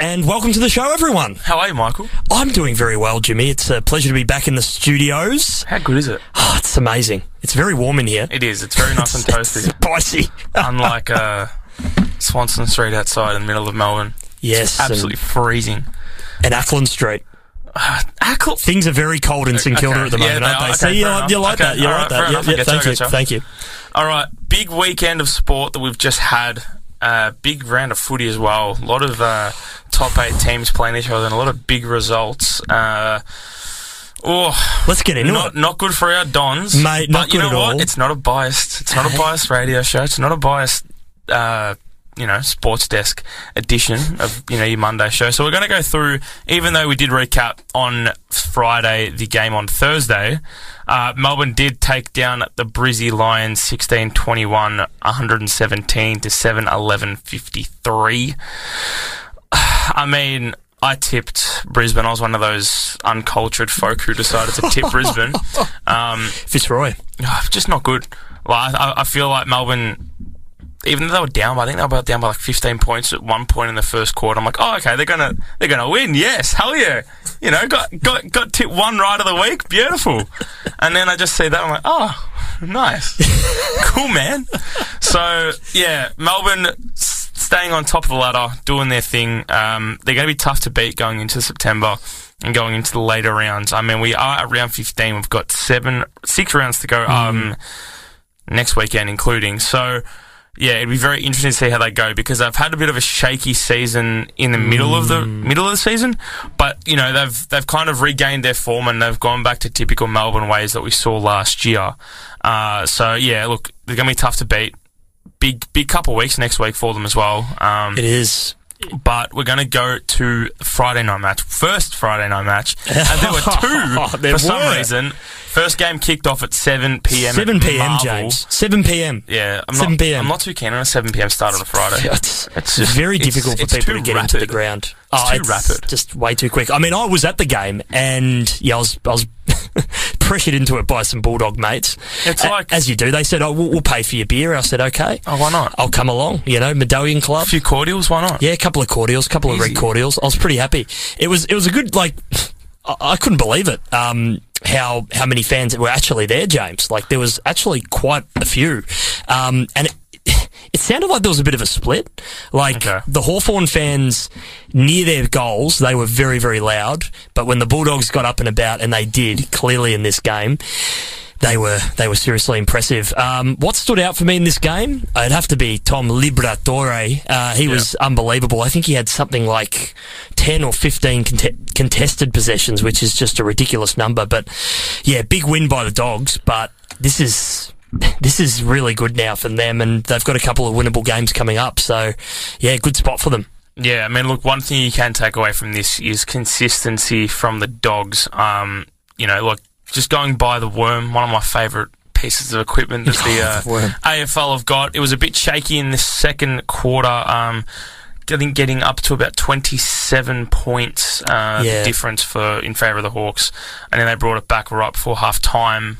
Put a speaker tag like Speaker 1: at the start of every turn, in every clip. Speaker 1: and welcome to the show, everyone.
Speaker 2: How are you, Michael?
Speaker 1: I'm doing very well, Jimmy. It's a pleasure to be back in the studios.
Speaker 2: How good is it?
Speaker 1: Oh, it's amazing. It's very warm in here.
Speaker 2: It is. It's very nice and toasty.
Speaker 1: Spicy.
Speaker 2: Unlike uh, Swanson Street outside in the middle of Melbourne.
Speaker 1: Yes. and-
Speaker 2: Absolutely freezing. Ah,
Speaker 1: And Ackland Street.
Speaker 2: Ackle.
Speaker 1: Things are very cold in St
Speaker 2: Okay.
Speaker 1: Kilda at the
Speaker 2: Yeah,
Speaker 1: moment,
Speaker 2: they
Speaker 1: aren't
Speaker 2: are.
Speaker 1: they?
Speaker 2: Okay,
Speaker 1: See, you
Speaker 2: fair
Speaker 1: like, you
Speaker 2: enough.
Speaker 1: like
Speaker 2: Okay,
Speaker 1: that. You
Speaker 2: all
Speaker 1: like
Speaker 2: right, fair
Speaker 1: that.
Speaker 2: enough. I getcha,
Speaker 1: thank
Speaker 2: I
Speaker 1: you.
Speaker 2: getcha.
Speaker 1: Thank you.
Speaker 2: All right. Big weekend of sport that we've just had. Uh, big round of footy as well. A lot of uh, top eight teams playing each other and a lot of big results. Uh, oh,
Speaker 1: Let's get into
Speaker 2: not,
Speaker 1: it.
Speaker 2: not good for our dons.
Speaker 1: Mate, not
Speaker 2: but you
Speaker 1: good
Speaker 2: know
Speaker 1: at
Speaker 2: what?
Speaker 1: all.
Speaker 2: It's not a biased. It's not a biased radio show. It's not a biased. Uh, you know, sports desk edition of you know your Monday show. So we're going to go through, even though we did recap on Friday the game on Thursday. Uh, Melbourne did take down the Brizzy Lions 16-21, 117 to 7-11-53. I mean, I tipped Brisbane. I was one of those uncultured folk who decided to tip Brisbane. Um,
Speaker 1: Fitzroy.
Speaker 2: Oh, just not good. Like, I, I feel like Melbourne, even though they were down, by, I think they were about down by like 15 points at one point in the first quarter. I'm like, oh, okay, they're gonna they're gonna win. Yes, hell yeah. You know, got got got tip one right of the week. Beautiful. And then I just see that I'm like, oh, nice, cool, man. So yeah, Melbourne s- staying on top of the ladder, doing their thing. Um, they're going to be tough to beat going into September and going into the later rounds. I mean, we are at round 15. We've got seven, six rounds to go. Um, next weekend, including. So, yeah, it'd be very interesting to see how they go because they've had a bit of a shaky season in the middle of the
Speaker 1: Mm.
Speaker 2: middle of the season, but you know they've they've kind of regained their form and they've gone back to typical Melbourne ways that we saw last year. Uh, so yeah, look, they're going to be tough to beat. Big big couple of weeks next week for them as well. Um,
Speaker 1: It is.
Speaker 2: but we're going to go to Friday night match. First Friday night match. And there were two
Speaker 1: There
Speaker 2: for some
Speaker 1: were.
Speaker 2: reason. First game kicked off at 7 p.m. at
Speaker 1: 7 p.m.,
Speaker 2: Marvel.
Speaker 1: James. 7 p.m.
Speaker 2: Yeah, I'm
Speaker 1: 7
Speaker 2: not,
Speaker 1: p.m..
Speaker 2: I'm not too keen on a 7 p.m. start on a Friday.
Speaker 1: It's,
Speaker 2: It's just-
Speaker 1: very
Speaker 2: it's-
Speaker 1: difficult for
Speaker 2: it's
Speaker 1: people to
Speaker 2: too
Speaker 1: get into the
Speaker 2: rapid.
Speaker 1: ground. Ah,
Speaker 2: too rapid.
Speaker 1: Just way too quick. I mean, I was at the game and yeah, I was, I was pressured into it by some bulldog mates.
Speaker 2: It's
Speaker 1: A-
Speaker 2: like-
Speaker 1: as you do. They said, "Oh, we'll, we'll pay for your beer." I said, "Okay,
Speaker 2: Oh, why not?
Speaker 1: I'll come along." You know, medallion
Speaker 2: A
Speaker 1: club.
Speaker 2: few cordials, why not?
Speaker 1: Yeah, a couple of cordials, a couple of red
Speaker 2: Easy.
Speaker 1: cordials. I was pretty happy. It was it was a good like I, I couldn't believe it. Um, how how many fans were actually there, James? Like there was actually quite a few, um, and. It, it sounded like there was a bit of a split. Like
Speaker 2: Okay.
Speaker 1: the Hawthorn fans near their goals, they were very, very loud. But when the Bulldogs got up and about, and they did clearly in this game, they were they were seriously impressive. Um, what stood out for me in this game? It'd have to be Tom Liberatore. Uh, he was unbelievable. I think he had something like ten or fifteen cont- contested possessions, which is just a ridiculous number. But yeah, big win by the Dogs. But this is. This is really good now for them, and they've got a couple of winnable games coming up. So, yeah, good spot for them.
Speaker 2: Yeah, I mean, look, one thing you can take away from this is consistency from the dogs. Um, you know, like just going by the worm, one of my favourite pieces of equipment that the
Speaker 1: Oh,
Speaker 2: uh,
Speaker 1: The worm.
Speaker 2: AFL have got. It was a bit shaky in the second quarter. Um, I think getting up to about 27 points uh,
Speaker 1: Yeah.
Speaker 2: the difference for in favour of the Hawks, and then they brought it back right before half time.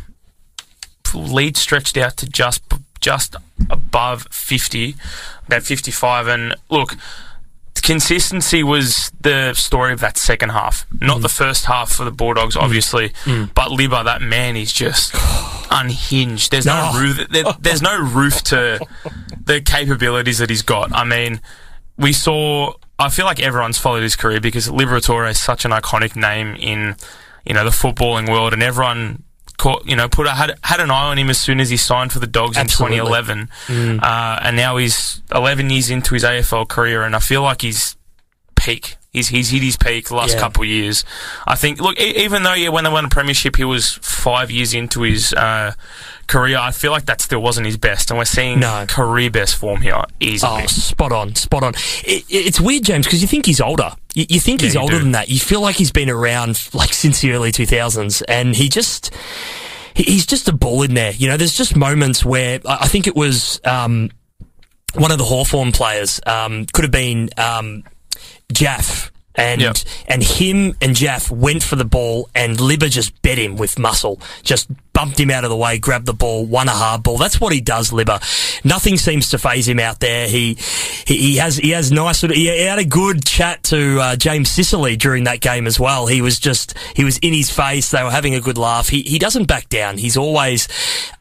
Speaker 2: Lead stretched out to just just above 50, about 55, and look consistency was the story of that second half, not the first half for the Bulldogs, obviously. But Libba, that man is just unhinged. There's no,
Speaker 1: No.
Speaker 2: roof. There, there's no roof to the capabilities that he's got. I mean, we saw. I feel like everyone's followed his career because Liberatore is such an iconic name in you know the footballing world, and everyone. Caught, you know, put a, had had an eye on him as soon as he signed for the Dogs
Speaker 1: Absolutely. Mm.
Speaker 2: in 2011. 11, uh, and now he's 11 years into his AFL career, and I feel like he's peak. He's, he's hit his peak the last
Speaker 1: Yeah.
Speaker 2: couple of years. I think, look, e- even though yeah, when they won a premiership, he was five years into his uh, career, I feel like that still wasn't his best, and we're seeing
Speaker 1: No.
Speaker 2: career best form here easily.
Speaker 1: Oh, spot on, spot on. It, it- it's weird, James, because you think he's older. You, you think he's
Speaker 2: you
Speaker 1: older
Speaker 2: do.
Speaker 1: than that. You feel like he's been around like since the early two thousands, and he just he- he's just a bull in there. You know, there's just moments where I, I think it was um, one of the Hawthorn players um, could have been um, Jaff. And
Speaker 2: Yep.
Speaker 1: and him and Jaff went for the ball, and Libba just bet him with muscle, just bumped him out of the way, grabbed the ball, won a hard ball. That's what he does, Libba. Nothing seems to phase him out there. He he, he has he has nice. Sort of, he had a good chat to uh, James Sicily during that game as well. He was just he was in his face. They were having a good laugh. He he doesn't back down. He's always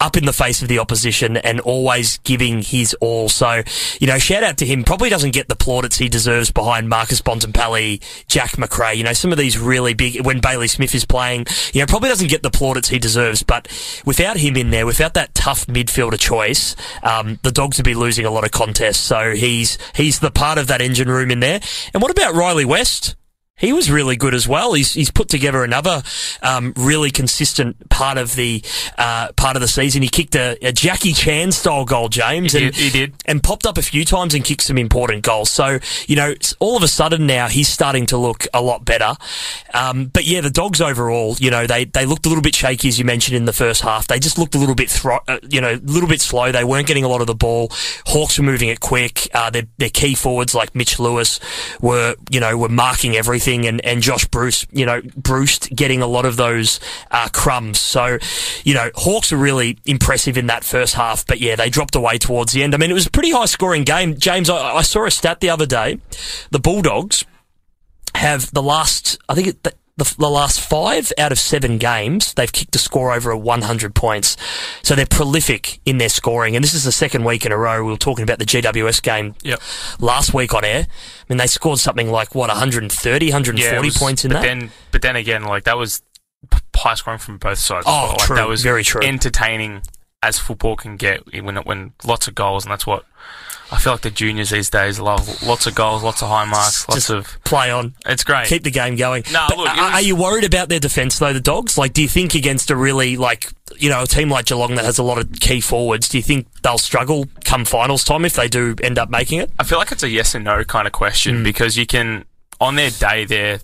Speaker 1: up in the face of the opposition and always giving his all. So you know, shout out to him. Probably doesn't get the plaudits he deserves behind Marcus Bontempelli, Jack McRae. You know, some of these really big when Bailey Smith is playing. You know, probably doesn't get the plaudits he deserves. But without him in there, without that tough midfielder choice, um, the Dogs would be losing a lot of contests. So he's he's the part of that engine room in there. And what about Riley West? He was really good as well. He's, he's put together another um, really consistent part of the uh, part of the season. He kicked a, a Jackie Chan style goal, James,
Speaker 2: He
Speaker 1: and
Speaker 2: did- he did.
Speaker 1: and popped up a few times and kicked some important goals. So, you know, it's- all of a sudden now he's starting to look a lot better. Um, but yeah, the dogs overall, you know, they, they looked a little bit shaky, as you mentioned in the first half. They just looked a little bit, thro- uh, you know, a little bit slow. They weren't getting a lot of the ball. Hawks were moving it quick. Uh, their, their key forwards like Mitch Lewis were, you know, were marking everything and, and Josh Bruce, you know, Bruce getting a lot of those uh, crumbs. So, you know, Hawks were really impressive in that first half, but yeah, they dropped away towards the end. I mean, it was a pretty high scoring game. James, I, I saw a stat the other day. The Bulldogs have the last, I think it, the, the, the last five out of seven games, they've kicked a score over 100 points. So they're prolific in their scoring. And this is the second week in a row. We were talking about the GWS game
Speaker 2: Yep.
Speaker 1: last week on air. I mean, they scored something like, what, 130, 140
Speaker 2: it was-
Speaker 1: points in
Speaker 2: but
Speaker 1: that?
Speaker 2: Then, but then again, like that was p- high scoring from both sides. as
Speaker 1: Oh,
Speaker 2: well. Like,
Speaker 1: true.
Speaker 2: That was
Speaker 1: Very true.
Speaker 2: Entertaining as football can get when when lots of goals, and that's what I feel like the juniors these days love. Lots of goals, lots of high marks, lots
Speaker 1: Just
Speaker 2: of.
Speaker 1: play on.
Speaker 2: It's great.
Speaker 1: keep the game going.
Speaker 2: No,
Speaker 1: But
Speaker 2: look, it
Speaker 1: are, are
Speaker 2: was-
Speaker 1: you worried about their defence though? The dogs, like, do you think against a really like you know a team like Geelong that has a lot of key forwards, do you think they'll struggle come finals time if they do end up making it?
Speaker 2: I feel like it's a yes and no kind of
Speaker 1: Mm.
Speaker 2: question because you can on their day they're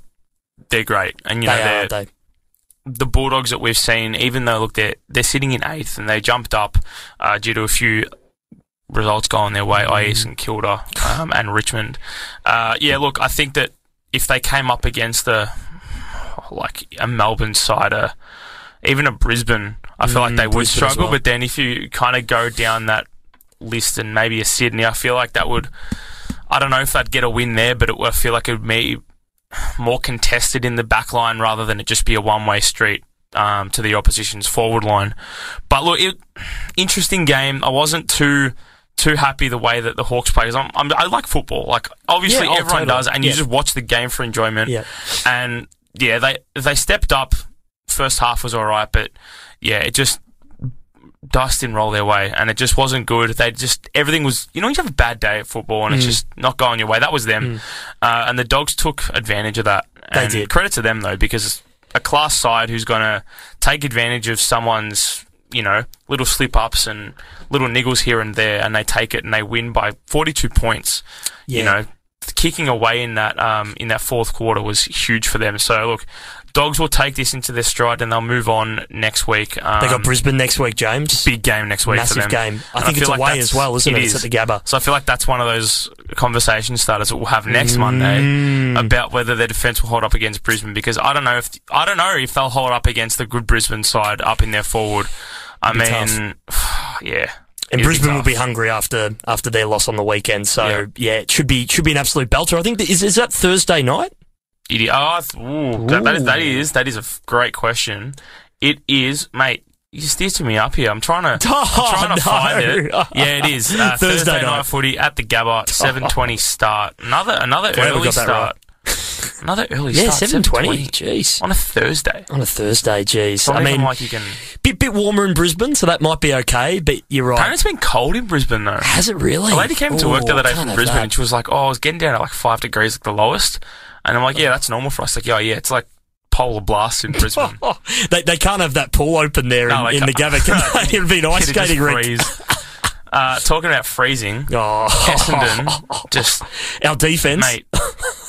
Speaker 2: they're great and you know
Speaker 1: they are.
Speaker 2: they're,
Speaker 1: They
Speaker 2: the Bulldogs that we've seen, even though look they're they're sitting in eighth and they jumped up uh, due to a few results going their way,
Speaker 1: Mm.
Speaker 2: i.e. St Kilda um, and Richmond. Uh, yeah, look, I think that if they came up against the like a Melbourne side, uh, even a Brisbane, I feel like
Speaker 1: Mm,
Speaker 2: they would
Speaker 1: Brisbane as
Speaker 2: struggle.
Speaker 1: well.
Speaker 2: But then if you kind of go down that list and maybe a Sydney, I feel like that would. I don't know if they'd get a win there, but it, I feel like it would be more contested in the back line rather than it just be a one way street um, to the opposition's forward line. But look, it, interesting game. I wasn't too too happy the way that the Hawks played. I'm, I'm, I like football. Like obviously
Speaker 1: Yeah, oh,
Speaker 2: everyone
Speaker 1: totally.
Speaker 2: does, and you
Speaker 1: Yeah.
Speaker 2: just watch the game for enjoyment.
Speaker 1: Yeah.
Speaker 2: And yeah, they they stepped up. First half was all right, but yeah, it just dust didn't roll their way, and it just wasn't good. They just everything was you know when you have a bad day at football
Speaker 1: Mm.
Speaker 2: and it's just not going your way. That was them, uh, and the dogs took advantage of that.
Speaker 1: They
Speaker 2: And
Speaker 1: did.
Speaker 2: Credit to them though, because a class side who's going to take advantage of someone's you know little slip ups and little niggles here and there, and they take it and they win by forty two points. You
Speaker 1: Yeah.
Speaker 2: know, kicking away in that um, in that fourth quarter was huge for them. So look. Dogs will take this into their stride and they'll move on next week. Um,
Speaker 1: they got Brisbane next week, James.
Speaker 2: big game next week. for
Speaker 1: Massive
Speaker 2: them.
Speaker 1: game. I
Speaker 2: And
Speaker 1: think it's
Speaker 2: feel like
Speaker 1: away
Speaker 2: that's-
Speaker 1: as well, isn't it?
Speaker 2: It
Speaker 1: It's
Speaker 2: is.
Speaker 1: at the Gabba.
Speaker 2: So I feel like that's one of those conversation starters that we'll have
Speaker 1: Mm.
Speaker 2: next Monday about whether their defence will hold up against Brisbane because I don't know if I don't know if they'll hold up against the good Brisbane side up in their forward. I
Speaker 1: It'd be
Speaker 2: mean, yeah,
Speaker 1: And
Speaker 2: It'd
Speaker 1: Brisbane will
Speaker 2: tough.
Speaker 1: be hungry after after their loss on the weekend. So
Speaker 2: Yeah.
Speaker 1: yeah, it should be should be an absolute belter. I think that, is is that Thursday night?
Speaker 2: It is. Oh, th- ooh, that, that, is, that
Speaker 1: Ooh.
Speaker 2: is that is a f- great question. It is, mate. You steered me up here. I'm trying to.
Speaker 1: Oh,
Speaker 2: I'm trying to
Speaker 1: no.
Speaker 2: find it. Yeah, it is. Uh,
Speaker 1: Thursday
Speaker 2: Thursday, night.
Speaker 1: night.
Speaker 2: footy at the Gabba, seven twenty start. Another another
Speaker 1: Glad we
Speaker 2: early
Speaker 1: got that
Speaker 2: start. another early
Speaker 1: Yeah,
Speaker 2: start.
Speaker 1: seven twenty.
Speaker 2: 7:20.
Speaker 1: Jeez.
Speaker 2: on a Thursday.
Speaker 1: On a Thursday, geez. I mean,
Speaker 2: like you can.
Speaker 1: bit bit warmer in Brisbane, so that might be okay. But you're right.
Speaker 2: Apparently, it's been cold in Brisbane though.
Speaker 1: Has it really?
Speaker 2: A lady came to
Speaker 1: Ooh,
Speaker 2: work the other day
Speaker 1: can't
Speaker 2: from
Speaker 1: have
Speaker 2: Brisbane,
Speaker 1: that.
Speaker 2: and she was like, "Oh, I was getting down at like five degrees, like the lowest," and I'm like, "Yeah, that's normal for us." Like, yeah, yeah, it's like polar blast in Brisbane.
Speaker 1: Oh, they, they can't have that pool open there
Speaker 2: No,
Speaker 1: in,
Speaker 2: they
Speaker 1: in the
Speaker 2: can't.
Speaker 1: Gabba. Can they? It'd be an ice
Speaker 2: Kid, it just
Speaker 1: skating rink.
Speaker 2: freeze. uh, talking about freezing,
Speaker 1: Oh,
Speaker 2: Essendon just
Speaker 1: our defense.
Speaker 2: mate,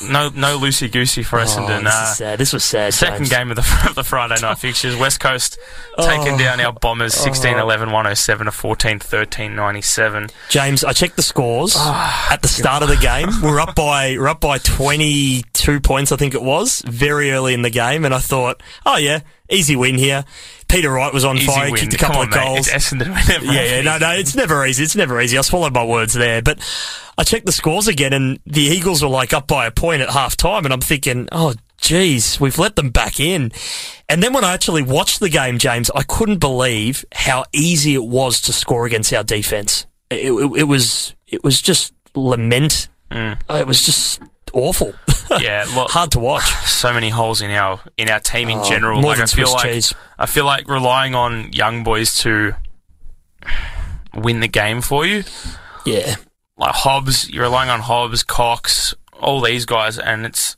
Speaker 2: no no loosey goosey for
Speaker 1: oh,
Speaker 2: Essendon.
Speaker 1: this
Speaker 2: uh,
Speaker 1: is sad. This was sad.
Speaker 2: Second
Speaker 1: James.
Speaker 2: game of the, of the Friday night fixtures. West Coast taking
Speaker 1: Oh.
Speaker 2: down our Bombers 16 11 107 to 14 13 97.
Speaker 1: James, I checked the scores at the start of the game. We're up by we're up by twenty two points, I think it was, very early in the game, and I thought, oh yeah, easy win here. Peter Wright was on
Speaker 2: Easy
Speaker 1: fire,
Speaker 2: win.
Speaker 1: kicked a
Speaker 2: Come
Speaker 1: couple
Speaker 2: on,
Speaker 1: of goals.
Speaker 2: Mate. It's Essendon. We never
Speaker 1: yeah,
Speaker 2: have
Speaker 1: yeah, no,
Speaker 2: an easy
Speaker 1: no,
Speaker 2: win.
Speaker 1: it's never easy. It's never easy. I swallowed my words there, but I checked the scores again, and the Eagles were like up by a point at half time, and I'm thinking, oh, geez, we've let them back in. And then when I actually watched the game, James, I couldn't believe how easy it was to score against our defense. It, it, it was, it was just lament.
Speaker 2: Mm.
Speaker 1: Uh, It was just awful.
Speaker 2: yeah, lot,
Speaker 1: Hard to watch.
Speaker 2: so many holes in our in our team in
Speaker 1: Oh,
Speaker 2: general.
Speaker 1: more
Speaker 2: like
Speaker 1: than
Speaker 2: I feel
Speaker 1: Swiss
Speaker 2: like
Speaker 1: cheese.
Speaker 2: I feel like relying on young boys to win the game for you.
Speaker 1: Yeah.
Speaker 2: Like Hobbs, you're relying on Hobbs, Cox, all these guys, and it's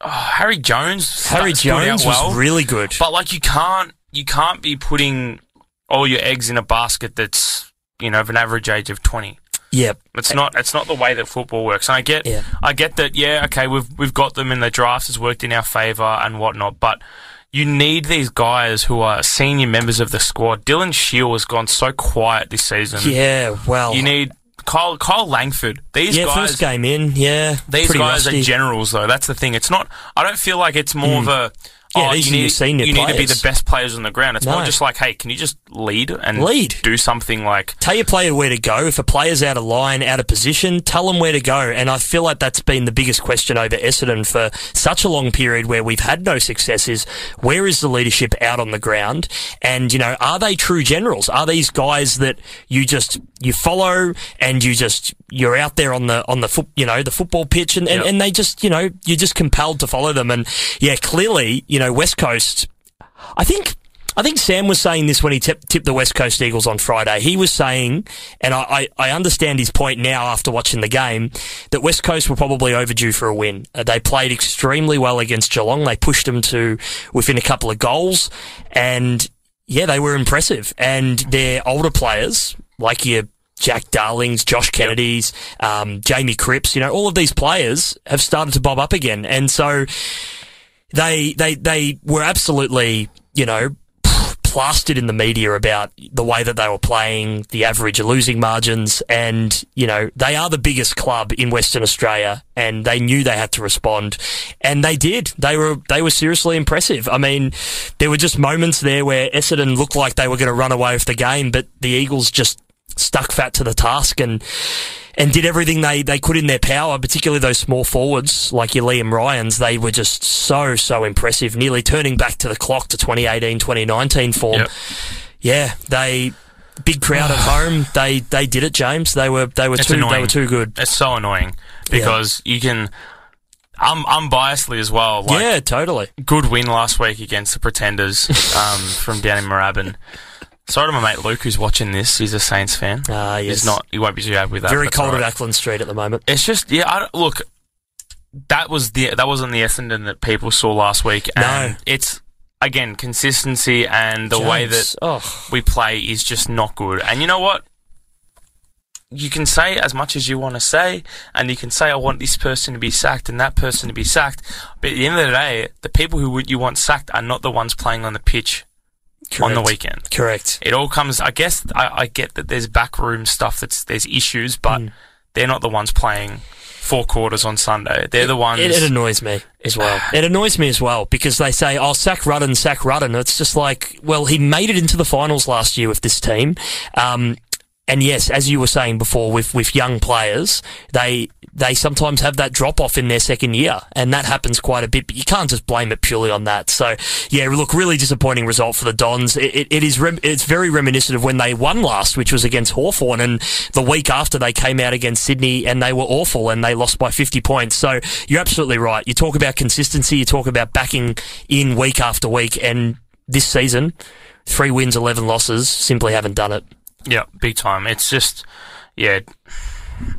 Speaker 2: oh, Harry Jones.
Speaker 1: Harry
Speaker 2: stu- stood out
Speaker 1: Jones
Speaker 2: well,
Speaker 1: was really good.
Speaker 2: but like you can't you can't be putting all your eggs in a basket that's you know of an average age of twenty.
Speaker 1: Yep.
Speaker 2: It's not. It's not the way that football works. And I get.
Speaker 1: Yeah.
Speaker 2: I get that. Yeah. Okay. We've we've got them in the draft. It's worked in our favour and whatnot. But you need these guys who are senior members of the squad. Dylan Shield has gone so quiet this season.
Speaker 1: Yeah. Well.
Speaker 2: You need Kyle Kyle Langford. These
Speaker 1: Oh. yeah,
Speaker 2: guys.
Speaker 1: first game in. Yeah,
Speaker 2: These
Speaker 1: pretty
Speaker 2: guys
Speaker 1: rusty. Hmm.
Speaker 2: are generals, though. That's the thing. It's not. I don't feel like it's more of a.
Speaker 1: Yeah,
Speaker 2: oh,
Speaker 1: these
Speaker 2: you
Speaker 1: are your
Speaker 2: need,
Speaker 1: senior
Speaker 2: you need to be
Speaker 1: players.
Speaker 2: the best players on the ground. It's more
Speaker 1: No.
Speaker 2: just like, hey, can you just lead and
Speaker 1: Lead.
Speaker 2: do something like
Speaker 1: Tell your player where to go. If a player's out of line, out of position, tell them where to go. And I feel like that's been the biggest question over Essendon for such a long period where we've had no successes. Where is the leadership out on the ground? And, you know, are they true generals? Are these guys that you just, you follow and you just, you're out there on the, on the foot, you know, the football pitch and, and,
Speaker 2: Yep.
Speaker 1: and they just, you know, you're just compelled to follow them. And yeah, clearly, you know, West Coast, I think I think Sam was saying this when he tip, tipped the West Coast Eagles on Friday. He was saying, and I, I, I understand his point now after watching the game, that West Coast were probably overdue for a win. Uh, they played extremely well against Geelong. They pushed them to within a couple of goals, and yeah, they were impressive. And their older players, like your Jack Darlings, Josh Kennedys, um, Jamie Cripps, you know, all of these players have started to bob up again, and so they they they were absolutely you know plastered in the media about the way that they were playing, the average losing margins, and you know they are the biggest club in Western Australia, and they knew they had to respond, and they did. They were they were seriously impressive. I mean, there were just moments there where Essendon looked like they were going to run away with the game, but the Eagles just stuck fat to the task and and did everything they, they could in their power, particularly those small forwards like your Liam Ryans. They were just so, so impressive, nearly turning back to the clock to 2018, 2019 form.
Speaker 2: Yep.
Speaker 1: Yeah, they big crowd at home. They they did it, James. They were they were
Speaker 2: It's
Speaker 1: too they
Speaker 2: annoying.
Speaker 1: were too good.
Speaker 2: It's so annoying because you can. I'm I'm biasedly as well. Like,
Speaker 1: yeah, totally.
Speaker 2: Good win last week against the Pretenders um, from down in Moorabbin. Sorry to my mate Luke who's watching this. He's a Saints fan.
Speaker 1: Ah, yes.
Speaker 2: He's not. He won't be too happy with that.
Speaker 1: Very
Speaker 2: but
Speaker 1: cold
Speaker 2: alright.
Speaker 1: at Ackland Street at the moment.
Speaker 2: It's just yeah. I don't- look, that was the that wasn't the Essendon that people saw last week. And
Speaker 1: No.
Speaker 2: it's again consistency and the way that
Speaker 1: James, oh
Speaker 2: we play is just not good. And you know what? You can say as much as you want to say, and you can say I want this person to be sacked and that person to be sacked. But at the end of the day, the people who would you want sacked are not the ones playing on the pitch on the
Speaker 1: correct.
Speaker 2: weekend
Speaker 1: correct.
Speaker 2: it all comes. I guess I, I get that there's backroom stuff that's there's issues, but
Speaker 1: Hmm.
Speaker 2: they're not the ones playing four quarters on Sunday. They're the ones.
Speaker 1: It, it annoys me as well. It annoys me as well because they say, "Oh, sack Rudden, sack Rudden." It's just like, well, he made it into the finals last year with this team, um, and yes, as you were saying before, with with young players, they they sometimes have that drop off in their second year, and that happens quite a bit. But you can't just blame it purely on that. So, yeah, look, really disappointing result for the Dons. It, it, it is rem- it's very reminiscent of when they won last, which was against Hawthorn, and the week after they came out against Sydney and they were awful and they lost by 50 points. So you're absolutely right. You talk about consistency, you talk about backing in week after week, and this season, three wins, 11 losses, simply haven't done it.
Speaker 2: yeah, big time. It's just yeah.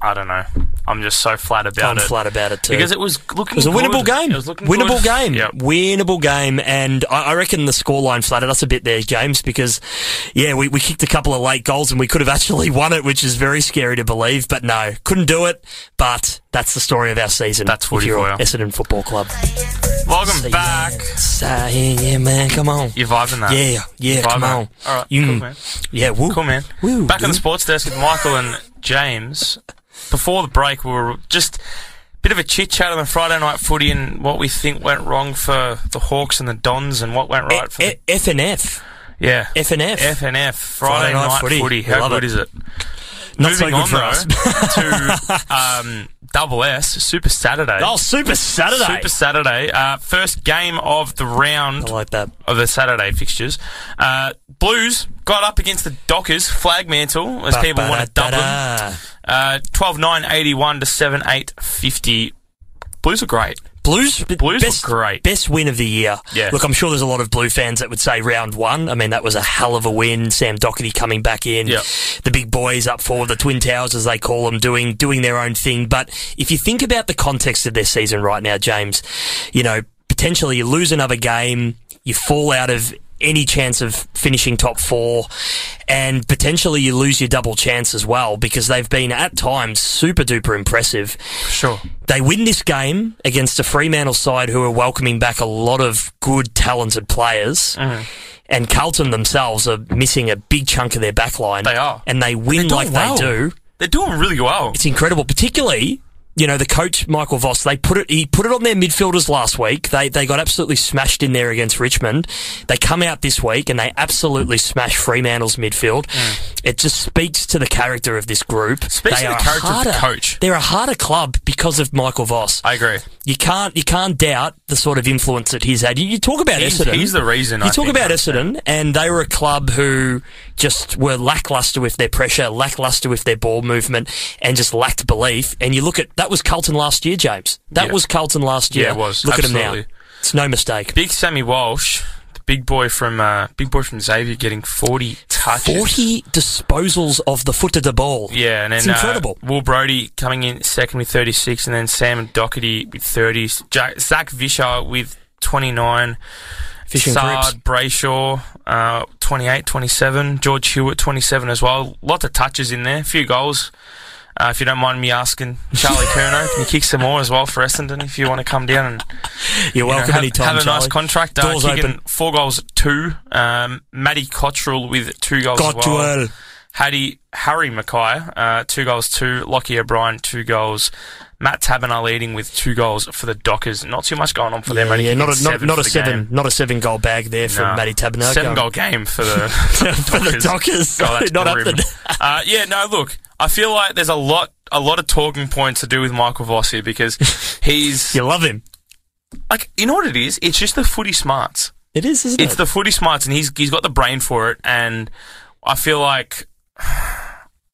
Speaker 2: I don't know. I'm just so flat about
Speaker 1: I'm
Speaker 2: it
Speaker 1: flat about it too.
Speaker 2: because it was looking.
Speaker 1: It was a winnable
Speaker 2: good.
Speaker 1: game.
Speaker 2: It was looking
Speaker 1: winnable
Speaker 2: good.
Speaker 1: game.
Speaker 2: Yeah.
Speaker 1: Winnable game. And I, I reckon the scoreline flattered us a bit there, James, because, yeah, we, we kicked a couple of late goals and we could have actually won it, which is very scary to believe. But no, couldn't do it. But that's the story of our season.
Speaker 2: That's footy
Speaker 1: here
Speaker 2: for
Speaker 1: on
Speaker 2: you.
Speaker 1: Essendon Football Club.
Speaker 2: Welcome back.
Speaker 1: Yeah, yeah, man. Come on.
Speaker 2: You're vibing that.
Speaker 1: Yeah, yeah,
Speaker 2: Vibe,
Speaker 1: come
Speaker 2: man.
Speaker 1: on.
Speaker 2: All right,
Speaker 1: You-
Speaker 2: cool, man.
Speaker 1: Yeah, woo.
Speaker 2: Cool, man.
Speaker 1: Woo,
Speaker 2: Back on
Speaker 1: dude.
Speaker 2: the sports desk with Michael and James. Before the break, we were just bit of a chit chat on the Friday night footy and what we think went wrong for the Hawks and the Dons and what went right for the,
Speaker 1: E- F and F.
Speaker 2: yeah
Speaker 1: F and F.
Speaker 2: F and F Friday, night, footy. How
Speaker 1: Love
Speaker 2: good
Speaker 1: it.
Speaker 2: is it?
Speaker 1: Not so
Speaker 2: Moving
Speaker 1: good
Speaker 2: on
Speaker 1: for us.
Speaker 2: though to um, Double S Super Saturday.
Speaker 1: oh, Super Saturday.
Speaker 2: Super Saturday, uh, first game of the round
Speaker 1: I like that.
Speaker 2: of the Saturday fixtures. Uh, Blues got up against the Dockers, Flagmantle, as people want to dub them.
Speaker 1: Ba-ba-da-da.
Speaker 2: Uh, 12 9 81 to 7 8 50. Blues are great.
Speaker 1: Blues, b-
Speaker 2: Blues were
Speaker 1: best,
Speaker 2: great.
Speaker 1: Best win of the year.
Speaker 2: Yeah.
Speaker 1: Look, I'm sure there's a lot of Blue fans that would say round one. I mean, that was a hell of a win. Sam Doherty coming back in.
Speaker 2: Yep.
Speaker 1: The big boys up for the Twin Towers, as they call them, doing doing their own thing. But if you think about the context of their season right now, James, you know, potentially you lose another game, you fall out of any chance of finishing top four, and potentially you lose your double chance as well because they've been at times super duper impressive.
Speaker 2: Sure.
Speaker 1: They win this game against a Fremantle side who are welcoming back a lot of good, talented players.
Speaker 2: Uh-huh.
Speaker 1: And Carlton themselves are missing a big chunk of their back line.
Speaker 2: They are.
Speaker 1: And they win
Speaker 2: doing
Speaker 1: like
Speaker 2: well.
Speaker 1: they do.
Speaker 2: They're doing really well.
Speaker 1: It's incredible, particularly. You know the coach Michael Voss. They put it. He put it on their midfielders last week. They they got absolutely smashed in there against Richmond. They come out this week and they absolutely smash Fremantle's midfield. It just speaks to the character of this group.
Speaker 2: Mm. Speaks
Speaker 1: they
Speaker 2: to the
Speaker 1: are
Speaker 2: character of
Speaker 1: harder.
Speaker 2: the coach.
Speaker 1: They're a harder club because of Michael Voss
Speaker 2: I agree.
Speaker 1: you can't you can't doubt the sort of influence that he's had. You, you talk about
Speaker 2: He's,
Speaker 1: Essendon.
Speaker 2: he's the reason.
Speaker 1: you
Speaker 2: I
Speaker 1: talk
Speaker 2: think,
Speaker 1: about
Speaker 2: I-
Speaker 1: Essendon, and they were a club who just were lackluster with their pressure, lackluster with their ball movement, and just lacked belief. And you look at that was Carlton last year, James. That
Speaker 2: Yeah.
Speaker 1: was Carlton last year.
Speaker 2: Yeah, it was.
Speaker 1: Look at him
Speaker 2: Absolutely.
Speaker 1: now. It's no mistake.
Speaker 2: Big Sammy Walsh, the big boy from uh, big boy from Xavier, getting forty touches.
Speaker 1: Forty disposals of the foot of the ball.
Speaker 2: Yeah, and then
Speaker 1: It's incredible.
Speaker 2: Uh, Will Brody coming in second with 36, and then Sam Doherty with 30. Jack, Zach Vischer with 29.
Speaker 1: Fishing
Speaker 2: Sard
Speaker 1: groups.
Speaker 2: Brayshaw, uh, 28, 27. George Hewitt, 27 as well. Lots of touches in there, a few goals. Uh, if you don't mind me asking, Charlie Kerno, can you kick some more as well for Essendon if you want to come down and
Speaker 1: You're
Speaker 2: you know,
Speaker 1: welcome
Speaker 2: have,
Speaker 1: anytime.
Speaker 2: have a nice
Speaker 1: Charlie.
Speaker 2: contract? Uh,
Speaker 1: Doors
Speaker 2: kicking
Speaker 1: open.
Speaker 2: four goals, two. Um, Matty Cottrell with two goals
Speaker 1: God
Speaker 2: as
Speaker 1: to
Speaker 2: well.
Speaker 1: Earl.
Speaker 2: Hattie, Harry Mackay, uh, two goals, two. Lockie O'Brien, two goals. Matt Tabernar leading with two goals for the Dockers. Not too much going on for them.
Speaker 1: Yeah,
Speaker 2: only
Speaker 1: yeah, not
Speaker 2: kicking
Speaker 1: a not, not
Speaker 2: for
Speaker 1: a
Speaker 2: the
Speaker 1: seven,
Speaker 2: game.
Speaker 1: not a seven goal bag there from
Speaker 2: Nah.
Speaker 1: Matty Tabernacle.
Speaker 2: Seven goal game for the,
Speaker 1: for the Dockers.
Speaker 2: Oh, that's
Speaker 1: not up
Speaker 2: grim.
Speaker 1: the.
Speaker 2: uh, yeah, no, look, I feel like there's a lot, a lot of talking points to do with Michael Voss here because he's
Speaker 1: You love him.
Speaker 2: like, you know what it is? It's just the footy smarts.
Speaker 1: It is, isn't
Speaker 2: It's the footy smarts, and he's he's got the brain for it. And I feel like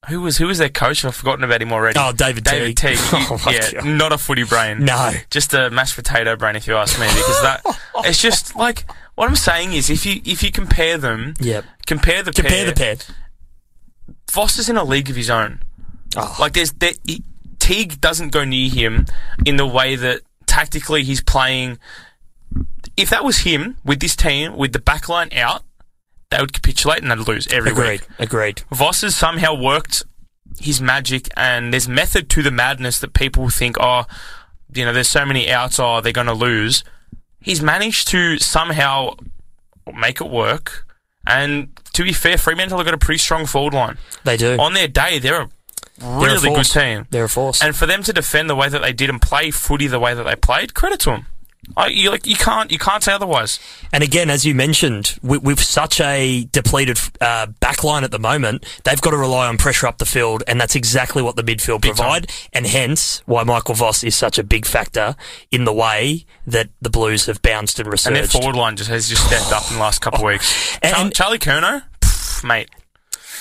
Speaker 2: who was who was their coach? I've forgotten about him already.
Speaker 1: Oh, David
Speaker 2: David
Speaker 1: Teague.
Speaker 2: Teague.
Speaker 1: Oh, my
Speaker 2: yeah,
Speaker 1: God.
Speaker 2: not a footy brain.
Speaker 1: No.
Speaker 2: just a mashed potato brain, if you ask me. Because that it's just like what I'm saying is if you if you compare them,
Speaker 1: Yep.
Speaker 2: compare the
Speaker 1: Compare
Speaker 2: pair,
Speaker 1: the pair.
Speaker 2: Voss is in a league of his own.
Speaker 1: Oh.
Speaker 2: Like there's there, he- Teague doesn't go near him in the way that tactically he's playing. If that was him with this team with the back line out, they would capitulate and they'd lose every
Speaker 1: Agreed.
Speaker 2: week.
Speaker 1: Agreed.
Speaker 2: Voss has somehow worked his magic, and there's method to the madness that people think, oh, you know, there's so many outs, oh, they're going to lose. He's managed to somehow make it work. And to be fair, Fremantle have got a pretty strong forward line.
Speaker 1: They do.
Speaker 2: On their day, they're a
Speaker 1: They're a
Speaker 2: really good
Speaker 1: force.
Speaker 2: team.
Speaker 1: They're a force.
Speaker 2: And for them to defend the way that they did and play footy the way that they played, credit to them. I, you like you can't you can't say otherwise.
Speaker 1: And again, as you mentioned, with, with such a depleted uh, back line at the moment, they've got to rely on pressure up the field, and that's exactly what the midfield provide, and hence why Michael Voss is such a big factor in the way that the Blues have bounced and
Speaker 2: And their
Speaker 1: resurged.
Speaker 2: forward line just has just stepped up in the last couple of weeks.
Speaker 1: Oh. And-
Speaker 2: Char- Charlie Kerno, pff, mate,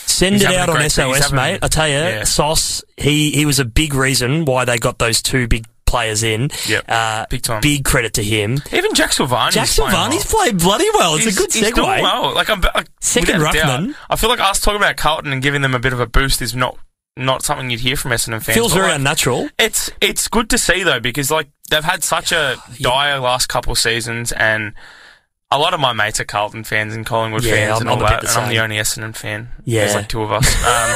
Speaker 1: Send
Speaker 2: He's
Speaker 1: it
Speaker 2: having
Speaker 1: out
Speaker 2: a
Speaker 1: on
Speaker 2: great- he's
Speaker 1: SOS,
Speaker 2: having-
Speaker 1: mate. I tell you,
Speaker 2: yeah.
Speaker 1: Sauce, he, he was a big reason why they got those two big players in.
Speaker 2: Yep.
Speaker 1: Uh,
Speaker 2: Big time.
Speaker 1: Big credit to him.
Speaker 2: Even Jack Silvani.
Speaker 1: Jack Silvani's played bloody well. It's a good
Speaker 2: He's doing
Speaker 1: segue.
Speaker 2: well. Like I'm like,
Speaker 1: Second
Speaker 2: without a
Speaker 1: ruckman.
Speaker 2: doubt, I feel like us talking about Carlton and giving them a bit of a boost is not not something you'd hear from Essendon fans.
Speaker 1: Feels
Speaker 2: but,
Speaker 1: very
Speaker 2: like,
Speaker 1: unnatural.
Speaker 2: It's it's good to see though because like they've had such a dire last couple seasons and. A lot of my mates are Carlton fans and Collingwood
Speaker 1: Yeah,
Speaker 2: fans
Speaker 1: I'm-
Speaker 2: and
Speaker 1: I'm
Speaker 2: all
Speaker 1: a bit
Speaker 2: that,
Speaker 1: the
Speaker 2: and I'm the
Speaker 1: same.
Speaker 2: only Essendon fan.
Speaker 1: Yeah.
Speaker 2: There's like two of us. Um,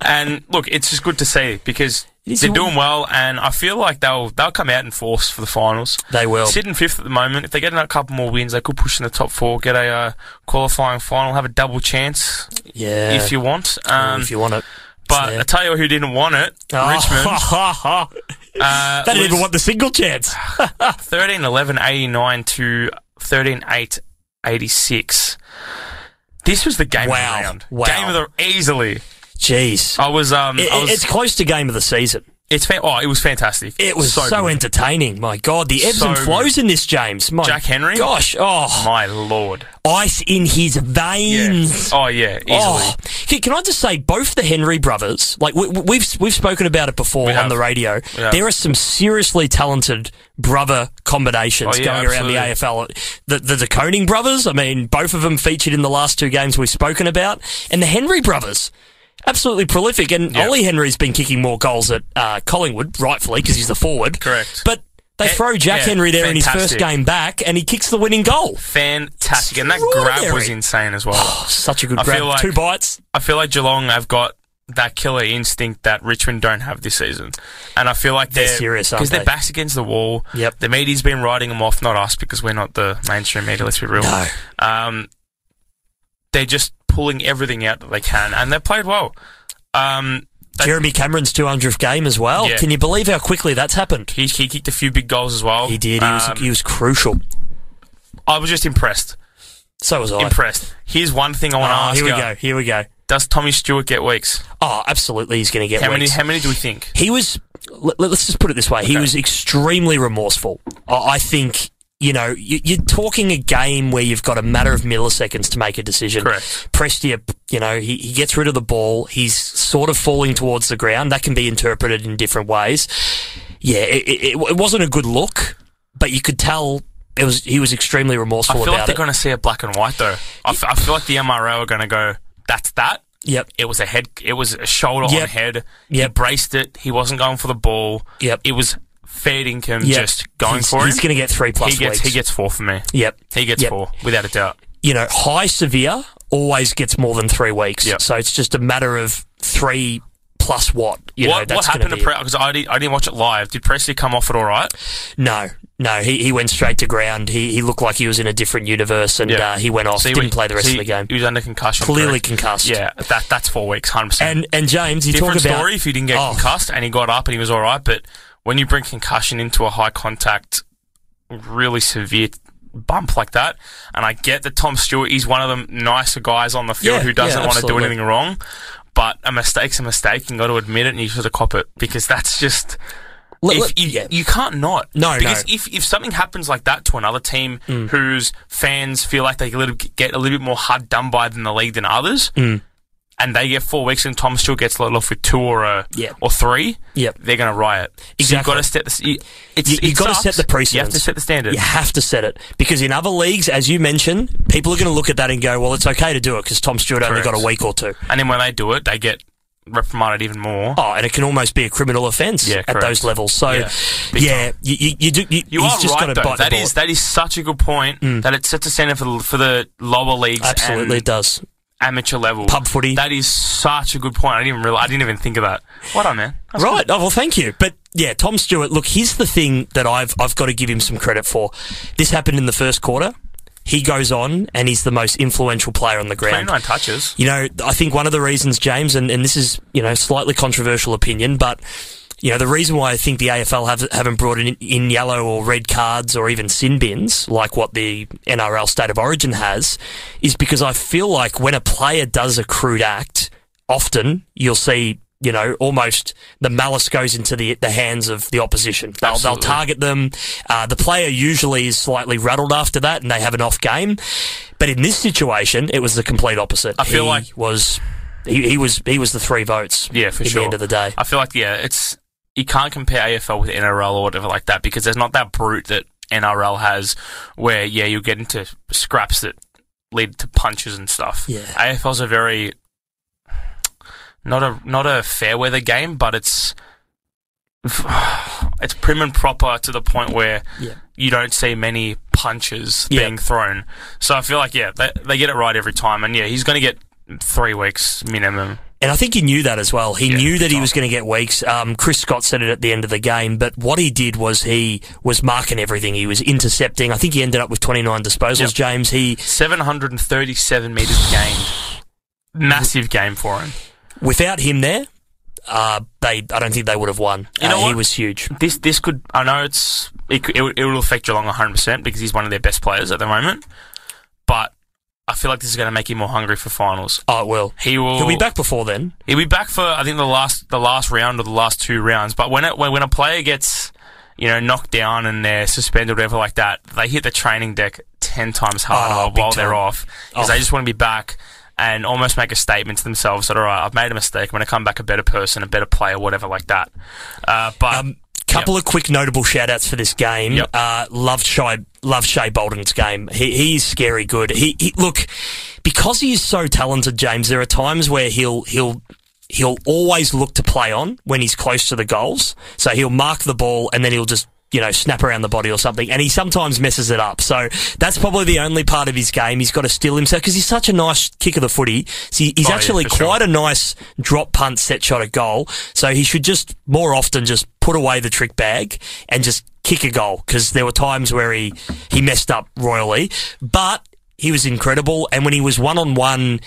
Speaker 2: and look, it's just good to see because
Speaker 1: It is-
Speaker 2: they're doing well, and I feel like they'll they'll come out in force for the finals.
Speaker 1: They will.
Speaker 2: Sitting fifth at the moment. If they get a couple more wins, they could push in the top four, get a uh, qualifying final, have a double chance
Speaker 1: Yeah.
Speaker 2: if you want. Um,
Speaker 1: if you want it.
Speaker 2: but
Speaker 1: Yeah.
Speaker 2: I tell you who didn't want it,
Speaker 1: Oh,
Speaker 2: Richmond.
Speaker 1: ha, ha, ha.
Speaker 2: Uh,
Speaker 1: They didn't even
Speaker 2: was
Speaker 1: want the single chance.
Speaker 2: 13 11 89 to 13 8 86. This was the game
Speaker 1: Wow.
Speaker 2: of the round.
Speaker 1: Wow.
Speaker 2: Game of the easily.
Speaker 1: Jeez.
Speaker 2: I was um
Speaker 1: It-
Speaker 2: I was
Speaker 1: it's close to game of the season.
Speaker 2: it's fan- oh it was fantastic.
Speaker 1: It was so,
Speaker 2: good.
Speaker 1: entertaining. My God, the ebbs
Speaker 2: So
Speaker 1: and flows in this, James. My
Speaker 2: Jack Henry?
Speaker 1: Gosh, oh,
Speaker 2: my lord.
Speaker 1: ice in his
Speaker 2: Yeah.
Speaker 1: veins.
Speaker 2: Oh yeah, easily.
Speaker 1: Oh, Hey, can I just say, both the Henry brothers, like we, we've we've spoken about it before
Speaker 2: We
Speaker 1: on
Speaker 2: have.
Speaker 1: the radio.
Speaker 2: have.
Speaker 1: There are some seriously talented brother combinations
Speaker 2: Oh, yeah,
Speaker 1: going around the AFL. The the, the Koning brothers, I mean, both of them featured in the last two games we've spoken about, and the Henry brothers. Absolutely prolific, and
Speaker 2: Yeah.
Speaker 1: Ollie Henry's been kicking more goals at uh, Collingwood, rightfully because he's the forward.
Speaker 2: Correct.
Speaker 1: But they
Speaker 2: Eh,
Speaker 1: throw Jack
Speaker 2: yeah,
Speaker 1: Henry there in his first
Speaker 2: fantastic.
Speaker 1: game back, and he kicks the winning goal.
Speaker 2: Fantastic. And that grab was
Speaker 1: Extraordinary.
Speaker 2: insane as well.
Speaker 1: Oh, such a good
Speaker 2: I
Speaker 1: grab.
Speaker 2: feel like-
Speaker 1: two bites.
Speaker 2: I feel like Geelong have got that killer instinct that Richmond don't have this season. And I feel like
Speaker 1: They're
Speaker 2: they're,
Speaker 1: serious, aren't
Speaker 2: Because
Speaker 1: they?
Speaker 2: they're backs against the wall.
Speaker 1: Yep.
Speaker 2: The media's been writing them off, not us, because we're not the mainstream media, let's be real.
Speaker 1: No.
Speaker 2: Um, they're just pulling everything out that they can. And they played well. Um, that-
Speaker 1: Jeremy Cameron's 200th game as well.
Speaker 2: Yeah.
Speaker 1: Can you believe how quickly that's happened?
Speaker 2: he, he kicked a few big goals as well.
Speaker 1: He did. He was,
Speaker 2: Um,
Speaker 1: he was crucial.
Speaker 2: I was just impressed.
Speaker 1: So was I.
Speaker 2: Impressed. Here's one thing I want to
Speaker 1: Ah,
Speaker 2: ask
Speaker 1: here we
Speaker 2: ya.
Speaker 1: go. Here we go.
Speaker 2: Does Tommy Stewart get weeks?
Speaker 1: Oh, absolutely. He's going to get
Speaker 2: How many?
Speaker 1: weeks.
Speaker 2: How many do we think?
Speaker 1: he was. Let, us just put it this way. He
Speaker 2: Okay.
Speaker 1: was extremely remorseful. I, I think. You know, you, you're talking a game where you've got a matter of milliseconds to make a decision.
Speaker 2: Correct.
Speaker 1: Prestia, you know, he, he gets rid of the ball. He's sort of falling towards the ground. That can be interpreted in different ways. Yeah, it, it, it wasn't a good look, but you could tell it was he was extremely
Speaker 2: I
Speaker 1: remorseful
Speaker 2: feel
Speaker 1: about
Speaker 2: like they're
Speaker 1: it.
Speaker 2: going to see it black and white though. I, f- I feel like the MRO are going to go. That's that.
Speaker 1: Yep.
Speaker 2: It was a head. It was a shoulder
Speaker 1: Yep.
Speaker 2: on head. He
Speaker 1: Yep.
Speaker 2: braced it. He wasn't going for the ball.
Speaker 1: Yep.
Speaker 2: It was fair income.
Speaker 1: Yep.
Speaker 2: Just going
Speaker 1: he's,
Speaker 2: for
Speaker 1: He's
Speaker 2: him.
Speaker 1: going to get three plus
Speaker 2: He gets.
Speaker 1: weeks.
Speaker 2: He gets four for me.
Speaker 1: Yep.
Speaker 2: He gets
Speaker 1: Yep.
Speaker 2: four without a doubt.
Speaker 1: you know, high severe always gets more than three weeks.
Speaker 2: Yep.
Speaker 1: So it's just a matter of three plus what. You know,
Speaker 2: what
Speaker 1: that's
Speaker 2: what
Speaker 1: gonna
Speaker 2: happened to
Speaker 1: be it.
Speaker 2: Pre? Because I, did, I didn't watch it live. Did Presley come off it all right?
Speaker 1: No, no, he, he went straight to ground. He he looked like he was in a different universe, and
Speaker 2: Yep.
Speaker 1: uh, he went off.
Speaker 2: So he
Speaker 1: didn't
Speaker 2: went-
Speaker 1: play the rest
Speaker 2: so
Speaker 1: of
Speaker 2: he-
Speaker 1: the game.
Speaker 2: He was under concussion.
Speaker 1: Clearly
Speaker 2: correct?
Speaker 1: concussed.
Speaker 2: Yeah, that that's four weeks, hundred percent.
Speaker 1: And and James, you
Speaker 2: different
Speaker 1: talk about
Speaker 2: story if you didn't get
Speaker 1: Oh.
Speaker 2: concussed and he got up and he was all right. But when you bring concussion into a high contact, really severe bump like that, and I get that Tom Stewart is one of the nicer guys on the field
Speaker 1: Yeah,
Speaker 2: who doesn't
Speaker 1: yeah,
Speaker 2: want to do
Speaker 1: absolutely.
Speaker 2: anything wrong. But a mistake's a mistake, and you got to admit it, and you sort of cop it because that's just
Speaker 1: Let-
Speaker 2: if
Speaker 1: let-
Speaker 2: you,
Speaker 1: yeah.
Speaker 2: you can't not
Speaker 1: No, Mm. no.
Speaker 2: because if if something happens like that to another team whose fans feel like they get a little, get a little bit more hard done by than the league than others,
Speaker 1: Mm.
Speaker 2: and they get four weeks, and Tom Stewart gets let off with two or a,
Speaker 1: Yeah.
Speaker 2: or three,
Speaker 1: Yep.
Speaker 2: they're going to riot. So
Speaker 1: Exactly.
Speaker 2: you've got to set the you, it's,
Speaker 1: You-
Speaker 2: it
Speaker 1: you've gotta
Speaker 2: sucks.
Speaker 1: set the
Speaker 2: You have
Speaker 1: precedence.
Speaker 2: to set the standard.
Speaker 1: You have to set it because in other leagues, as you mentioned, people are going to look at that and go, "Well, it's okay to do it because Tom Stewart only
Speaker 2: Correct.
Speaker 1: got a week or two.
Speaker 2: And then when they do it, they get reprimanded even more.
Speaker 1: Oh, and it can almost be a criminal offence
Speaker 2: Yeah,
Speaker 1: at
Speaker 2: correct.
Speaker 1: those levels. So,
Speaker 2: Yeah.
Speaker 1: yeah,
Speaker 2: Big
Speaker 1: you, you, you do. You,
Speaker 2: You
Speaker 1: he's
Speaker 2: are
Speaker 1: just
Speaker 2: right,
Speaker 1: got to
Speaker 2: though.
Speaker 1: bite the
Speaker 2: That
Speaker 1: bullet. Mm.
Speaker 2: is that is such a good point that it sets a standard for the, for the lower leagues
Speaker 1: Absolutely, it
Speaker 2: and
Speaker 1: does.
Speaker 2: amateur level.
Speaker 1: Pub footy.
Speaker 2: That is such a good point. I didn't realize, I didn't even think of that. What on man? That's
Speaker 1: right. Oh, well, thank you. But yeah, Tom Stewart. Look, here's the thing that I've I've got to give him some credit for. This happened in the first quarter. He goes on, and he's the most influential player on the ground.
Speaker 2: 29 touches.
Speaker 1: You know, I think one of the reasons, James, and, and this is, you know, slightly controversial opinion, but, you know, the reason why I think the AFL have, haven't brought in, in yellow or red cards or even sin bins, like what the NRL State of Origin has, is because I feel like when a player does a crude act, often you'll see, you know, almost the malice goes into the, the hands of the opposition. They'll, they'll
Speaker 2: Absolutely.
Speaker 1: target target them. Uh, the player usually is slightly rattled after that, and they have an off game. But in this situation, it was the complete opposite.
Speaker 2: I feel
Speaker 1: he
Speaker 2: like-
Speaker 1: was he, he was he was the three votes.
Speaker 2: Yeah, for
Speaker 1: at
Speaker 2: sure.
Speaker 1: the end of the day,
Speaker 2: I feel like yeah, it's you can't compare AFL with NRL or whatever like that because there's not that brute that NRL has where yeah you'll get into scraps that lead to punches and stuff.
Speaker 1: Yeah.
Speaker 2: AFL's a very not a not a fair weather game, but it's it's prim and proper to the point where
Speaker 1: Yeah.
Speaker 2: you don't see many punches
Speaker 1: Yeah.
Speaker 2: being thrown. So I feel like yeah, they, they get it right every time, and yeah, he's going to get three weeks minimum.
Speaker 1: and I think he knew that as well. He
Speaker 2: Yeah,
Speaker 1: knew that he
Speaker 2: fine.
Speaker 1: was going to get weeks. Um, Chris Scott said it at the end of the game, but what he did was he was marking everything. He was intercepting. I think he ended up with twenty nine disposals.
Speaker 2: Yep.
Speaker 1: James, he
Speaker 2: 737 metres gained. Massive game for him.
Speaker 1: without him there. uh, they I don't think they would have won.
Speaker 2: You know
Speaker 1: Uh, he
Speaker 2: what?
Speaker 1: was huge.
Speaker 2: This this could I know it's it could- it, will- it will affect Geelong 100 percent because he's one of their best players at the moment, but I feel like this is going to make him more hungry for finals.
Speaker 1: Oh, it will.
Speaker 2: He will.
Speaker 1: He'll be back before then.
Speaker 2: He'll be back for I think the last the last round or the last two rounds. But when it, when when a player gets you know knocked down and they're suspended or whatever like that, they hit the training deck ten times
Speaker 1: Oh,
Speaker 2: harder
Speaker 1: big
Speaker 2: while
Speaker 1: time.
Speaker 2: they're off because
Speaker 1: Oh.
Speaker 2: they just want to be back and almost make a statement to themselves that all right, I've made a mistake. I'm going to come back a better person, a better player, whatever like that. Uh, but
Speaker 1: Um, couple of quick notable shout outs for this game.
Speaker 2: Yep.
Speaker 1: Uh, loved Shay, loved Shay Bolden's game. He, he's scary good. He, he look because he is so talented, James. There are times where he'll he'll. He'll always look to play on when he's close to the goals. So he'll mark the ball and then he'll just, you know, snap around the body or something. And he sometimes messes it up. So that's probably the only part of his game. He's got to steal himself because he's such a nice kick of the footy. So he- he's
Speaker 2: Oh, yeah,
Speaker 1: actually
Speaker 2: for
Speaker 1: quite
Speaker 2: sure.
Speaker 1: a a nice drop punt set shot at goal. So he should just more often just put away the trick bag and just kick a goal because there were times where he he messed up royally, but he was incredible. And when he was one on one.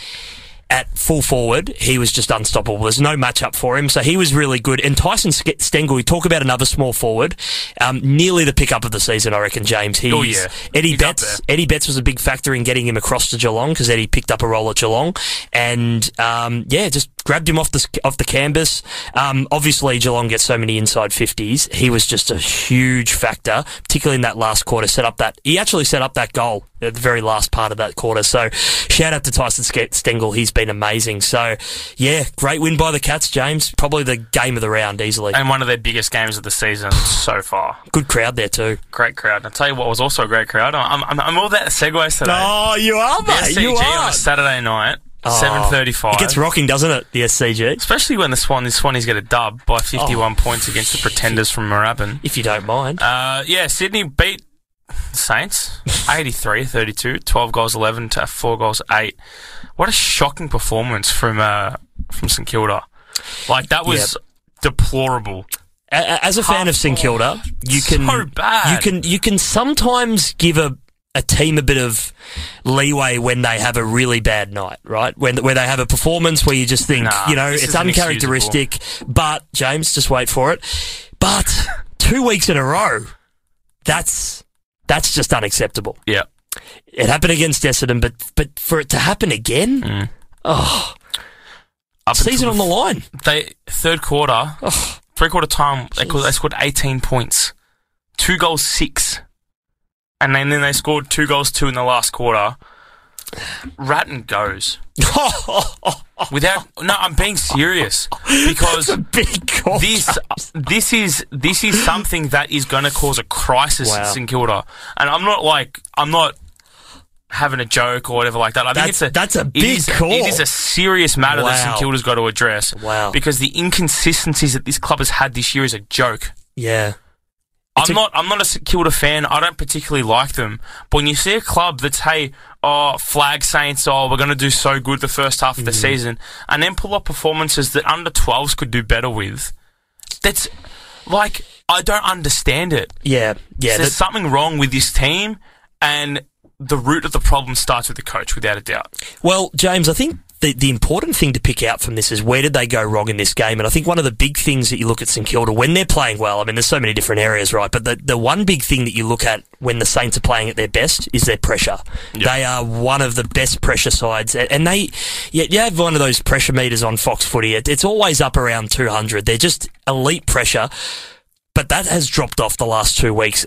Speaker 1: At full forward, he was just unstoppable. There's no match up for him, so he was really good. And Tyson Sk- Stengel, we talk about another small forward, um, nearly the pickup of the season, I reckon. James, he's
Speaker 2: Oh, yeah.
Speaker 1: Eddie
Speaker 2: He's up there.
Speaker 1: Betts, Eddie Betts was a big factor in getting him across to Geelong because Eddie picked up a role at Geelong, and um, yeah, just grabbed him off the off the canvas. Um, obviously, Geelong gets so many inside fifties. He was just a huge factor, particularly in that last quarter. Set up that he actually set up that goal at the very last part of that quarter. So shout out to Tyson Ske- Stengel. He's been amazing. So yeah, great win by the Cats, James. Probably the game of the round easily.
Speaker 2: and one of their biggest games of the season so far.
Speaker 1: Good crowd there too.
Speaker 2: Great crowd. And I'll tell you what was also a great crowd. I'm, I'm, I'm all that segues today.
Speaker 1: Oh, you are, Oh,
Speaker 2: The SCG on a Saturday night, seven thirty-five.
Speaker 1: It gets rocking, doesn't it? The SCG.
Speaker 2: Especially when the Swan, the Swanies get a dub by fifty-one points against the Pretenders from Moorabbin.
Speaker 1: If you don't mind.
Speaker 2: Uh, yeah, Sydney beat the Saints 83-32, 12 goals, eleven to four goals, eight. What a shocking performance from uh, from St Kilda. Like that was deplorable.
Speaker 1: A- a- As a fan of St Kilda, you can
Speaker 2: So bad.
Speaker 1: you can you can sometimes give a a team a bit of leeway when they have a really bad night, right? When where they have a performance where you just think,
Speaker 2: Nah,
Speaker 1: you know,
Speaker 2: this
Speaker 1: it's
Speaker 2: is inexcusable.
Speaker 1: uncharacteristic. But James, just wait for it. But two weeks in a row, that's that's just unacceptable.
Speaker 2: Yeah.
Speaker 1: It happened against Essendon, but but for it to happen again,
Speaker 2: Mm.
Speaker 1: oh,
Speaker 2: Up
Speaker 1: season
Speaker 2: until
Speaker 1: on the line.
Speaker 2: they third quarter,
Speaker 1: Oh,
Speaker 2: three quarter time, they,
Speaker 1: Jeez.
Speaker 2: scored, they scored 18 points, two goals, six. And then, then they scored two goals, two in the last quarter. Ratton goes. Without, no, I'm being serious.
Speaker 1: That's
Speaker 2: Because
Speaker 1: a big call.
Speaker 2: this uh, this is this is something that is going to cause a crisis
Speaker 1: Wow.
Speaker 2: in St Kilda, and I'm not like I'm not having a joke or whatever like that. I think
Speaker 1: That's-
Speaker 2: it's a
Speaker 1: that's a
Speaker 2: it
Speaker 1: big
Speaker 2: is-
Speaker 1: call.
Speaker 2: It is a serious matter that
Speaker 1: Wow.
Speaker 2: St Kilda's got to address.
Speaker 1: Wow.
Speaker 2: because the inconsistencies that this club has had this year is a joke.
Speaker 1: Yeah. It's
Speaker 2: I'm
Speaker 1: a-
Speaker 2: not. I'm not a St Kilda fan. I don't particularly like them. But when you see a club that's hey, oh, flag Saints, oh, we're going to do so good the first half of
Speaker 1: Mm.
Speaker 2: the season, and then pull up performances that under 12s could do better with. That's like I don't understand it.
Speaker 1: Yeah. Yeah.
Speaker 2: There's
Speaker 1: that-
Speaker 2: something wrong with this team, and the root of the problem starts with the coach, without a doubt.
Speaker 1: well, James, I think the, the important thing to pick out from this is where did they go wrong in this game? And I think one of the big things that you look at St Kilda when they're playing well, I mean, there's so many different areas, right? But the, the one big thing that you look at when the Saints are playing at their best is their pressure. They are one of the best pressure sides. A- And they, yeah, you have one of those pressure meters on Fox footy. It, it's always up around 200. They're just elite pressure. but that has dropped off the last two weeks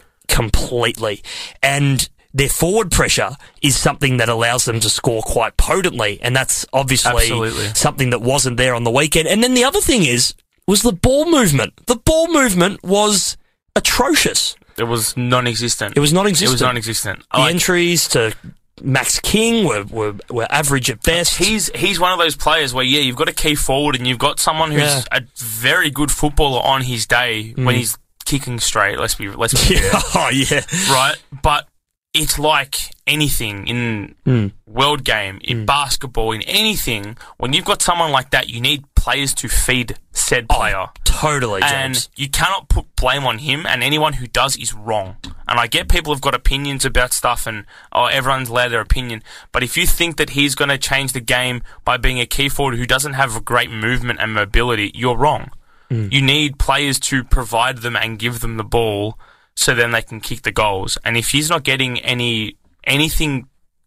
Speaker 1: completely. And their forward pressure is something that allows them to score quite potently. And that's obviously
Speaker 2: Absolutely.
Speaker 1: something that wasn't there on the weekend. And then the other thing is, was the ball movement. The ball movement was atrocious.
Speaker 2: It was non-existent.
Speaker 1: It was non
Speaker 2: It
Speaker 1: existent.
Speaker 2: was non-existent.
Speaker 1: the
Speaker 2: Like,
Speaker 1: entries to Max King were, were, were average at best.
Speaker 2: He's he's one of those players where yeah, you've got a key forward and you've got someone who's
Speaker 1: Yeah.
Speaker 2: a very good footballer on his day when he's kicking straight. Let's be let's be
Speaker 1: yeah. Oh, yeah.
Speaker 2: right, but it's like anything in world game, in basketball, in anything. When you've got someone like that, you need players to feed said player.
Speaker 1: Totally,
Speaker 2: and
Speaker 1: James.
Speaker 2: you cannot put blame on him, and anyone who does is wrong. And I get people have got opinions about stuff, and oh, everyone's allowed their opinion. But if you think that he's going to change the game by being a key forward who doesn't have great movement and mobility, you're wrong. You need players to provide them and give them the ball, so then they can kick the goals. And if he's not getting any anything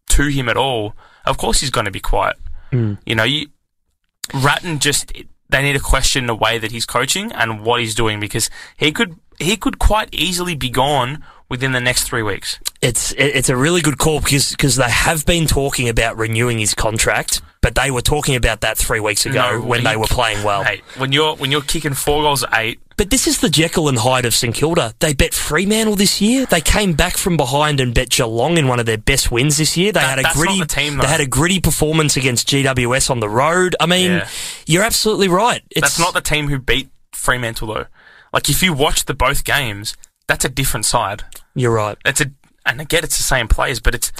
Speaker 2: to him at all, of course he's going to be quiet. You know, you, Ratton just they need to question the way that he's coaching and what he's doing because he could he could quite easily be gone within the next three weeks.
Speaker 1: It's it- it's a really good call because because they have been talking about renewing his contract, but they were talking about that three weeks ago
Speaker 2: No,
Speaker 1: when they
Speaker 2: he-
Speaker 1: were playing well.
Speaker 2: Hey, when you're when you're kicking four goals at eight,
Speaker 1: But this is the Jekyll and Hyde of St Kilda. They bet Fremantle this year. They came back from behind and bet Geelong in one of their best wins this year. They
Speaker 2: That-
Speaker 1: had a
Speaker 2: that's not
Speaker 1: gritty
Speaker 2: the team, though.
Speaker 1: they had a gritty performance against GWS on the road. I mean,
Speaker 2: Yeah.
Speaker 1: you're absolutely right. It's
Speaker 2: that's not the team who beat Fremantle though. Like if you watch the both games, that's a different side.
Speaker 1: You're right.
Speaker 2: That's a and again, it's the same players, but it's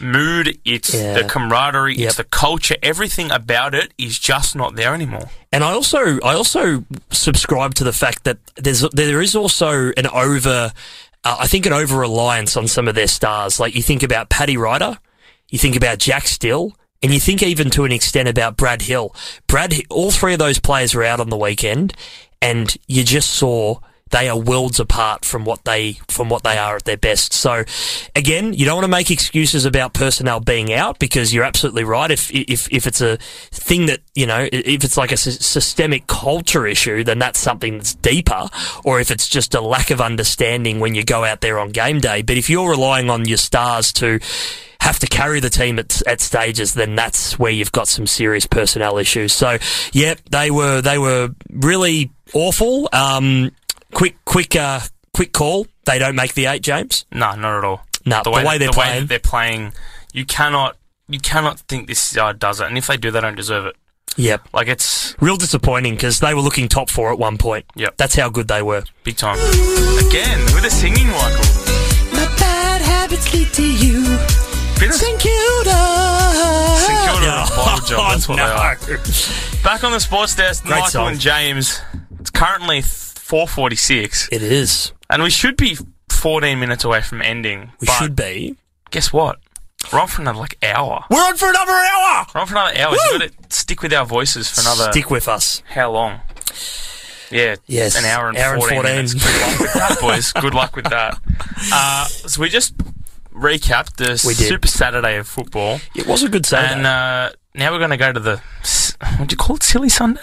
Speaker 2: mood, it's
Speaker 1: Yeah.
Speaker 2: the camaraderie,
Speaker 1: Yep.
Speaker 2: it's the culture. Everything about it is just not there anymore.
Speaker 1: And I also I also subscribe to the fact that there's there is also an over uh, I think an over reliance on some of their stars. Like you think about Paddy Ryder, you think about Jack Still, and you think even to an extent about Brad Hill. Brad, Hi- all three of those players were out on the weekend, and you just saw they are worlds apart from what they from what they are at their best. So again, you don't want to make excuses about personnel being out because you're absolutely right. If if if it's a thing that you know, i- if it's like a sy- systemic culture issue, then that's something that's deeper. Or if it's just a lack of understanding when you go out there on game day. But if you're relying on your stars to have to carry the team at, at stages, then that's where you've got some serious personnel issues. So, yep, they were they were really awful. Um, quick, quick, uh, quick call. They don't make the eight, James.
Speaker 2: No, not at all.
Speaker 1: No, the way they're
Speaker 2: the way
Speaker 1: playing.
Speaker 2: that they're playing, you cannot you cannot think this side does it. And if they do, they don't deserve it.
Speaker 1: Yep,
Speaker 2: Like it's
Speaker 1: real disappointing because they were looking top four at one point.
Speaker 2: Yep.
Speaker 1: that's how good they were.
Speaker 2: big time. Again with a singing, Michael.
Speaker 3: My bad habits lead to you.
Speaker 2: Bit of
Speaker 3: St. Kilda.
Speaker 2: St Kilda revival job. That's what
Speaker 1: Oh, no.
Speaker 2: they are. Back on the sports desk, Michael
Speaker 1: song.
Speaker 2: and James. It's currently four forty six,
Speaker 1: It is.
Speaker 2: and we should be fourteen minutes away from ending.
Speaker 1: We
Speaker 2: but
Speaker 1: should be.
Speaker 2: guess what? We're on for another like hour.
Speaker 1: We're on for another hour.
Speaker 2: We're on for another hour.
Speaker 1: Woo!
Speaker 2: You got to stick with our voices for another.
Speaker 1: Stick with us.
Speaker 2: How long? Yeah,
Speaker 1: Yes,
Speaker 2: an hour and
Speaker 1: hour and
Speaker 2: 14,
Speaker 1: 14.
Speaker 2: minutes. Good luck with that, boys. Good luck with that. Uh, so we just recapped the
Speaker 1: We did.
Speaker 2: Super Saturday of football,
Speaker 1: It was a good Saturday.
Speaker 2: and uh, now we're going to go to the s- what do you call it? Silly Sunday.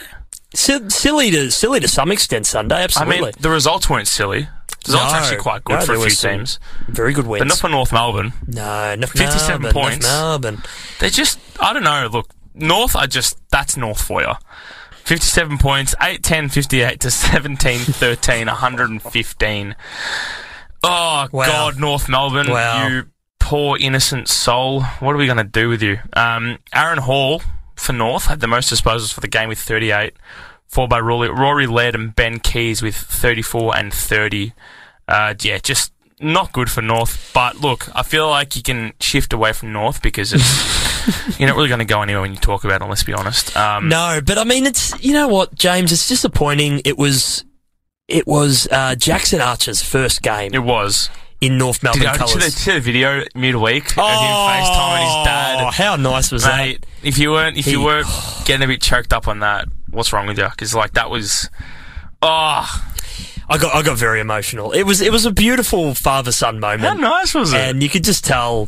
Speaker 1: Si- silly to silly to some extent. Sunday, absolutely.
Speaker 2: I mean, the results weren't silly. The results
Speaker 1: No,
Speaker 2: were actually quite good
Speaker 1: no,
Speaker 2: for a
Speaker 1: there
Speaker 2: few
Speaker 1: was some-
Speaker 2: teams,
Speaker 1: Very good wins.
Speaker 2: but not for North Melbourne.
Speaker 1: No, enough
Speaker 2: 57
Speaker 1: Melbourne,
Speaker 2: points. Hmm.
Speaker 1: Enough Melbourne.
Speaker 2: They just, I don't know. Look, North are just, that's North for you. 57 points, 8 10, 58 to 17 13, 115. Oh, God, North Melbourne,
Speaker 1: Wow.
Speaker 2: you poor innocent soul. What are we going to do with you? Um, Aaron Hall for North had the most disposals for the game with 38, four by Rory, Rory Laird and Ben Keys with 34 and 30. Uh, yeah, just not good for North. But look, I feel like you can shift away from North because it's, you're not really going to go anywhere when you talk about it, let's be honest. Um,
Speaker 1: No, but I mean, it's you know what, James. It's disappointing. It was, it was uh, Jackson Archer's first game
Speaker 2: It was.
Speaker 1: in North
Speaker 2: Did
Speaker 1: Melbourne
Speaker 2: you know- did you
Speaker 1: colours. Oh,
Speaker 2: see the video midweek of him FaceTiming his dad?
Speaker 1: how nice was
Speaker 2: Mate, if you weren't, if you
Speaker 1: He-
Speaker 2: were getting a bit choked up on that, what's wrong with you? Because like that was, oh,
Speaker 1: that? I got I got very emotional. It was it was a beautiful father son
Speaker 2: how
Speaker 1: moment,
Speaker 2: nice was it?
Speaker 1: and you could just tell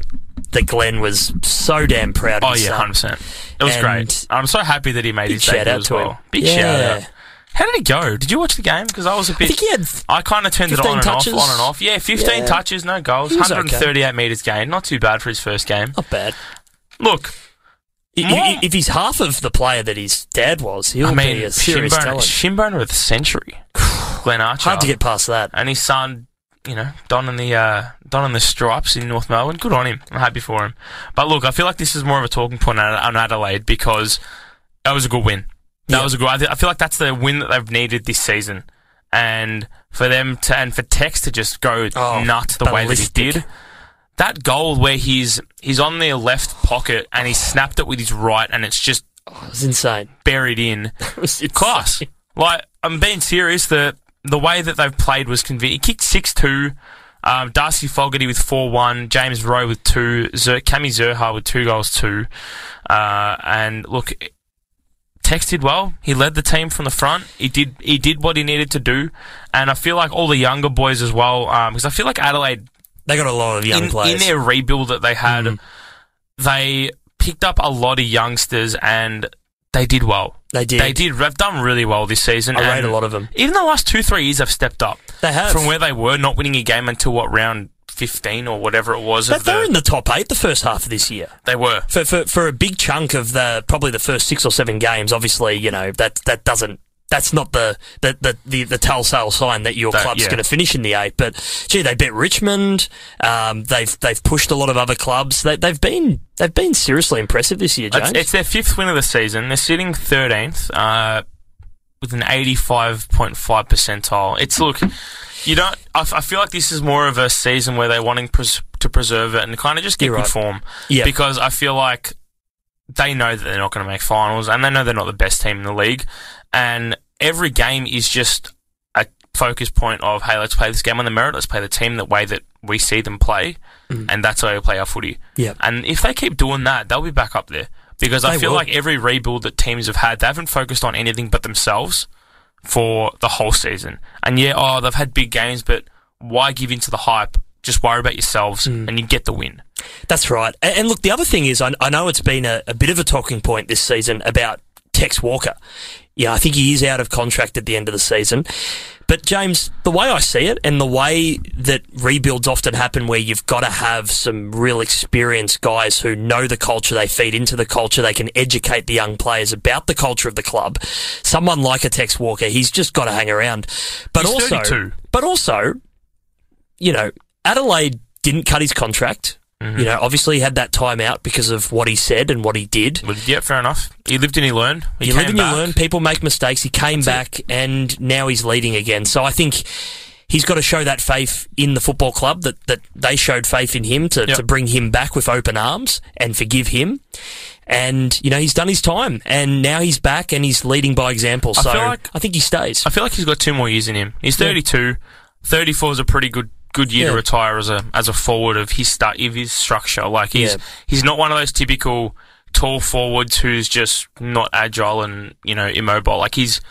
Speaker 1: that Glenn was so damn proud. Of
Speaker 2: oh
Speaker 1: his
Speaker 2: yeah,
Speaker 1: son.
Speaker 2: hundred percent. It was
Speaker 1: And-
Speaker 2: great. I'm so happy that he made
Speaker 1: Big
Speaker 2: his
Speaker 1: shout
Speaker 2: debut
Speaker 1: out
Speaker 2: as
Speaker 1: to him.
Speaker 2: well. Big
Speaker 1: Yeah.
Speaker 2: shout out. How did it go? Did you watch the game? Because I was a bit.
Speaker 1: I think he had
Speaker 2: I kind of turned it
Speaker 1: 15
Speaker 2: on and
Speaker 1: touches.
Speaker 2: off, on and off. Yeah, 15
Speaker 1: Yeah.
Speaker 2: touches, no goals,
Speaker 1: He was okay.
Speaker 2: 138 meters gained, not too bad for his first game.
Speaker 1: not bad.
Speaker 2: Look,
Speaker 1: If-
Speaker 2: More-
Speaker 1: If, if he's half of the player that his dad was, he'll
Speaker 2: I mean,
Speaker 1: be a serious
Speaker 2: Shinbone,
Speaker 1: talent.
Speaker 2: Shinbone with a century, Glenn Archer,
Speaker 1: Hard to get past that.
Speaker 2: and his son, you know, donning the uh, donning the stripes in North Melbourne. Good on him. I'm happy for him. But look, I feel like this is more of a talking point on on Adelaide because that was a good win. That
Speaker 1: Yeah.
Speaker 2: was a good. I, th- I feel like that's the win that they've needed this season, and for them to and for Tex to just go
Speaker 1: Oh,
Speaker 2: nuts the way that he
Speaker 1: ballistic.
Speaker 2: did. That goal where he's he's on their left pocket and he snapped it with his right and it's just
Speaker 1: It was insane.
Speaker 2: buried in
Speaker 1: It was insane.
Speaker 2: class. Like I'm being serious. The the way that they've played was convincing. He kicked six two. Um, Darcy Fogarty with four one. James Rowe with two. Zer- Cami Zerha with two goals two. Uh, and look, Tex did well. He led the team from the front. He did he did what he needed to do. And I feel like all the younger boys as well. Because I feel like Adelaide
Speaker 1: They got a lot of young
Speaker 2: in,
Speaker 1: players. Mm.
Speaker 2: in their rebuild that they had, they picked up a lot of youngsters and they did well.
Speaker 1: they did.
Speaker 2: They did. They've done really well this season.
Speaker 1: I rate
Speaker 2: and
Speaker 1: a lot of them.
Speaker 2: Even the last two, three years, they've stepped up
Speaker 1: They have.
Speaker 2: from where they were, not winning a game until what round fifteen or whatever it was.
Speaker 1: but
Speaker 2: Of
Speaker 1: they're
Speaker 2: the,
Speaker 1: in the top eight the first half of this year.
Speaker 2: they were.
Speaker 1: For, for for a big chunk of the probably the first six or seven games, obviously, you know, that that doesn't that's not the the the, the, the telltale sign that your
Speaker 2: That-
Speaker 1: club's
Speaker 2: yeah.
Speaker 1: going to finish in the eight. But gee, they beat Richmond. Um, they've they've pushed a lot of other clubs. They, they've been they've been seriously impressive this year, James.
Speaker 2: It's, it's their fifth win of the season. They're sitting thirteenth uh, with an eighty-five point five percentile. It's look, you don't. I, f- I feel like this is more of a season where they're wanting pres- to preserve it and kind of just keep
Speaker 1: You're
Speaker 2: good
Speaker 1: right.
Speaker 2: form.
Speaker 1: yeah,
Speaker 2: because I feel like they know that they're not going to make finals, and they know they're not the best team in the league. And every game is just a focus point of, hey, let's play this game on the merit. Let's play the team the way that we see them play,
Speaker 1: Mm-hmm.
Speaker 2: and that's how we play our footy.
Speaker 1: yeah.
Speaker 2: And if they keep doing that, they'll be back up there. Because I
Speaker 1: They
Speaker 2: feel
Speaker 1: will.
Speaker 2: like every rebuild that teams have had, they haven't focused on anything but themselves for the whole season. And yeah, oh, they've had big games, but why give in to the hype? Just worry about yourselves,
Speaker 1: Mm.
Speaker 2: and you get the win.
Speaker 1: That's right. And, and look, the other thing is, I, I know it's been a, a bit of a talking point this season about Tex Walker. Yeah, I think he is out of contract at the end of the season. But James, the way I see it, and the way that rebuilds often happen, where you've got to have some real experienced guys who know the culture, they feed into the culture, they can educate the young players about the culture of the club. Someone like a Tex Walker, he's just got to hang around. But
Speaker 2: He's
Speaker 1: also,
Speaker 2: 32.
Speaker 1: but also, you know, Adelaide didn't cut his contract.
Speaker 2: Mm-hmm.
Speaker 1: You know, obviously he had that time out because of what he said and what he did.
Speaker 2: Well, yeah, fair enough. He lived and he learned. He
Speaker 1: you
Speaker 2: came
Speaker 1: live and
Speaker 2: back.
Speaker 1: you learn. People make mistakes. He came back and now he's leading again. So I think he's got to show that faith in the football club that, that they showed faith in him to,
Speaker 2: Yep.
Speaker 1: to bring him back with open arms and forgive him. And, you know, he's done his time and now he's back and he's leading by example.
Speaker 2: I
Speaker 1: so
Speaker 2: feel like-
Speaker 1: I think he stays.
Speaker 2: I feel like he's got two more years in him. He's 32. 34 is a pretty good good year to
Speaker 1: Yeah.
Speaker 2: retire as a as a forward of his start of his structure. Like he's
Speaker 1: Yeah.
Speaker 2: he's not one of those typical tall forwards who's just not agile and you know immobile. Like he's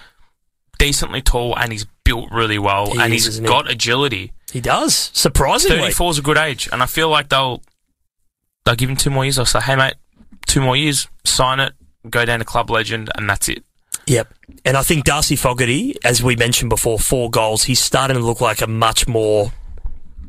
Speaker 2: decently tall and he's built really well
Speaker 1: He
Speaker 2: and
Speaker 1: is,
Speaker 2: he's
Speaker 1: isn't he?
Speaker 2: got agility.
Speaker 1: he does. Surprisingly.
Speaker 2: 34 is a good age, and I feel like they'll they'll give him two more years. I'll say, hey mate, two more years, sign it, go down to club legend, and that's it.
Speaker 1: Yep. And I think Darcy Fogarty, as we mentioned before, four goals, he's starting to look like a much more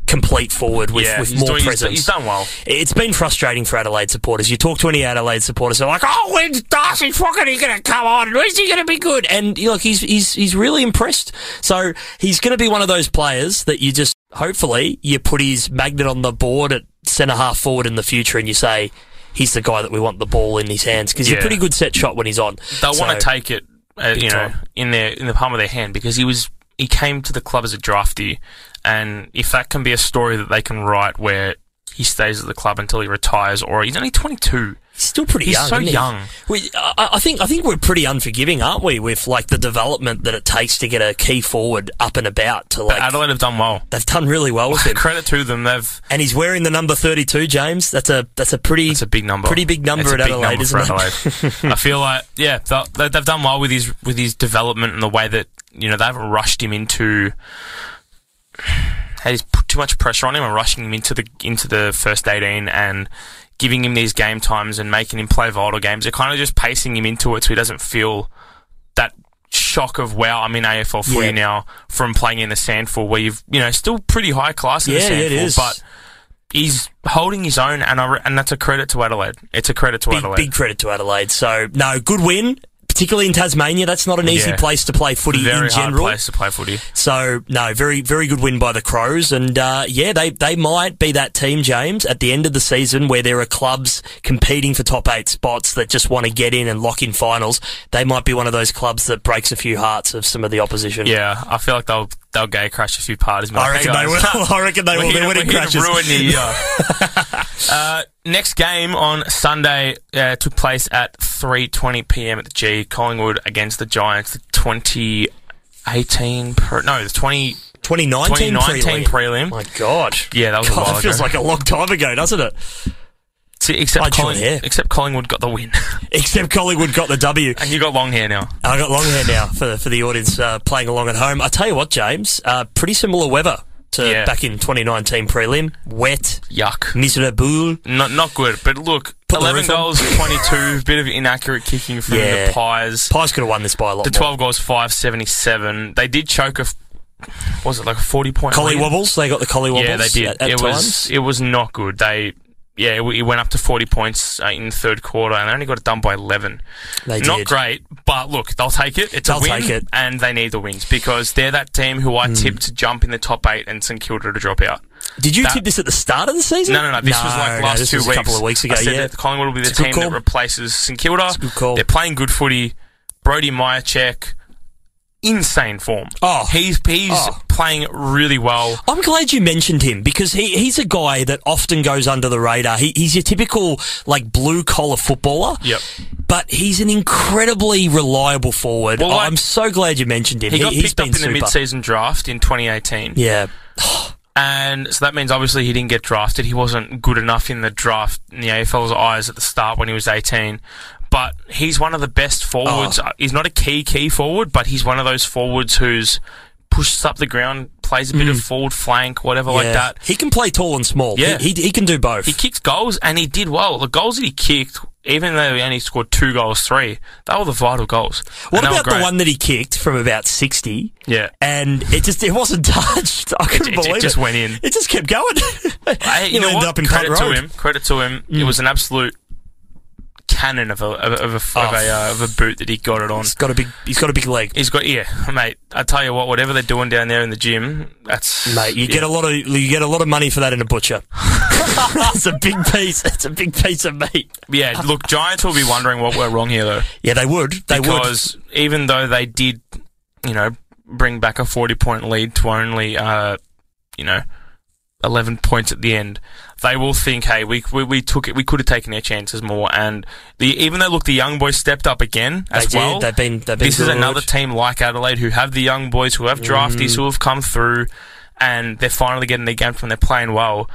Speaker 1: complete forward with,
Speaker 2: yeah,
Speaker 1: with
Speaker 2: he's
Speaker 1: more
Speaker 2: doing, he's-
Speaker 1: presence.
Speaker 2: He's, done well.
Speaker 1: It's been frustrating for Adelaide supporters. You talk to any Adelaide supporters, they're like, "Oh, when's Darcy Fogarty going to come on? When's he going to be good?" And you know, look, he's he's he's really impressed. So he's going to be one of those players that you just hopefully you put his magnet on the board at centre half forward in the future, and you say. He's the guy that we want the ball in his hands because he's
Speaker 2: Yeah.
Speaker 1: a pretty good set shot when he's on.
Speaker 2: They'll
Speaker 1: So-
Speaker 2: want to take it, uh,
Speaker 1: Big
Speaker 2: you know,
Speaker 1: time.
Speaker 2: in their in the palm of their hand because he was he came to the club as a draftee, and if that can be a story that they can write where he stays at the club until he retires, or he's only 22.
Speaker 1: He's still pretty
Speaker 2: He's
Speaker 1: young.
Speaker 2: so
Speaker 1: isn't he?
Speaker 2: young.
Speaker 1: We, I, I think I think we're pretty unforgiving, aren't we? With like the development that it takes to get a key forward up and about to like
Speaker 2: Adelaide have done well.
Speaker 1: they've done really well with him,
Speaker 2: Credit to them, they've
Speaker 1: and he's wearing the number thirty two. James, that's a that's a pretty
Speaker 2: It's a big number.
Speaker 1: Pretty big number
Speaker 2: It's a
Speaker 1: at
Speaker 2: big
Speaker 1: Adelaide,
Speaker 2: number
Speaker 1: isn't
Speaker 2: for
Speaker 1: it?
Speaker 2: Adelaide. I feel like yeah, they'll- they- they've done well with his with his development and the way that you know they haven't rushed him into. Had put too much pressure on him and rushing him into the into the first eighteen and giving him these game times and making him play vital games. They're kind of just pacing him into it so he doesn't feel that shock of wow, I'm in AFL footy
Speaker 1: Yeah.
Speaker 2: now from playing in the sandfall where you've you know still pretty high class in
Speaker 1: Yeah,
Speaker 2: the
Speaker 1: yeah,
Speaker 2: sandfall,
Speaker 1: it is.
Speaker 2: but he's holding his own, and I re- and that's a credit to Adelaide. It's a credit to
Speaker 1: big,
Speaker 2: Adelaide.
Speaker 1: big credit to Adelaide. So no, good win, particularly in Tasmania. That's not an easy
Speaker 2: Yeah.
Speaker 1: place to play footy
Speaker 2: Very
Speaker 1: in
Speaker 2: hard
Speaker 1: general.
Speaker 2: place to play footy.
Speaker 1: So no, very very good win by the Crows, and uh, yeah, they they might be that team, James, at the end of the season where there are clubs competing for top eight spots that just want to get in and lock in finals. They might be one of those clubs that breaks a few hearts of some of the opposition.
Speaker 2: Yeah, I feel like they'll they'll gay crash a few parties.
Speaker 1: I reckon they will. I reckon they
Speaker 2: We're
Speaker 1: will.
Speaker 2: here,
Speaker 1: They're
Speaker 2: we're
Speaker 1: winning
Speaker 2: here to
Speaker 1: crashes.
Speaker 2: ruin the year. uh, next game on Sunday uh, took place at 3:20 p.m. at the G. Collingwood against the Giants. The 2018 pro, no, the 20.
Speaker 1: 2019,
Speaker 2: 2019 prelim.
Speaker 1: My God.
Speaker 2: Yeah, that was a
Speaker 1: God,
Speaker 2: while
Speaker 1: it feels
Speaker 2: ago.
Speaker 1: like a long time ago, doesn't it?
Speaker 2: See, except,
Speaker 1: I'd
Speaker 2: Colling-
Speaker 1: join here.
Speaker 2: except Collingwood got the win,
Speaker 1: Except Collingwood got the W.
Speaker 2: and you got long hair now.
Speaker 1: I got long hair now for for the audience uh, playing along at home. I tell you what, James, uh, pretty similar weather to
Speaker 2: Yeah.
Speaker 1: back in 2019 prelim. Wet,
Speaker 2: Yuck.
Speaker 1: miserable.
Speaker 2: Not not good. But look,
Speaker 1: Put the
Speaker 2: 11
Speaker 1: roof on.
Speaker 2: goals, 22, bit of inaccurate kicking from
Speaker 1: Yeah.
Speaker 2: the Pies.
Speaker 1: Pies could have won this by a lot.
Speaker 2: The
Speaker 1: more.
Speaker 2: 12 goals, 577. They did choke a, f- what was it like a 40 point?
Speaker 1: Collie
Speaker 2: lead?
Speaker 1: wobbles. They got the collie wobbles.
Speaker 2: Yeah, they did.
Speaker 1: At, at
Speaker 2: it was
Speaker 1: times.
Speaker 2: it was not good. They yeah, it, w- it went up to 40 points uh, in the third quarter and they only got it done by 11.
Speaker 1: they
Speaker 2: not
Speaker 1: did.
Speaker 2: great, but look, they'll take it. It's
Speaker 1: They'll
Speaker 2: a win,
Speaker 1: take it. Hmm.
Speaker 2: and they need the wins because they're that team who I tipped to jump in the top eight and St Kilda to drop out.
Speaker 1: Did you
Speaker 2: That-
Speaker 1: tip this at the start of the season?
Speaker 2: No, no, no. This was like
Speaker 1: no,
Speaker 2: last
Speaker 1: this
Speaker 2: two
Speaker 1: was
Speaker 2: weeks.
Speaker 1: a couple of weeks ago.
Speaker 2: I said
Speaker 1: yeah,
Speaker 2: that Collingwood will be the
Speaker 1: It's a good
Speaker 2: team that
Speaker 1: call.
Speaker 2: replaces St Kilda.
Speaker 1: a good call.
Speaker 2: They're playing good footy. Brody Majacek, insane form.
Speaker 1: Oh.
Speaker 2: he's he's
Speaker 1: Oh.
Speaker 2: playing really well.
Speaker 1: I'm glad you mentioned him because he, he's a guy that often goes under the radar. He, he's your typical like blue collar footballer.
Speaker 2: Yep.
Speaker 1: But he's an incredibly reliable forward. Oh,
Speaker 2: Well, like-
Speaker 1: I'm so glad you mentioned him.
Speaker 2: He, got
Speaker 1: has
Speaker 2: picked
Speaker 1: been
Speaker 2: up in the
Speaker 1: super.
Speaker 2: mid-season draft in 2018,
Speaker 1: Yeah.
Speaker 2: and so that means obviously he didn't get drafted. He wasn't good enough in the draft in the AFL's eyes at the start when he was 18. But he's one of the best forwards.
Speaker 1: Oh.
Speaker 2: Uh, He's not a key key forward, but he's one of those forwards who's pushes up the ground, plays a bit of forward flank, whatever like
Speaker 1: Mm. yeah.
Speaker 2: that.
Speaker 1: He can play tall and small.
Speaker 2: Yeah.
Speaker 1: He, he, he can do both.
Speaker 2: He kicked goals and he did well. The goals that he kicked, even though he only scored two goals, three, they were the vital goals.
Speaker 1: what
Speaker 2: And they were
Speaker 1: about the
Speaker 2: great.
Speaker 1: one that he kicked from about 60?
Speaker 2: Yeah.
Speaker 1: And it just it wasn't touched. I couldn't
Speaker 2: it- it
Speaker 1: believe it.
Speaker 2: just went in.
Speaker 1: It just kept going.
Speaker 2: Hey, you
Speaker 1: He'll
Speaker 2: know
Speaker 1: end
Speaker 2: what?
Speaker 1: up in
Speaker 2: Credit
Speaker 1: Punt
Speaker 2: to
Speaker 1: Road. Mm.
Speaker 2: him. Credit to him. It was an absolute cannon of a of a, of
Speaker 1: Oh.
Speaker 2: a, of a, uh, of a boot that he got it on.
Speaker 1: He's got a big. He's got a big leg.
Speaker 2: He's got yeah, mate. I tell you what, whatever they're doing down there in the gym, that's
Speaker 1: Mate, you get a lot of you get a lot of money for that in a butcher. That's a big piece. It's a big piece of meat.
Speaker 2: yeah. Look, Giants will be wondering what we're wrong here though,
Speaker 1: Yeah, they would. They
Speaker 2: because even though they did, you know, bring back a forty point lead to only uh, you know. 11 points at the end, they will think, hey, we, we, we took it, we could have taken their chances more. And the, even though, look, the young boys stepped up again
Speaker 1: would. They
Speaker 2: as
Speaker 1: did.
Speaker 2: well.
Speaker 1: They've been. They've been.
Speaker 2: this is
Speaker 1: good.
Speaker 2: another team like Adelaide who have the young boys, who have draftees,
Speaker 1: Mm.
Speaker 2: who have come through, and they're finally getting their game from. They're playing well.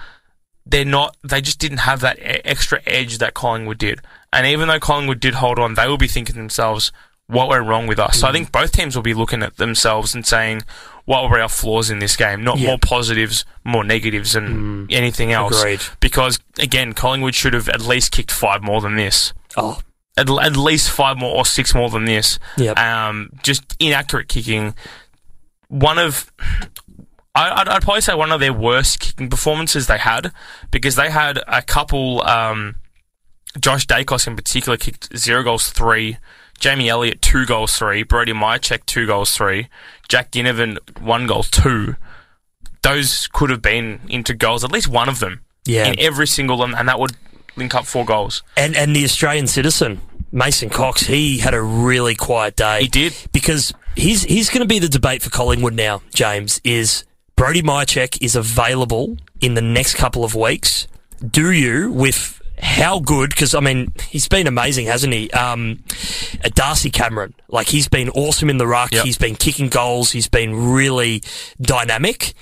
Speaker 2: They're not. They just didn't have that e- extra edge that Collingwood did. And even though Collingwood did hold on, they will be thinking to themselves, "What went wrong with us?"
Speaker 1: Mm.
Speaker 2: So I think both teams will be looking at themselves and saying, "What were our flaws in this game? Not
Speaker 1: Yeah. Mm.
Speaker 2: more positives, more negatives, and anything else."
Speaker 1: Agreed.
Speaker 2: Because again, Collingwood should have at least kicked five more than this
Speaker 1: Oh,
Speaker 2: at, at least five more or six more than this.
Speaker 1: Yep.
Speaker 2: Um, just inaccurate kicking. One of, I, I'd, I'd probably say one of their worst kicking performances they had because they had a couple. Um, Josh Dacos in particular kicked zero goals three. Jamie Elliott two goals three. Brody Mychek two goals three. Jack Ginnivan one goal two. Those could have been into goals, at least one of them.
Speaker 1: Yeah.
Speaker 2: In every single one, and that would link up four goals.
Speaker 1: and and the Australian citizen Mason Cox. He had a really quiet day.
Speaker 2: He did.
Speaker 1: because he's he's going to be the debate for Collingwood now. James is Brody Mychek is available in the next couple of weeks. Do you with how good? Because I mean, he's been amazing, hasn't he? Um, uh, Darcy Cameron, like he's been awesome in the ruck.
Speaker 2: Yep.
Speaker 1: He's been kicking goals. He's been really dynamic.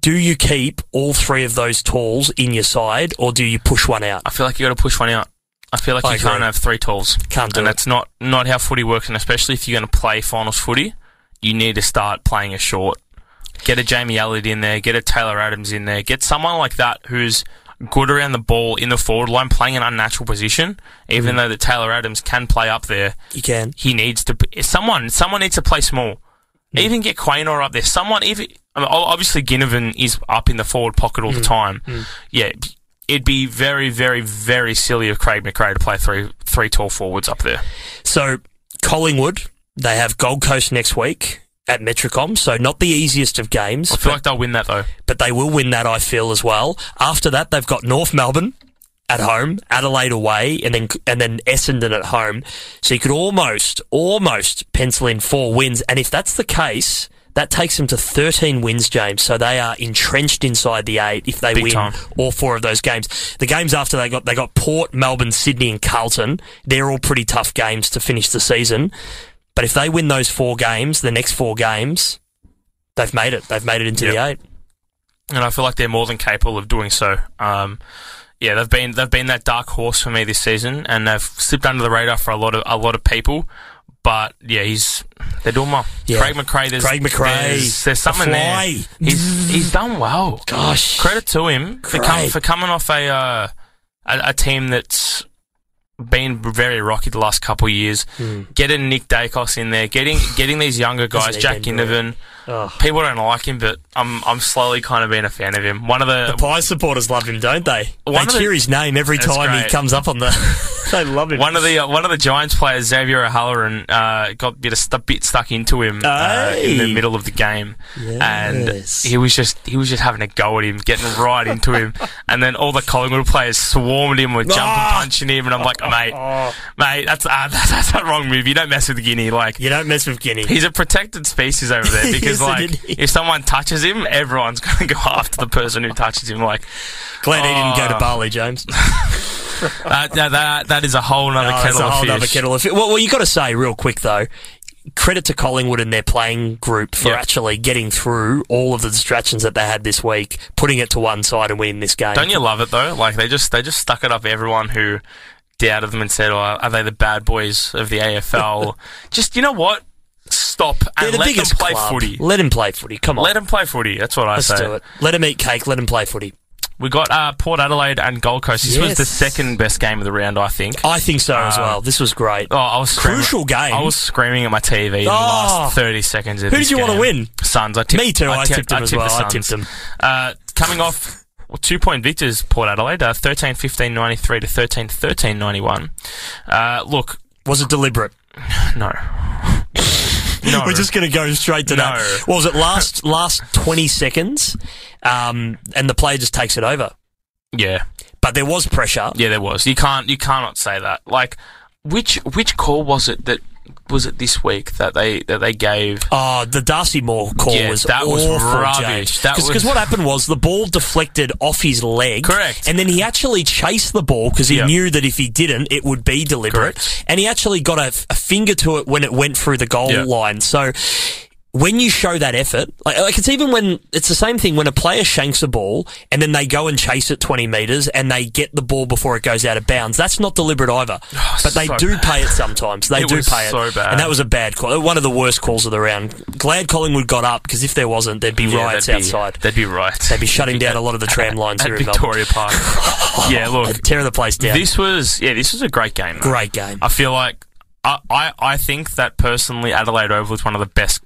Speaker 1: Do you keep all three of those talls in your side, or do you push one out?
Speaker 2: I feel like you got to push one out. I feel like
Speaker 1: I
Speaker 2: you
Speaker 1: agree.
Speaker 2: can't have three tools.
Speaker 1: Can't do
Speaker 2: and
Speaker 1: it.
Speaker 2: that's not not how footy works. And especially if you're going to play finals footy, you need to start playing a short. Get a Jamie Elliott in there. Get a Taylor Adams in there. Get someone like that who's good around the ball in the forward line, playing an unnatural position. Even
Speaker 1: Mm.
Speaker 2: though the Taylor Adams can play up there,
Speaker 1: You can.
Speaker 2: he needs to p- someone someone needs to play small. Even get Quaynor up there. Someone even I mean, o- obviously Ginnivan is up in the forward pocket all the time. Yeah, b- it'd be very very very silly of Craig McRae to play three three tall forwards up there.
Speaker 1: So Collingwood, they have Gold Coast next week at Metricom, so not the easiest of games,
Speaker 2: I feel like they'll win that though.
Speaker 1: but they will win that, I feel as well. After that, they've got North Melbourne at home, Adelaide away, and then and then Essendon at home. So you could almost almost pencil in four wins, and if that's the case. That takes them to 13 wins, James. So they are entrenched inside the eight if they
Speaker 2: Big
Speaker 1: win
Speaker 2: time.
Speaker 1: all four of those games. The games after they got they got Port, Melbourne, Sydney, and Carlton. They're all pretty tough games to finish the season. But if they win those four games, the next four games, they've made it. They've made it into the eight.
Speaker 2: and I feel like they're more than capable of doing so. Um, yeah, they've been they've been that dark horse for me this season, and they've slipped under the radar for a lot of a lot of people. But yeah, he's they're doing well.
Speaker 1: Yeah.
Speaker 2: Craig McRae, there's
Speaker 1: Craig McRae,
Speaker 2: there's, there's
Speaker 1: the
Speaker 2: something there.
Speaker 1: fly.
Speaker 2: He's he's done well.
Speaker 1: Gosh.
Speaker 2: Credit to him for, com-
Speaker 1: Craig.
Speaker 2: for coming off a, uh, a a team that's been very rocky the last couple of years. Getting Nick Dacos in there, getting getting these younger
Speaker 1: Hmm.
Speaker 2: guys,
Speaker 1: he
Speaker 2: Jack
Speaker 1: been brilliant?
Speaker 2: Inovan.
Speaker 1: Oh.
Speaker 2: People don't like him, but I'm I'm slowly kind of being a fan of him. One of
Speaker 1: The Pies supporters love him, don't they?
Speaker 2: One of
Speaker 1: they
Speaker 2: the-
Speaker 1: cheer his name every
Speaker 2: That's
Speaker 1: time he
Speaker 2: great.
Speaker 1: comes up on the. they love him.
Speaker 2: One of the uh, one of the Giants players, Xavier O'Halloran, uh, got a bit, of stu- bit stuck into him uh, in the
Speaker 1: Aye.
Speaker 2: middle of the game, and
Speaker 1: Yes.
Speaker 2: he was just he was just having a go at him, getting right into him, and then all the Collingwood players swarmed him with jumping,
Speaker 1: Ah.
Speaker 2: punching him, and I'm like,
Speaker 1: Oh.
Speaker 2: mate, mate, that's uh, that's, that's a wrong move. You don't mess with Guinea. Like
Speaker 1: You don't mess with Guinea.
Speaker 2: he's a protected species over there because
Speaker 1: Yes, I
Speaker 2: like
Speaker 1: did.
Speaker 2: if someone touches him, everyone's going to go after the person who touches him. Like
Speaker 1: Glad he didn't go to
Speaker 2: Oh.
Speaker 1: Bali, James.
Speaker 2: that that, that, that is a whole other
Speaker 1: Oh,
Speaker 2: kettle
Speaker 1: that's a
Speaker 2: of
Speaker 1: whole
Speaker 2: fish.
Speaker 1: other kettle of fish. Well, well you got to say real quick though, credit to Collingwood and their playing group for
Speaker 2: Yeah.
Speaker 1: actually getting through all of the distractions that they had this week, putting it to one side and winning this game.
Speaker 2: Don't you love it though? Like they just they just stuck it up everyone who doubted them and said, "Oh, are they the bad boys of the AFL?" just you know what? Stop
Speaker 1: They're
Speaker 2: and
Speaker 1: the
Speaker 2: let them
Speaker 1: biggest
Speaker 2: play
Speaker 1: club.
Speaker 2: footy.
Speaker 1: Let him play footy. Come on,
Speaker 2: Let them play footy. That's what I
Speaker 1: let's
Speaker 2: say.
Speaker 1: do it. Let him eat cake. Let him play footy.
Speaker 2: We got uh, Port Adelaide and Gold Coast. This was the
Speaker 1: Yes.
Speaker 2: second best game of the round, I think.
Speaker 1: I think so as well. This was great.
Speaker 2: Oh, I was screaming-
Speaker 1: Crucial game.
Speaker 2: I was screaming at my TV in the
Speaker 1: Oh.
Speaker 2: last thirty seconds. Of
Speaker 1: Who
Speaker 2: this
Speaker 1: did you wanna
Speaker 2: game.
Speaker 1: win?
Speaker 2: Suns. I tipped,
Speaker 1: Me too. I tipped them as
Speaker 2: the
Speaker 1: well. I
Speaker 2: Suns.
Speaker 1: tipped them.
Speaker 2: Uh, coming off well, two point victors, Port Adelaide, uh, 13 15 93 to 13 13 91. Uh, look,
Speaker 1: Was it deliberate?
Speaker 2: no. no.
Speaker 1: We're just going to go straight to
Speaker 2: No.
Speaker 1: that. What was it last last twenty seconds? Um, and the player just takes it over.
Speaker 2: yeah.
Speaker 1: But there was pressure.
Speaker 2: Yeah, there was. You can't you cannot say that. Like which which call was it that was it this week that they that they gave
Speaker 1: Oh, the Darcy Moore call
Speaker 2: Yeah,
Speaker 1: was
Speaker 2: that was
Speaker 1: awful,
Speaker 2: rubbish. That was-
Speaker 1: Because what happened was the ball deflected off his leg.
Speaker 2: Correct.
Speaker 1: And then he actually chased the ball because he
Speaker 2: Yeah.
Speaker 1: knew that if he didn't, it would be deliberate.
Speaker 2: Correct.
Speaker 1: And he actually got a, a finger to it when it went through the goal
Speaker 2: Yeah.
Speaker 1: line. So when you show that effort, like, like it's even when it's the same thing when a player shanks a ball and then they go and chase it 20 metres and they get the ball before it goes out of bounds. That's not deliberate either. but they
Speaker 2: Oh, so
Speaker 1: do
Speaker 2: bad.
Speaker 1: pay it sometimes. They
Speaker 2: It
Speaker 1: do
Speaker 2: was
Speaker 1: pay it.
Speaker 2: so bad.
Speaker 1: And that was was a bad call. One of the worst calls of the round. Glad Collingwood got up because if there wasn't, there'd be
Speaker 2: Yeah,
Speaker 1: riots
Speaker 2: that'd be-
Speaker 1: outside.
Speaker 2: That'd be right.
Speaker 1: They'd be shutting down a lot of the tram lines
Speaker 2: at
Speaker 1: here in Melbourne.
Speaker 2: Victoria Park. yeah, look.
Speaker 1: They'd tear the place down.
Speaker 2: This was yeah, this was a great game. though.
Speaker 1: Great game.
Speaker 2: I feel like I, I, I think that personally Adelaide Oval is one of the best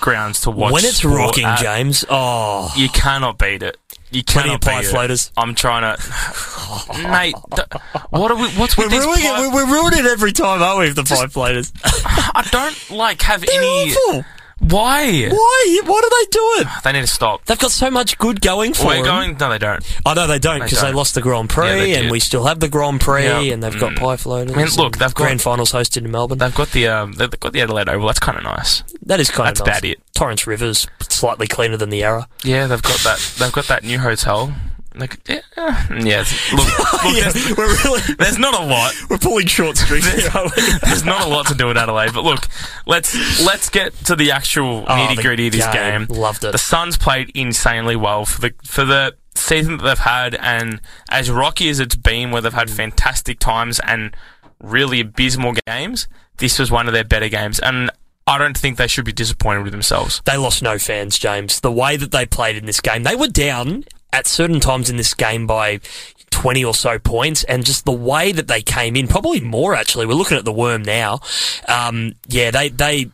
Speaker 2: grounds to watch.
Speaker 1: when it's
Speaker 2: sport
Speaker 1: rocking,
Speaker 2: at.
Speaker 1: James. Oh,
Speaker 2: you cannot beat it. You
Speaker 1: Plenty of
Speaker 2: cannot
Speaker 1: pie
Speaker 2: beat
Speaker 1: floaters.
Speaker 2: It. I'm trying to, mate. th- what are we? What's with
Speaker 1: we're
Speaker 2: these?
Speaker 1: ruining
Speaker 2: pie-
Speaker 1: it. We're, we're ruining it every time, aren't we? with The five platers.
Speaker 2: I don't like have
Speaker 1: They're
Speaker 2: any.
Speaker 1: awful.
Speaker 2: Why?
Speaker 1: Why? Why do they do it?
Speaker 2: They need to stop.
Speaker 1: They've got so much good going for
Speaker 2: We're
Speaker 1: them.
Speaker 2: going. No, they don't.
Speaker 1: I know they don't
Speaker 2: They
Speaker 1: because they,
Speaker 2: don't.
Speaker 1: lost the Grand Prix,
Speaker 2: Yeah, they
Speaker 1: and
Speaker 2: did.
Speaker 1: we still have the Grand Prix,
Speaker 2: Yeah. Mm.
Speaker 1: and they've got pie floaters.
Speaker 2: I mean,
Speaker 1: and
Speaker 2: look, they've got-
Speaker 1: grand finals hosted in Melbourne.
Speaker 2: They've got the um. They've got the Adelaide Oval. That's kind of nice.
Speaker 1: That is kind
Speaker 2: That's
Speaker 1: of nice.
Speaker 2: about it.
Speaker 1: Torrance Rivers slightly cleaner than the Arrow.
Speaker 2: Yeah, they've got that. They've got that new hotel. Like, yeah, yeah. it's- Look, look
Speaker 1: Yeah,
Speaker 2: there's,
Speaker 1: we're really
Speaker 2: there's not a lot.
Speaker 1: we're pulling short strings here, aren't we?
Speaker 2: There's not a lot to do in Adelaide, but look, let's let's get to the actual nitty gritty of this game.
Speaker 1: Oh, Loved it.
Speaker 2: The Suns played insanely well for the for the season that they've had, and as rocky as it's been, where they've
Speaker 1: Mm.
Speaker 2: had fantastic times and really abysmal games, this was one of their better games, and I don't think they should be disappointed with themselves.
Speaker 1: they lost no fans, James. The way that they played in this game, they were down at certain times in this game by 20 or so points, and just the way that they came in, probably more actually. We're looking at the worm now. Um, yeah, they they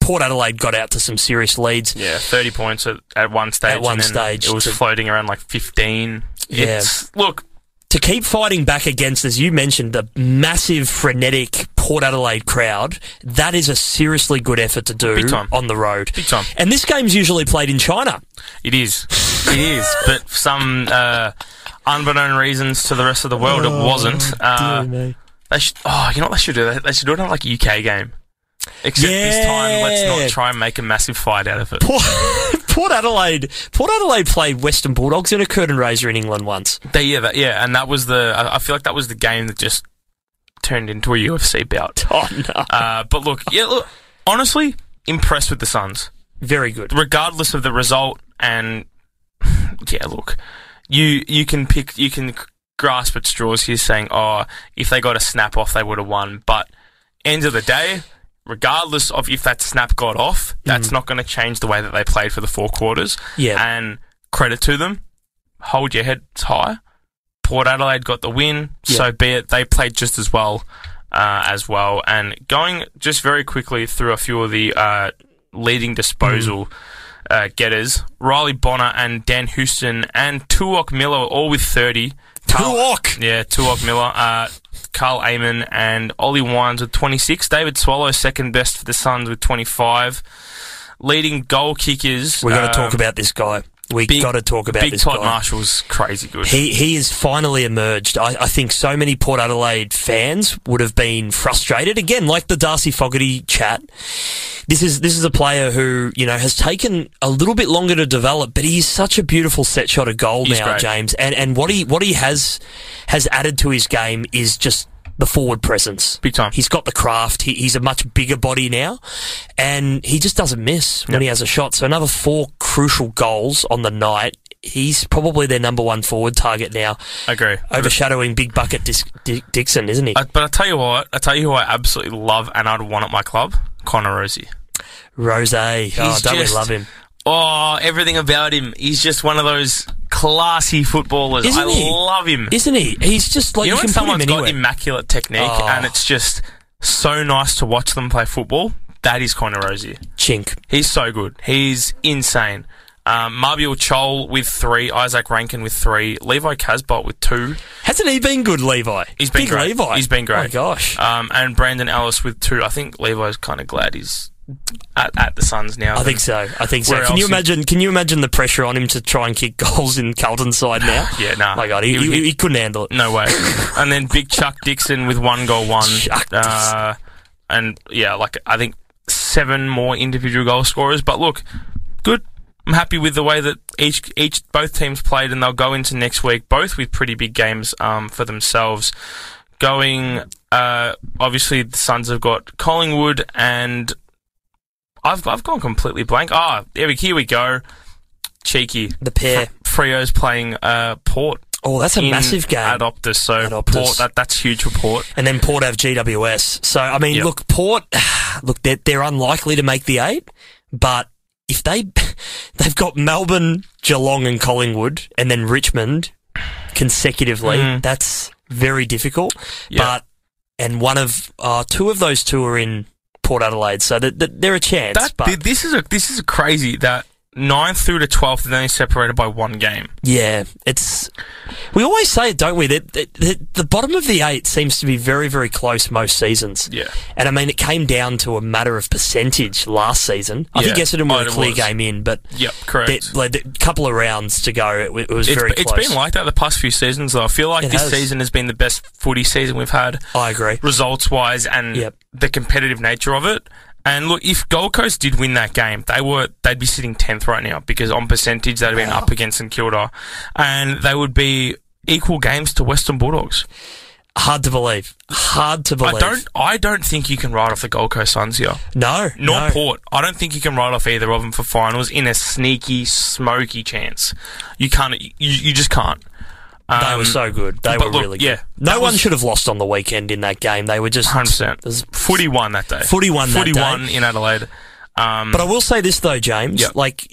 Speaker 1: Port Adelaide got out to some serious leads.
Speaker 2: Yeah, thirty points at, at one stage.
Speaker 1: At one
Speaker 2: and then
Speaker 1: stage
Speaker 2: it was
Speaker 1: to-
Speaker 2: floating around like fifteen.
Speaker 1: Yeah.
Speaker 2: It's, look,
Speaker 1: to keep fighting back against, as you mentioned, the massive, frenetic Port Adelaide crowd, that is a seriously good effort to do
Speaker 2: Big time.
Speaker 1: on the road.
Speaker 2: Big time.
Speaker 1: And this game's usually played in China.
Speaker 2: It is. It is. But for some uh, unbeknown reasons to the rest of the
Speaker 1: Oh,
Speaker 2: Uh, oh, world, it wasn't. Uh, they should, oh, you know what they should do? They, they should do it on like a UK game. Except this time, let's
Speaker 1: Yeah.
Speaker 2: not try and make a massive fight out of it.
Speaker 1: Port, Port Adelaide. Port Adelaide played Western Bulldogs in a curtain raiser in England once.
Speaker 2: They, yeah, that, yeah, and that was the. I, I feel like that was the game that just turned into a UFC bout.
Speaker 1: Oh no!
Speaker 2: Uh, but look, yeah, look, honestly, impressed with the Suns,
Speaker 1: Very good.
Speaker 2: regardless of the result. And yeah, look, you you can pick, you can grasp at straws here, saying, "Oh, if they got a snap off, they would have won." But end of the day. Regardless of if that snap got off, that's not going to change the way that they played for the four quarters.
Speaker 1: Yeah.
Speaker 2: And credit to them, hold your heads high. Port Adelaide got the win,
Speaker 1: Yeah.
Speaker 2: so be it. They played just as well, uh, as well. And going just very quickly through a few of the uh, leading disposal
Speaker 1: Mm.
Speaker 2: uh, getters, Riley Bonner and Dan Houston and Tuok Miller all with thirty. Carl-
Speaker 1: Tuok!
Speaker 2: yeah, Tuok Miller. Uh, Carl Amon and Ollie Wines with 26. David Swallow, second best for the Suns with 25. Leading goal kickers.
Speaker 1: We got to
Speaker 2: um,
Speaker 1: talk about this guy. We
Speaker 2: big-
Speaker 1: got to talk about
Speaker 2: Big
Speaker 1: this
Speaker 2: Todd
Speaker 1: guy.
Speaker 2: Marshall's crazy good.
Speaker 1: He he has finally emerged. I, I think so many Port Adelaide fans would have been frustrated again, like the Darcy Fogarty chat. This is this is a player who you know has taken a little bit longer to develop, but he is such a beautiful set shot of goal
Speaker 2: He's
Speaker 1: now,
Speaker 2: great.
Speaker 1: James. And and what he what he has has added to his game is just the forward presence.
Speaker 2: Big time.
Speaker 1: He's got the craft. He, he's a much bigger body now, and he just doesn't miss when he has a shot. So another four crucial goals on the night. He's probably their number one forward target now,
Speaker 2: I agree.
Speaker 1: overshadowing Big Bucket Dis- Di- Dixon, isn't he?
Speaker 2: I, but I tell you what, I tell you who I absolutely love and I'd want at my club, Connor Rosie.
Speaker 1: Rose. Oh, don't we
Speaker 2: just-
Speaker 1: love him?
Speaker 2: Oh, everything about him. He's just one of those classy footballers.
Speaker 1: Isn't
Speaker 2: I
Speaker 1: he?
Speaker 2: love him.
Speaker 1: Isn't he? He's just like
Speaker 2: you
Speaker 1: you,
Speaker 2: know when
Speaker 1: can put him
Speaker 2: someone's got
Speaker 1: anywhere.
Speaker 2: immaculate technique
Speaker 1: Oh.
Speaker 2: and it's just so nice to watch them play football? That is Connor Rosie.
Speaker 1: Chink.
Speaker 2: He's so good. He's insane. Um, Marbiel Chol with three, Isaac Rankin with three, Levi Casbolt with two,
Speaker 1: Hasn't he been good, Levi?
Speaker 2: He's been
Speaker 1: Big
Speaker 2: great.
Speaker 1: Levi.
Speaker 2: He's been great.
Speaker 1: My gosh.
Speaker 2: Um, and Brandon Ellis with two. I think Levi's kind of glad he's at, at the Suns now.
Speaker 1: I think so. I think so.
Speaker 2: Where
Speaker 1: Can you
Speaker 2: else is-
Speaker 1: imagine? Can you imagine the pressure on him to try and kick goals in Carlton's side now?
Speaker 2: Yeah, nah.
Speaker 1: My God, he,
Speaker 2: He would
Speaker 1: he,
Speaker 2: hit-
Speaker 1: he couldn't handle it.
Speaker 2: No way. and then Big Chuck Dixon with one goal, one.
Speaker 1: Chuck
Speaker 2: uh, and yeah, like I think seven more individual goal scorers. But look, good. I'm happy with the way that each each both teams played, and they'll go into next week both with pretty big games um, for themselves. Going, uh, obviously the Suns have got Collingwood, and I've I've gone completely blank. Ah, there we here we go. Cheeky.
Speaker 1: The pair.
Speaker 2: Frio's playing uh, Port
Speaker 1: Oh, that's a
Speaker 2: in
Speaker 1: massive game.
Speaker 2: At Optus, so
Speaker 1: At Optus.
Speaker 2: Port, that, that's huge for Port.
Speaker 1: and then Port have GWS. So I mean,
Speaker 2: Yep.
Speaker 1: look, Port, look, they're, they're unlikely to make the eight, but if they they've got Melbourne, Geelong, and Collingwood, and then Richmond consecutively,
Speaker 2: Mm.
Speaker 1: that's very difficult.
Speaker 2: Yeah.
Speaker 1: But and one of uh, two of those two are in Port Adelaide, so that, that they're a chance.
Speaker 2: That,
Speaker 1: but
Speaker 2: th- this is a this is crazy that ninth through to twelfth they're only separated by one game.
Speaker 1: Yeah, it's. We always say it, don't we? That, that, that the bottom of the eight seems to be very, very close most seasons.
Speaker 2: Yeah.
Speaker 1: and I mean it came down to a matter of percentage last season. I think
Speaker 2: Yeah.
Speaker 1: Essendon
Speaker 2: Oh,
Speaker 1: were a
Speaker 2: it
Speaker 1: clear
Speaker 2: was.
Speaker 1: game in, but
Speaker 2: Yep, correct.
Speaker 1: a couple of rounds to go, it, wa- it was
Speaker 2: It's-
Speaker 1: very
Speaker 2: it's
Speaker 1: close.
Speaker 2: been like that the past few seasons though. I feel like
Speaker 1: It
Speaker 2: this
Speaker 1: has.
Speaker 2: season has been the best footy season we've had,
Speaker 1: I agree.
Speaker 2: results wise, and
Speaker 1: Yep.
Speaker 2: the competitive nature of it. And look, if Gold Coast did win that game, they were they'd be sitting tenth right now because on percentage they'd have been up against St Kilda, and they would be equal games to Western Bulldogs.
Speaker 1: Hard to believe. Hard to believe.
Speaker 2: I don't. I don't think you can write off the Gold Coast Suns here,
Speaker 1: No,
Speaker 2: nor
Speaker 1: no.
Speaker 2: Port. I don't think you can write off either of them for finals in a sneaky, smoky chance. You can't. You, you just can't.
Speaker 1: They
Speaker 2: Um,
Speaker 1: were so good. They
Speaker 2: but
Speaker 1: were
Speaker 2: look,
Speaker 1: really good.
Speaker 2: yeah,
Speaker 1: no
Speaker 2: that
Speaker 1: one
Speaker 2: was-
Speaker 1: should have lost on the weekend in that game. They were just
Speaker 2: 100%.
Speaker 1: it was-
Speaker 2: Footy won that day.
Speaker 1: Footy won that
Speaker 2: Footy
Speaker 1: day.
Speaker 2: won in Adelaide. Um,
Speaker 1: But I will say this though, James.
Speaker 2: Yep.
Speaker 1: Like,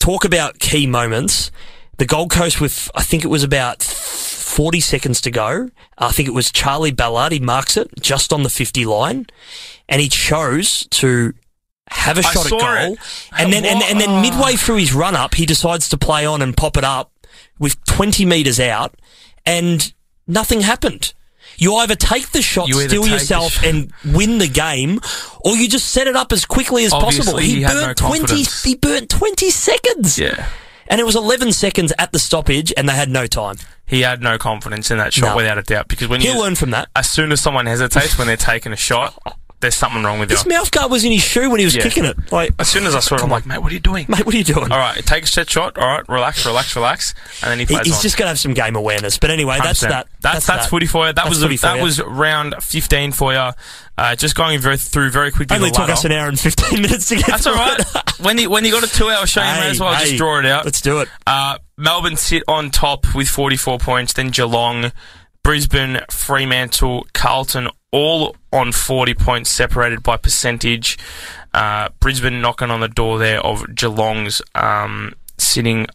Speaker 1: talk about key moments. The Gold Coast with, I think it was about 40 seconds to go. I think it was Charlie Ballard. He marks it just on the 50 line and he chose to have a
Speaker 2: I
Speaker 1: shot at
Speaker 2: saw
Speaker 1: goal.
Speaker 2: it.
Speaker 1: And then, and,
Speaker 2: What?
Speaker 1: and then midway through his run up, he decides to play on and pop it up with 20 metres out and nothing happened. You either take the shot,
Speaker 2: You either
Speaker 1: steal
Speaker 2: take the
Speaker 1: yourself,
Speaker 2: shot.
Speaker 1: and win the game, or you just set it up as quickly as possible.
Speaker 2: Obviously,
Speaker 1: He,
Speaker 2: he had no
Speaker 1: burnt twenty.
Speaker 2: confidence.
Speaker 1: He burnt twenty seconds.
Speaker 2: yeah,
Speaker 1: and it was eleven seconds at the stoppage, and they had no time.
Speaker 2: he had no confidence in that shot
Speaker 1: No.
Speaker 2: without a doubt because when
Speaker 1: He'll
Speaker 2: you,
Speaker 1: learn from that.
Speaker 2: as soon as someone hesitates when they're taking a shot, there's something wrong with you.
Speaker 1: His mouth guard was in his shoe when he was
Speaker 2: Yeah.
Speaker 1: kicking it. Like,
Speaker 2: As soon as I saw it, I'm like, mate, what are you doing?
Speaker 1: mate, what are you doing?
Speaker 2: All right, take a set shot. All right, relax, relax, relax, and then he
Speaker 1: He-
Speaker 2: plays
Speaker 1: he's
Speaker 2: on.
Speaker 1: just going to have some game awareness. But anyway, that's
Speaker 2: 100%.
Speaker 1: that.
Speaker 2: That's that's,
Speaker 1: that.
Speaker 2: footy for you. That
Speaker 1: That's
Speaker 2: was
Speaker 1: footy for
Speaker 2: that
Speaker 1: you.
Speaker 2: was round 15 for you. Uh, just going very, through very quickly.
Speaker 1: Only
Speaker 2: the
Speaker 1: took
Speaker 2: ladder.
Speaker 1: us an hour and fifteen minutes to get.
Speaker 2: That's all
Speaker 1: through
Speaker 2: right.
Speaker 1: it.
Speaker 2: when you when you got a two hour show, you may
Speaker 1: Hey,
Speaker 2: as well
Speaker 1: hey,
Speaker 2: just draw it out.
Speaker 1: Let's do it.
Speaker 2: Uh, Melbourne sit on top with 44 points, then Geelong, Brisbane, Fremantle, Carlton, all on 40 points, separated by percentage. Uh, Brisbane knocking on the door there of Geelong's um, sitting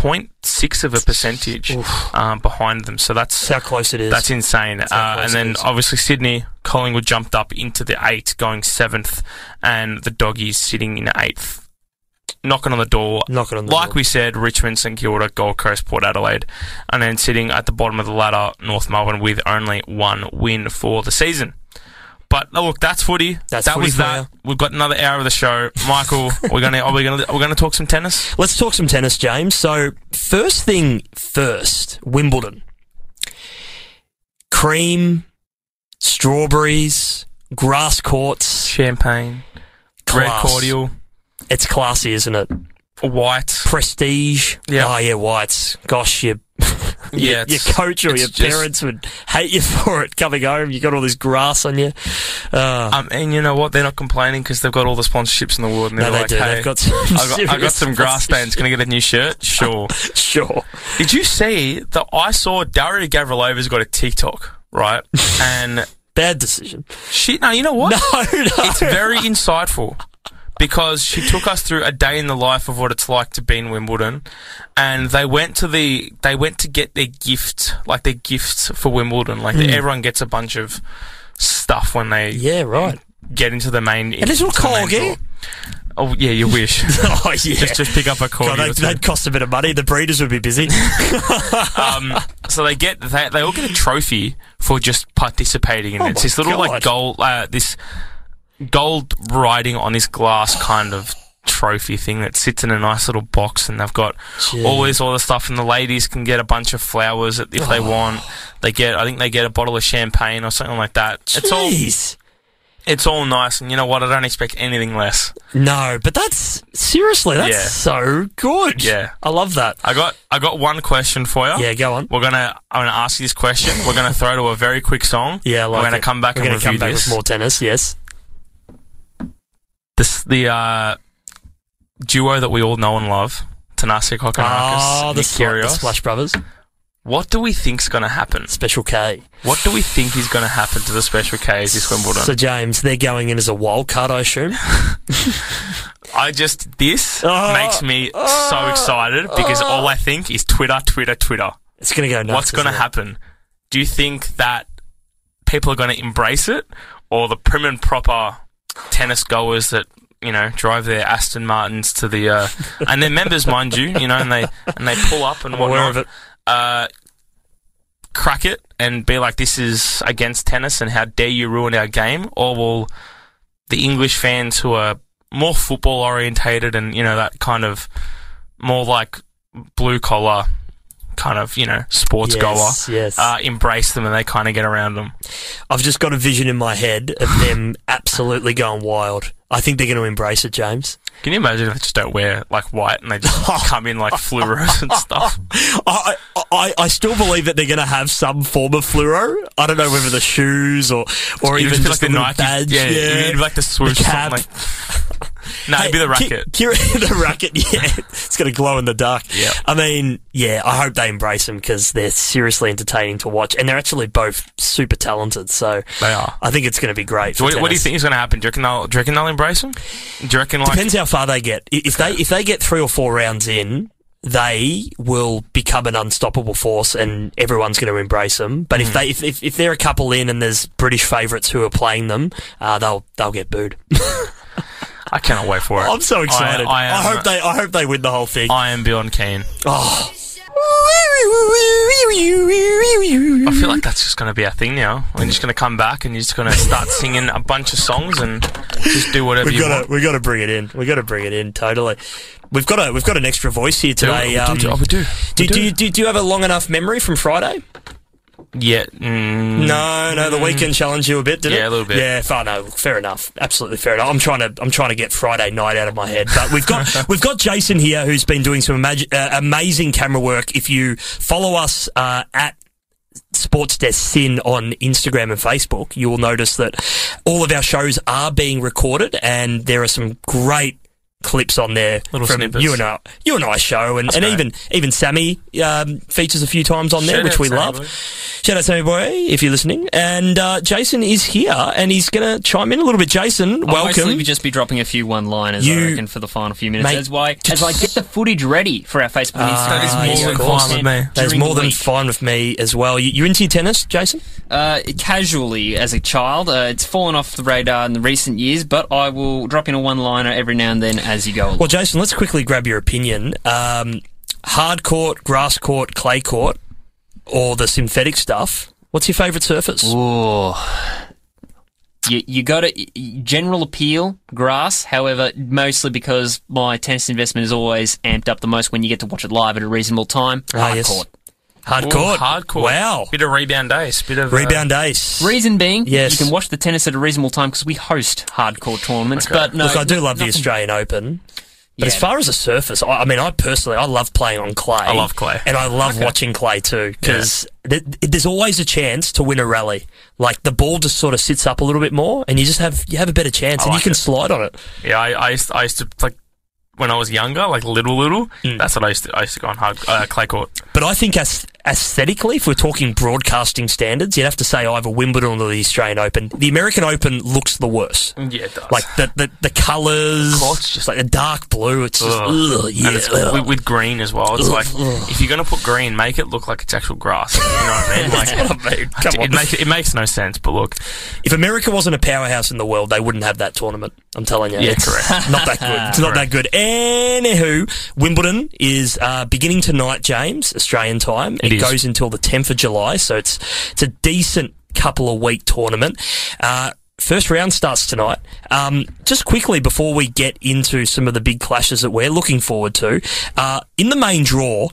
Speaker 2: 0.6 of a percentage um, behind them. So that's
Speaker 1: That's how close it is.
Speaker 2: that's insane.
Speaker 1: how
Speaker 2: Uh,
Speaker 1: close
Speaker 2: and
Speaker 1: it
Speaker 2: then
Speaker 1: is.
Speaker 2: obviously Sydney, Collingwood jumped up into the eight, going seventh, and the doggies sitting in eighth, knocking on the door.
Speaker 1: Knock it on the
Speaker 2: like
Speaker 1: door.
Speaker 2: we said, Richmond, St Kilda, Gold Coast, Port Adelaide, and then sitting at the bottom of the ladder, North Melbourne, with only one win for the season. But oh, look, that's footy.
Speaker 1: That's
Speaker 2: that
Speaker 1: footy
Speaker 2: was
Speaker 1: for
Speaker 2: that. We've got another hour of the show, Michael. we're gonna are we gonna we're gonna talk some tennis.
Speaker 1: Let's talk some tennis, James. So, first thing first, Wimbledon. Cream, strawberries, grass courts,
Speaker 2: Champagne,
Speaker 1: class.
Speaker 2: red cordial,
Speaker 1: It's classy, isn't it?
Speaker 2: white.
Speaker 1: Prestige.
Speaker 2: Yeah.
Speaker 1: Oh yeah, whites. Gosh, your
Speaker 2: Yeah,
Speaker 1: your, your
Speaker 2: it's-
Speaker 1: coach or
Speaker 2: it's
Speaker 1: your
Speaker 2: just-
Speaker 1: parents would hate you for it coming home. You got all this grass on you. Uh,
Speaker 2: Um, and you know what? They're not complaining because they've got all the sponsorships in the world. And
Speaker 1: no,
Speaker 2: they're
Speaker 1: they
Speaker 2: like,
Speaker 1: do.
Speaker 2: Hey,
Speaker 1: They've got some.
Speaker 2: I've, got, I've got
Speaker 1: serious-
Speaker 2: some grass stains. Can I get a new shirt? Sure.
Speaker 1: Sure.
Speaker 2: Did you see that? I saw Daria Gavrilova's got a TikTok, right? And
Speaker 1: Bad decision.
Speaker 2: she, no, you know what?
Speaker 1: No, no.
Speaker 2: It's very insightful because she took us through a day in the life of what it's like to be in Wimbledon, and they went to the they went to get their gift, like their gifts for Wimbledon.
Speaker 1: Hmm.
Speaker 2: Like everyone gets a bunch of stuff when they
Speaker 1: yeah, right.
Speaker 2: get into the main.
Speaker 1: And it's all
Speaker 2: into the main
Speaker 1: corgi.
Speaker 2: draw. Oh yeah, you wish.
Speaker 1: oh yeah.
Speaker 2: just just pick up a
Speaker 1: God,
Speaker 2: corgi.
Speaker 1: they'd,
Speaker 2: or two.
Speaker 1: they'd cost a bit of money. The breeders would be busy.
Speaker 2: um, so they get they, they all get a trophy for just participating in
Speaker 1: Oh
Speaker 2: it. It's
Speaker 1: my
Speaker 2: this little
Speaker 1: God.
Speaker 2: like gold uh, this gold writing on this glass kind of trophy thing that sits in a nice little box and they've got always all the stuff and the ladies can get a bunch of flowers if they
Speaker 1: Oh.
Speaker 2: want they get i think they get a bottle of champagne or something like that it's all
Speaker 1: Jeez.
Speaker 2: it's all nice and you know what i don't expect anything less
Speaker 1: No, but that's seriously, that's
Speaker 2: Yeah.
Speaker 1: so good.
Speaker 2: Yeah.
Speaker 1: I love that.
Speaker 2: i got i got one question for you
Speaker 1: Yeah, go on.
Speaker 2: We're gonna. I'm gonna ask you this question. We're gonna throw to a very quick song.
Speaker 1: Yeah, I like
Speaker 2: we're gonna
Speaker 1: it.
Speaker 2: come back
Speaker 1: We're
Speaker 2: and
Speaker 1: gonna come
Speaker 2: review
Speaker 1: back
Speaker 2: this.
Speaker 1: with more tennis. Yes.
Speaker 2: This the uh, duo that we all know and love, Tanasi Kokonakis
Speaker 1: Ah,
Speaker 2: and
Speaker 1: the,
Speaker 2: Nick
Speaker 1: Sl- the
Speaker 2: Kyrgios.
Speaker 1: Splash Brothers,
Speaker 2: What do we think's gonna happen?
Speaker 1: Special K.
Speaker 2: What do we think is gonna happen to the Special Ks this Wimbledon?
Speaker 1: So James, they're going in as a wild card, I assume.
Speaker 2: I just this
Speaker 1: Oh,
Speaker 2: makes me
Speaker 1: Ah.
Speaker 2: so excited because all I think is Twitter, Twitter, Twitter.
Speaker 1: It's going to go nuts.
Speaker 2: What's gonna
Speaker 1: isn't it?
Speaker 2: happen? Do you think that people are gonna embrace it, or the prim and proper tennis goers that you know drive their Aston Martins to the uh, and their members, mind you, you know, and they and they pull up and
Speaker 1: I'm aware of
Speaker 2: whatnot,
Speaker 1: it.
Speaker 2: uh, crack it and be like, "This is against tennis, and how dare you ruin our game?" Or will the English fans who are more football orientated and you know that kind of more like blue collar kind of you know sports goer
Speaker 1: Yes, yes.
Speaker 2: uh, embrace them and they kind of get around them.
Speaker 1: I've just got a vision in my head of them absolutely going wild. I think they're going to embrace it, James.
Speaker 2: Can you imagine if they just don't wear like white and they just come in like fluoros and stuff?
Speaker 1: I, I- I, I still believe that they're going to have some form of fluoro. I don't know whether the shoes or or
Speaker 2: It'd
Speaker 1: even
Speaker 2: be
Speaker 1: just the, little badge.
Speaker 2: yeah,
Speaker 1: yeah.
Speaker 2: it'd be like the swoosh,
Speaker 1: The
Speaker 2: or
Speaker 1: cap.
Speaker 2: something like. No, it'd be the
Speaker 1: Hey,
Speaker 2: racket.
Speaker 1: Ki- Ki- the racket, yeah. It's going to glow in the dark.
Speaker 2: Yeah.
Speaker 1: I mean, yeah, I hope they embrace them because they're seriously entertaining to watch. And they're actually both super talented. So
Speaker 2: They are.
Speaker 1: I think it's going to be great.
Speaker 2: So
Speaker 1: for
Speaker 2: what, what do you
Speaker 1: tennis.
Speaker 2: think is going to happen? Do you reckon they'll, do you reckon they'll embrace them? Do you reckon like
Speaker 1: Depends how far they get. I- If they if they get three or four rounds in, they will become an unstoppable force, and everyone's going to embrace them. But if they if, if, if they're a couple in and there's British favourites who are playing them, uh, they'll they'll get booed.
Speaker 2: I cannot wait for it.
Speaker 1: I'm so excited.
Speaker 2: I, I, am,
Speaker 1: I hope they I hope they win the whole thing.
Speaker 2: I am beyond keen.
Speaker 1: Oh.
Speaker 2: I feel like that's just going to be our thing now. We're just going to come back and you're just going to start singing a bunch of songs and just do whatever
Speaker 1: We've
Speaker 2: you
Speaker 1: got
Speaker 2: want.
Speaker 1: to we've got to bring it in. We've got to bring it in totally. We've got a we've got an extra voice here today.
Speaker 2: we do,
Speaker 1: um,
Speaker 2: oh, we do.
Speaker 1: do, do,
Speaker 2: We do.
Speaker 1: you, do, do you have a long enough memory from Friday?
Speaker 2: Yeah. Mm,
Speaker 1: No, no, the weekend challenged you a bit, did it?
Speaker 2: Yeah, a little bit.
Speaker 1: Yeah, far no, fair enough, absolutely fair enough. I'm trying to, I'm trying to get Friday night out of my head, but we've got, we've got Jason here who's been doing some amaz- uh, amazing camera work. If you follow us uh, at Sports Desk Sin on Instagram and Facebook, you will notice that all of our shows are being recorded, and there are some great clips on there
Speaker 2: Little
Speaker 1: from
Speaker 2: snippets.
Speaker 1: you and I, you and I show, and, and
Speaker 2: great.
Speaker 1: even even Sammy um, features a few times on there,
Speaker 2: Shout
Speaker 1: which
Speaker 2: out
Speaker 1: we
Speaker 2: Sammy
Speaker 1: love.
Speaker 2: Boy.
Speaker 1: Shout out Sammy Boy if you're listening, and uh, Jason is here, and he's going to chime in a little bit. Jason,
Speaker 4: I'll mostly
Speaker 1: welcome.
Speaker 4: be- just be dropping a few one-liners,
Speaker 1: You-
Speaker 4: I reckon, for the final few minutes.
Speaker 1: Mate,
Speaker 4: as why,
Speaker 1: just-
Speaker 4: as I get the footage ready for our Facebook and Instagram.
Speaker 2: That is
Speaker 1: Ah,
Speaker 2: more
Speaker 1: yes,
Speaker 2: than
Speaker 1: of course.
Speaker 2: fine with me.
Speaker 1: That's
Speaker 4: during
Speaker 1: more
Speaker 4: the
Speaker 1: than
Speaker 4: week.
Speaker 1: fine with me as well. You, you into your tennis, Jason?
Speaker 4: Uh, casually, as a child, uh, it's fallen off the radar in the recent years, but I will drop in a one-liner every now and then as you go along.
Speaker 1: Well, Jason, let's quickly grab your opinion. Um, hard court, grass court, clay court, or the synthetic stuff. What's your favourite surface?
Speaker 4: Ooh. You, you got to general appeal grass. However, mostly because my tennis investment is always amped up the most when you get to watch it live at a reasonable time.
Speaker 1: Ah,
Speaker 4: Hard
Speaker 1: yes.
Speaker 4: court.
Speaker 1: Hard
Speaker 2: Ooh,
Speaker 1: court.
Speaker 2: Hardcore.
Speaker 1: Wow.
Speaker 2: Bit of rebound ace. Bit of uh,
Speaker 1: Rebound ace.
Speaker 4: Reason being,
Speaker 1: Yes.
Speaker 4: you can watch the tennis at a reasonable time because we host hardcore tournaments. But no,
Speaker 1: Look, I do
Speaker 4: no-
Speaker 1: love the
Speaker 4: nothing-
Speaker 1: Australian Open. But as
Speaker 4: Yeah.
Speaker 1: far as the surface, I, I mean, I personally, I love playing on clay. I
Speaker 2: love clay.
Speaker 1: And I love watching clay too, because there's always a chance to win a rally. Like, the ball just sort of sits up a little bit more, and you just have, you have a better chance, and you
Speaker 2: like
Speaker 1: can
Speaker 2: it.
Speaker 1: slide on it.
Speaker 2: Yeah, I, I, used, I used to like when I was younger, like little little.
Speaker 1: Mm.
Speaker 2: That's what I used to. I used to go on hard uh, clay court.
Speaker 1: But I think as- aesthetically, if we're talking broadcasting standards, you'd have to say either Wimbledon or the Australian Open. The American Open looks the worst.
Speaker 2: Yeah, it does.
Speaker 1: Like the the, the colours,
Speaker 2: Court's just-
Speaker 1: like the dark blue. It's just
Speaker 2: Ugh.
Speaker 1: ugh, yeah.
Speaker 2: and it's
Speaker 1: ugh.
Speaker 2: with, with green as well. It's
Speaker 1: Ugh.
Speaker 2: like if you're gonna put green, make it look like it's actual grass. You know what I mean? Like,
Speaker 1: That's what I mean. Come on.
Speaker 2: it, makes it makes no sense. But look,
Speaker 1: If America wasn't a powerhouse in the world, they wouldn't have that tournament. I'm telling you.
Speaker 2: Yeah,
Speaker 1: It's
Speaker 2: correct.
Speaker 1: Not that good. It's not that good. Anywho, Wimbledon is uh, beginning tonight, James, Australian time. It,
Speaker 2: is.
Speaker 1: goes until the 10th of July, so it's it's a decent couple of week tournament. Uh, First round starts tonight. Um, just quickly before we get into some of the big clashes that we're looking forward to, uh, in the main draw,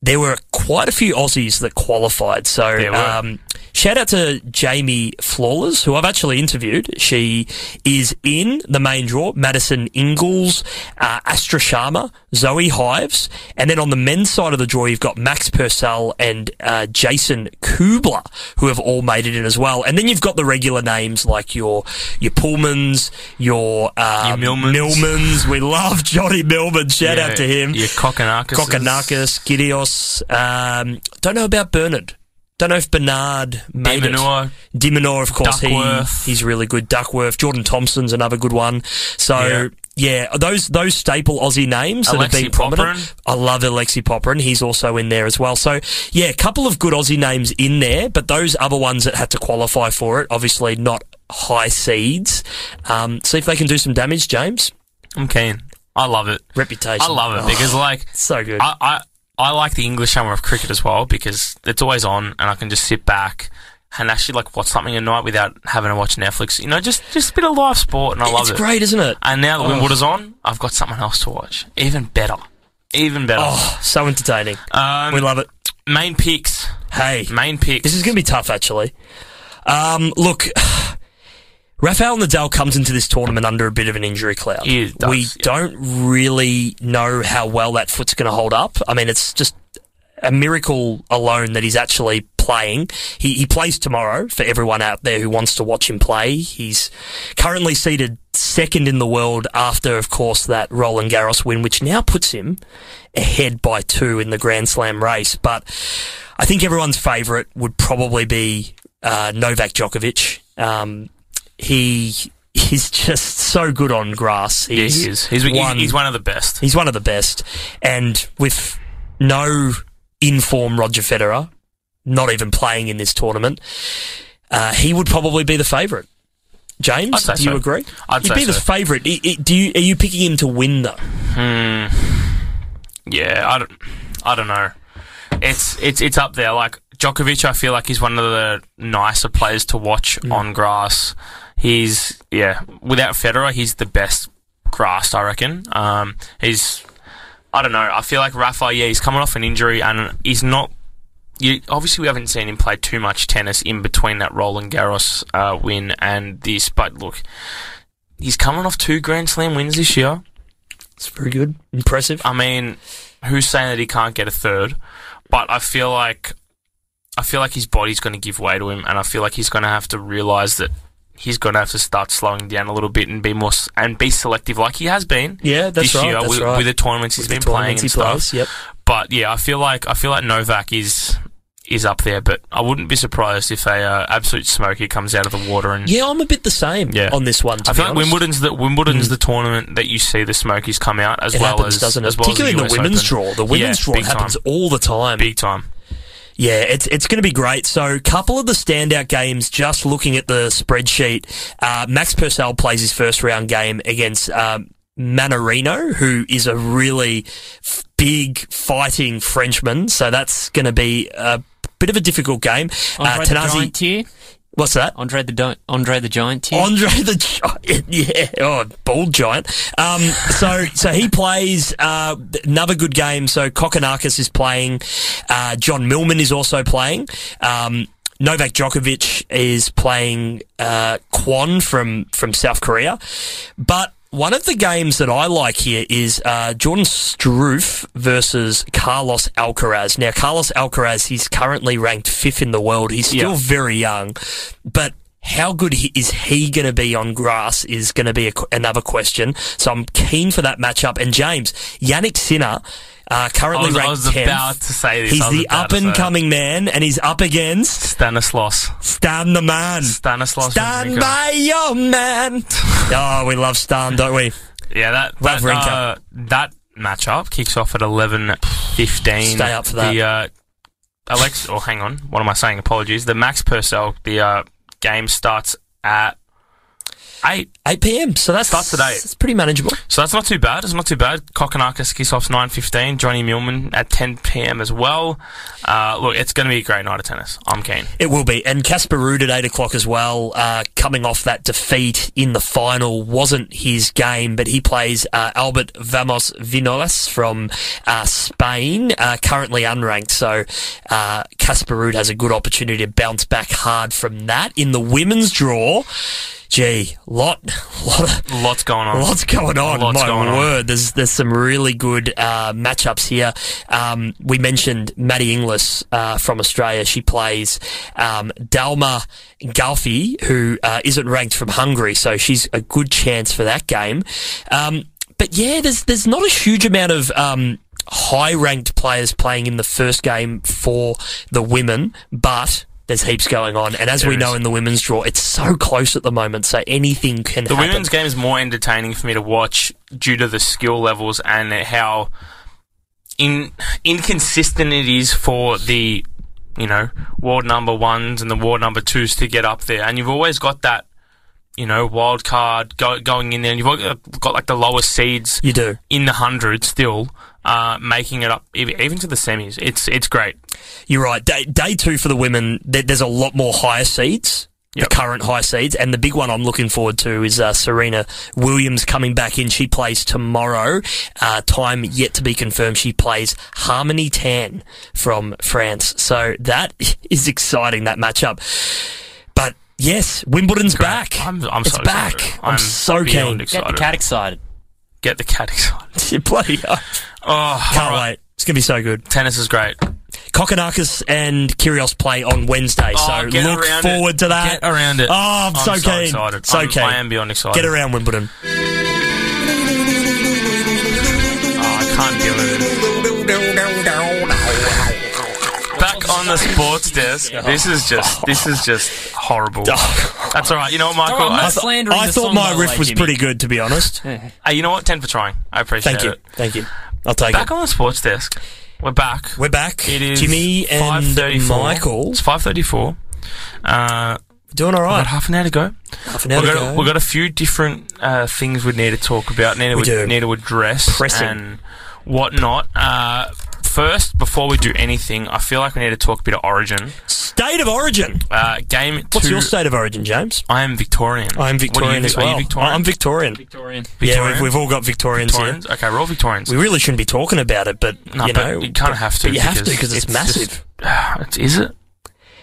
Speaker 1: there were quite a few Aussies that qualified. So
Speaker 2: There were.
Speaker 1: um, shout out to Jamie Flawless, who I've actually interviewed. She is in the main draw. Madison Ingalls, uh, Astra Sharma, Zoe Hives, and then on the men's side of the draw, you've got Max Purcell and uh, Jason Kubler, who have all made it in as well. And then you've got the regular names like your your Pullmans, your, um,
Speaker 2: Your Millmans.
Speaker 1: Millmans. We love Johnny Millman. Shout
Speaker 2: yeah,
Speaker 1: out to him.
Speaker 2: Your Kokonakis.
Speaker 1: Kokonakis, Gideos. Um, don't know about Bernard. Don't know if Bernard made it.
Speaker 2: Manure.
Speaker 1: Dimonor, of course,
Speaker 2: Duckworth.
Speaker 1: he he's really good. Duckworth, Jordan Thompson's another good one. So yeah,
Speaker 2: Yeah.
Speaker 1: those those staple Aussie names that have
Speaker 2: Alexi
Speaker 1: been prominent.
Speaker 2: Popperin.
Speaker 1: I love Alexi Popperin. He's also in there as well. So yeah, a couple of good Aussie names in there, but those other ones that had to qualify for it, obviously not high seeds. Um, see if they can do some damage, James.
Speaker 2: I'm keen. I love it.
Speaker 1: Reputation.
Speaker 2: I love it
Speaker 1: Oh,
Speaker 2: because like
Speaker 1: so good.
Speaker 2: I, I I like the English summer of cricket as well because it's always on and I can just sit back and actually like watch something at night without having to watch Netflix. You know, just just a bit of live sport and I love
Speaker 1: it's
Speaker 2: it.
Speaker 1: great, isn't it?
Speaker 2: And now that Wimbledon's on, I've got something else to watch. Even better. Even better.
Speaker 1: Oh, so entertaining.
Speaker 2: um,
Speaker 1: we love it.
Speaker 2: main picks.
Speaker 1: Hey,
Speaker 2: Main picks.
Speaker 1: this is going to be tough, actually. Um, look, Rafael Nadal comes into this tournament under a bit of an injury cloud.
Speaker 2: He does,
Speaker 1: we
Speaker 2: yeah.
Speaker 1: don't really know how well that foot's going to hold up. I mean, it's just a miracle alone that he's actually playing. He, he plays tomorrow for everyone out there who wants to watch him play. He's currently seated second in the world after, of course, that Roland Garros win, which now puts him ahead by two in the Grand Slam race. But I think everyone's favourite would probably be uh, Novak Djokovic. Um, he is just so good on grass.
Speaker 2: yeah, he is. He's, he's,
Speaker 1: one-
Speaker 2: he's one of the best.
Speaker 1: He's one of the best. And with no inform Roger Federer, not even playing in this tournament, uh, he would probably be the favourite.
Speaker 2: I'd
Speaker 1: James,
Speaker 2: say
Speaker 1: do you
Speaker 2: so.
Speaker 1: agree?
Speaker 2: I'd
Speaker 1: He'd
Speaker 2: say
Speaker 1: be the
Speaker 2: so.
Speaker 1: favourite. I- I- Do you? Are you picking him to win though?
Speaker 2: Hmm. Yeah, I don't, I don't know. It's it's it's up there. Like Djokovic, I feel like he's one of the nicer players to watch on grass. He's yeah, without Federer, he's the best grass. I reckon. Um, he's I don't know. I feel like Rafa, yeah, he's coming off an injury and he's not you, obviously we haven't seen him play too much tennis in between that Roland Garros uh, win and this, but look, he's coming off two Grand Slam wins this year.
Speaker 1: It's very good. Impressive.
Speaker 2: I mean, who's saying that he can't get a third? But I feel like I feel like his body's going to give way to him, and I feel like he's going to have to realise that he's going to have to start slowing down a little bit and be more s- and be selective, like he has been.
Speaker 1: Yeah, that's
Speaker 2: this
Speaker 1: right,
Speaker 2: year
Speaker 1: that's
Speaker 2: with,
Speaker 1: right.
Speaker 2: with the tournaments he's
Speaker 1: With the
Speaker 2: been playing
Speaker 1: tournaments
Speaker 2: and
Speaker 1: he
Speaker 2: stuff.
Speaker 1: plays, Yep.
Speaker 2: But yeah, I feel like I feel like Novak is is up there, but I wouldn't be surprised if a uh, absolute smoker comes out of the water and.
Speaker 1: Yeah, I'm a bit the same
Speaker 2: Yeah.
Speaker 1: on this one. To
Speaker 2: I
Speaker 1: be
Speaker 2: feel like
Speaker 1: honest. Hmm.
Speaker 2: Wimbledon's the Wimbledon's the tournament that you see the Smokies come out as
Speaker 1: It
Speaker 2: well
Speaker 1: happens,
Speaker 2: as
Speaker 1: doesn't it?
Speaker 2: as well as
Speaker 1: Particularly
Speaker 2: US
Speaker 1: the women's
Speaker 2: Open.
Speaker 1: draw. The women's
Speaker 2: Yeah,
Speaker 1: draw
Speaker 2: big
Speaker 1: happens
Speaker 2: time.
Speaker 1: all the time.
Speaker 2: big time.
Speaker 1: Yeah, it's it's going to be great. So, couple of the standout games. Just looking at the spreadsheet, uh, Max Purcell plays his first round game against um, Manorino, who is a really f- big fighting Frenchman. So that's going to be a bit of a difficult game. Uh,
Speaker 4: Andre Oh, the Giant
Speaker 1: Tanasi,
Speaker 4: tier.
Speaker 1: what's that?
Speaker 4: Andre the Di- Andre the Giant tier.
Speaker 1: Andre the giant, yeah, oh, bald giant. Um, so so he plays uh, another good game. So Kokonakis is playing. Uh, John Millman is also playing. Um, Novak Djokovic is playing uh, Kwon from from South Korea, but. One of the games that I like here is uh, Jordan Struff versus Carlos Alcaraz. Now, Carlos Alcaraz, he's currently ranked fifth in the world. He's still
Speaker 2: Yeah.
Speaker 1: very young, but how good he, is he going to be on grass is going to be a, qu- another question. So I'm keen for that matchup. And James, Yannick Sinner, uh,
Speaker 2: I
Speaker 1: currently
Speaker 2: was, I
Speaker 1: ranked
Speaker 2: was
Speaker 1: 10th.
Speaker 2: about to say this. I
Speaker 1: He's
Speaker 2: was
Speaker 1: the
Speaker 2: about
Speaker 1: up
Speaker 2: to say
Speaker 1: and
Speaker 2: it.
Speaker 1: coming man, and he's up against
Speaker 2: Stanislas.
Speaker 1: Stan the man.
Speaker 2: Stanislas.
Speaker 1: Stand
Speaker 2: Wawrinka.
Speaker 1: by your man. oh, we love Stan, don't we?
Speaker 2: Yeah, that that,
Speaker 1: Wawrinka.
Speaker 2: uh, that matchup kicks off at eleven fifteen.
Speaker 1: Stay up for that.
Speaker 2: The uh, Alex, or hang on, what am I saying? Apologies. The Max Purcell. The uh, game starts at eight,
Speaker 1: 8 p.m. So that's
Speaker 2: Starts at eight.
Speaker 1: It's pretty manageable.
Speaker 2: so that's not too bad. It's not too bad. Kokonakis kicks off nine fifteen. Johnny Millman at ten p.m. as well. Uh, look, it's going to be a great night of tennis. I'm keen.
Speaker 1: It will be. And Casper Ruud at 8 o'clock as well, uh, coming off that defeat in the final. Wasn't his game, but he plays uh, Albert Vamos Vinolas from uh, Spain, uh, currently unranked. So uh, Casper Ruud has a good opportunity to bounce back hard from that. In the women's draw, gee, lot, lot of,
Speaker 2: Lots going on.
Speaker 1: Lots going on.
Speaker 2: Lots
Speaker 1: My
Speaker 2: going on.
Speaker 1: word, there's there's some really good uh, matchups here. Um, we mentioned Maddie Inglis uh, from Australia. She plays um, Dalma Galfi, who uh, isn't ranked from Hungary, so she's a good chance for that game. Um, but yeah, there's there's not a huge amount of um, high ranked players playing in the first game for the women, but. There's heaps going on, and as we
Speaker 2: There
Speaker 1: know
Speaker 2: is.
Speaker 1: in the women's draw, it's so close at the moment, so anything can
Speaker 2: The
Speaker 1: happen.
Speaker 2: women's game is more entertaining for me to watch due to the skill levels and how in inconsistent it is for the you know world number ones and the world number twos to get up there, and you've always got that you know wild card go, going in there, and you've al- got like the lowest seeds
Speaker 1: you do.
Speaker 2: in the hundred still. Uh, making it up ev- even to the semis, it's it's great.
Speaker 1: You're right. Day, day two for the women, there, there's a lot more higher seeds.
Speaker 2: Yep.
Speaker 1: The current high seeds, and the big one I'm looking forward to is uh, Serena Williams coming back in. She plays tomorrow. Uh, time yet to be confirmed. She plays Harmony Tan from France, so that is exciting that matchup. But yes, Wimbledon's back.
Speaker 2: I'm, I'm
Speaker 1: it's
Speaker 2: so
Speaker 1: back.
Speaker 2: excited.
Speaker 1: I'm, so keen.
Speaker 2: beyond
Speaker 4: Get the
Speaker 2: Excited.
Speaker 4: cat excited.
Speaker 2: Get the cat excited.
Speaker 1: Bloody hell.
Speaker 2: Oh,
Speaker 1: can't
Speaker 2: all right.
Speaker 1: wait. It's gonna be so good.
Speaker 2: Tennis is great.
Speaker 1: Kokonakis and Kyrgios play on Wednesday,
Speaker 2: Oh,
Speaker 1: so
Speaker 2: get
Speaker 1: look
Speaker 2: around
Speaker 1: forward
Speaker 2: it.
Speaker 1: to that.
Speaker 2: Get around it.
Speaker 1: Oh, I'm, so keen.
Speaker 2: excited.
Speaker 1: So
Speaker 2: I'm,
Speaker 1: keen.
Speaker 2: I am beyond excited.
Speaker 1: Get around Wimbledon.
Speaker 2: Oh, I can't deal with it. Back on the sports desk. This is just this is just horrible.
Speaker 1: Oh.
Speaker 2: That's all right. You know what, Michael?
Speaker 4: Don't worry,
Speaker 2: I,
Speaker 4: Michael. Slandering
Speaker 1: I
Speaker 4: the
Speaker 1: thought
Speaker 4: song
Speaker 1: my
Speaker 4: by
Speaker 1: riff
Speaker 4: Lay
Speaker 1: was
Speaker 4: Jimmy.
Speaker 1: pretty good, to be honest.
Speaker 2: hey, you know what? Ten for trying. I appreciate
Speaker 1: Thank you.
Speaker 2: it.
Speaker 1: Thank you. I'll take
Speaker 2: Back
Speaker 1: it.
Speaker 2: on the sports desk. We're back.
Speaker 1: We're back.
Speaker 2: it is
Speaker 1: Jimmy and
Speaker 2: 5:34.
Speaker 1: Michael.
Speaker 2: It's five thirty-four. Uh,
Speaker 1: Doing all
Speaker 2: about
Speaker 1: right.
Speaker 2: half an hour to go.
Speaker 1: Half an hour
Speaker 2: we've,
Speaker 1: to
Speaker 2: got
Speaker 1: go.
Speaker 2: A, we've got a few different uh, things we need to talk about, need
Speaker 1: We
Speaker 2: to,
Speaker 1: do.
Speaker 2: need to address,
Speaker 1: Pressing.
Speaker 2: and whatnot. Uh, first, before we do anything, I feel like we need to talk a bit of Origin.
Speaker 1: State of origin.
Speaker 2: Uh, game
Speaker 1: What's
Speaker 2: two.
Speaker 1: your state of origin, James?
Speaker 2: I am Victorian.
Speaker 1: I'm
Speaker 2: What are you,
Speaker 1: Victorian
Speaker 2: Vic-
Speaker 1: as well.
Speaker 2: Are you Victorian?
Speaker 1: I'm Victorian.
Speaker 4: Victorian.
Speaker 1: Yeah,
Speaker 2: Victorian?
Speaker 1: we've, we've all got Victorians,
Speaker 2: Victorians. Okay, we're all Victorians.
Speaker 1: here. We really shouldn't be talking about it, but
Speaker 2: No,
Speaker 1: you
Speaker 2: but
Speaker 1: know,
Speaker 2: you kinda have to
Speaker 1: But you have to because
Speaker 2: because
Speaker 1: it's,
Speaker 2: it's just-
Speaker 1: massive.
Speaker 2: Is it?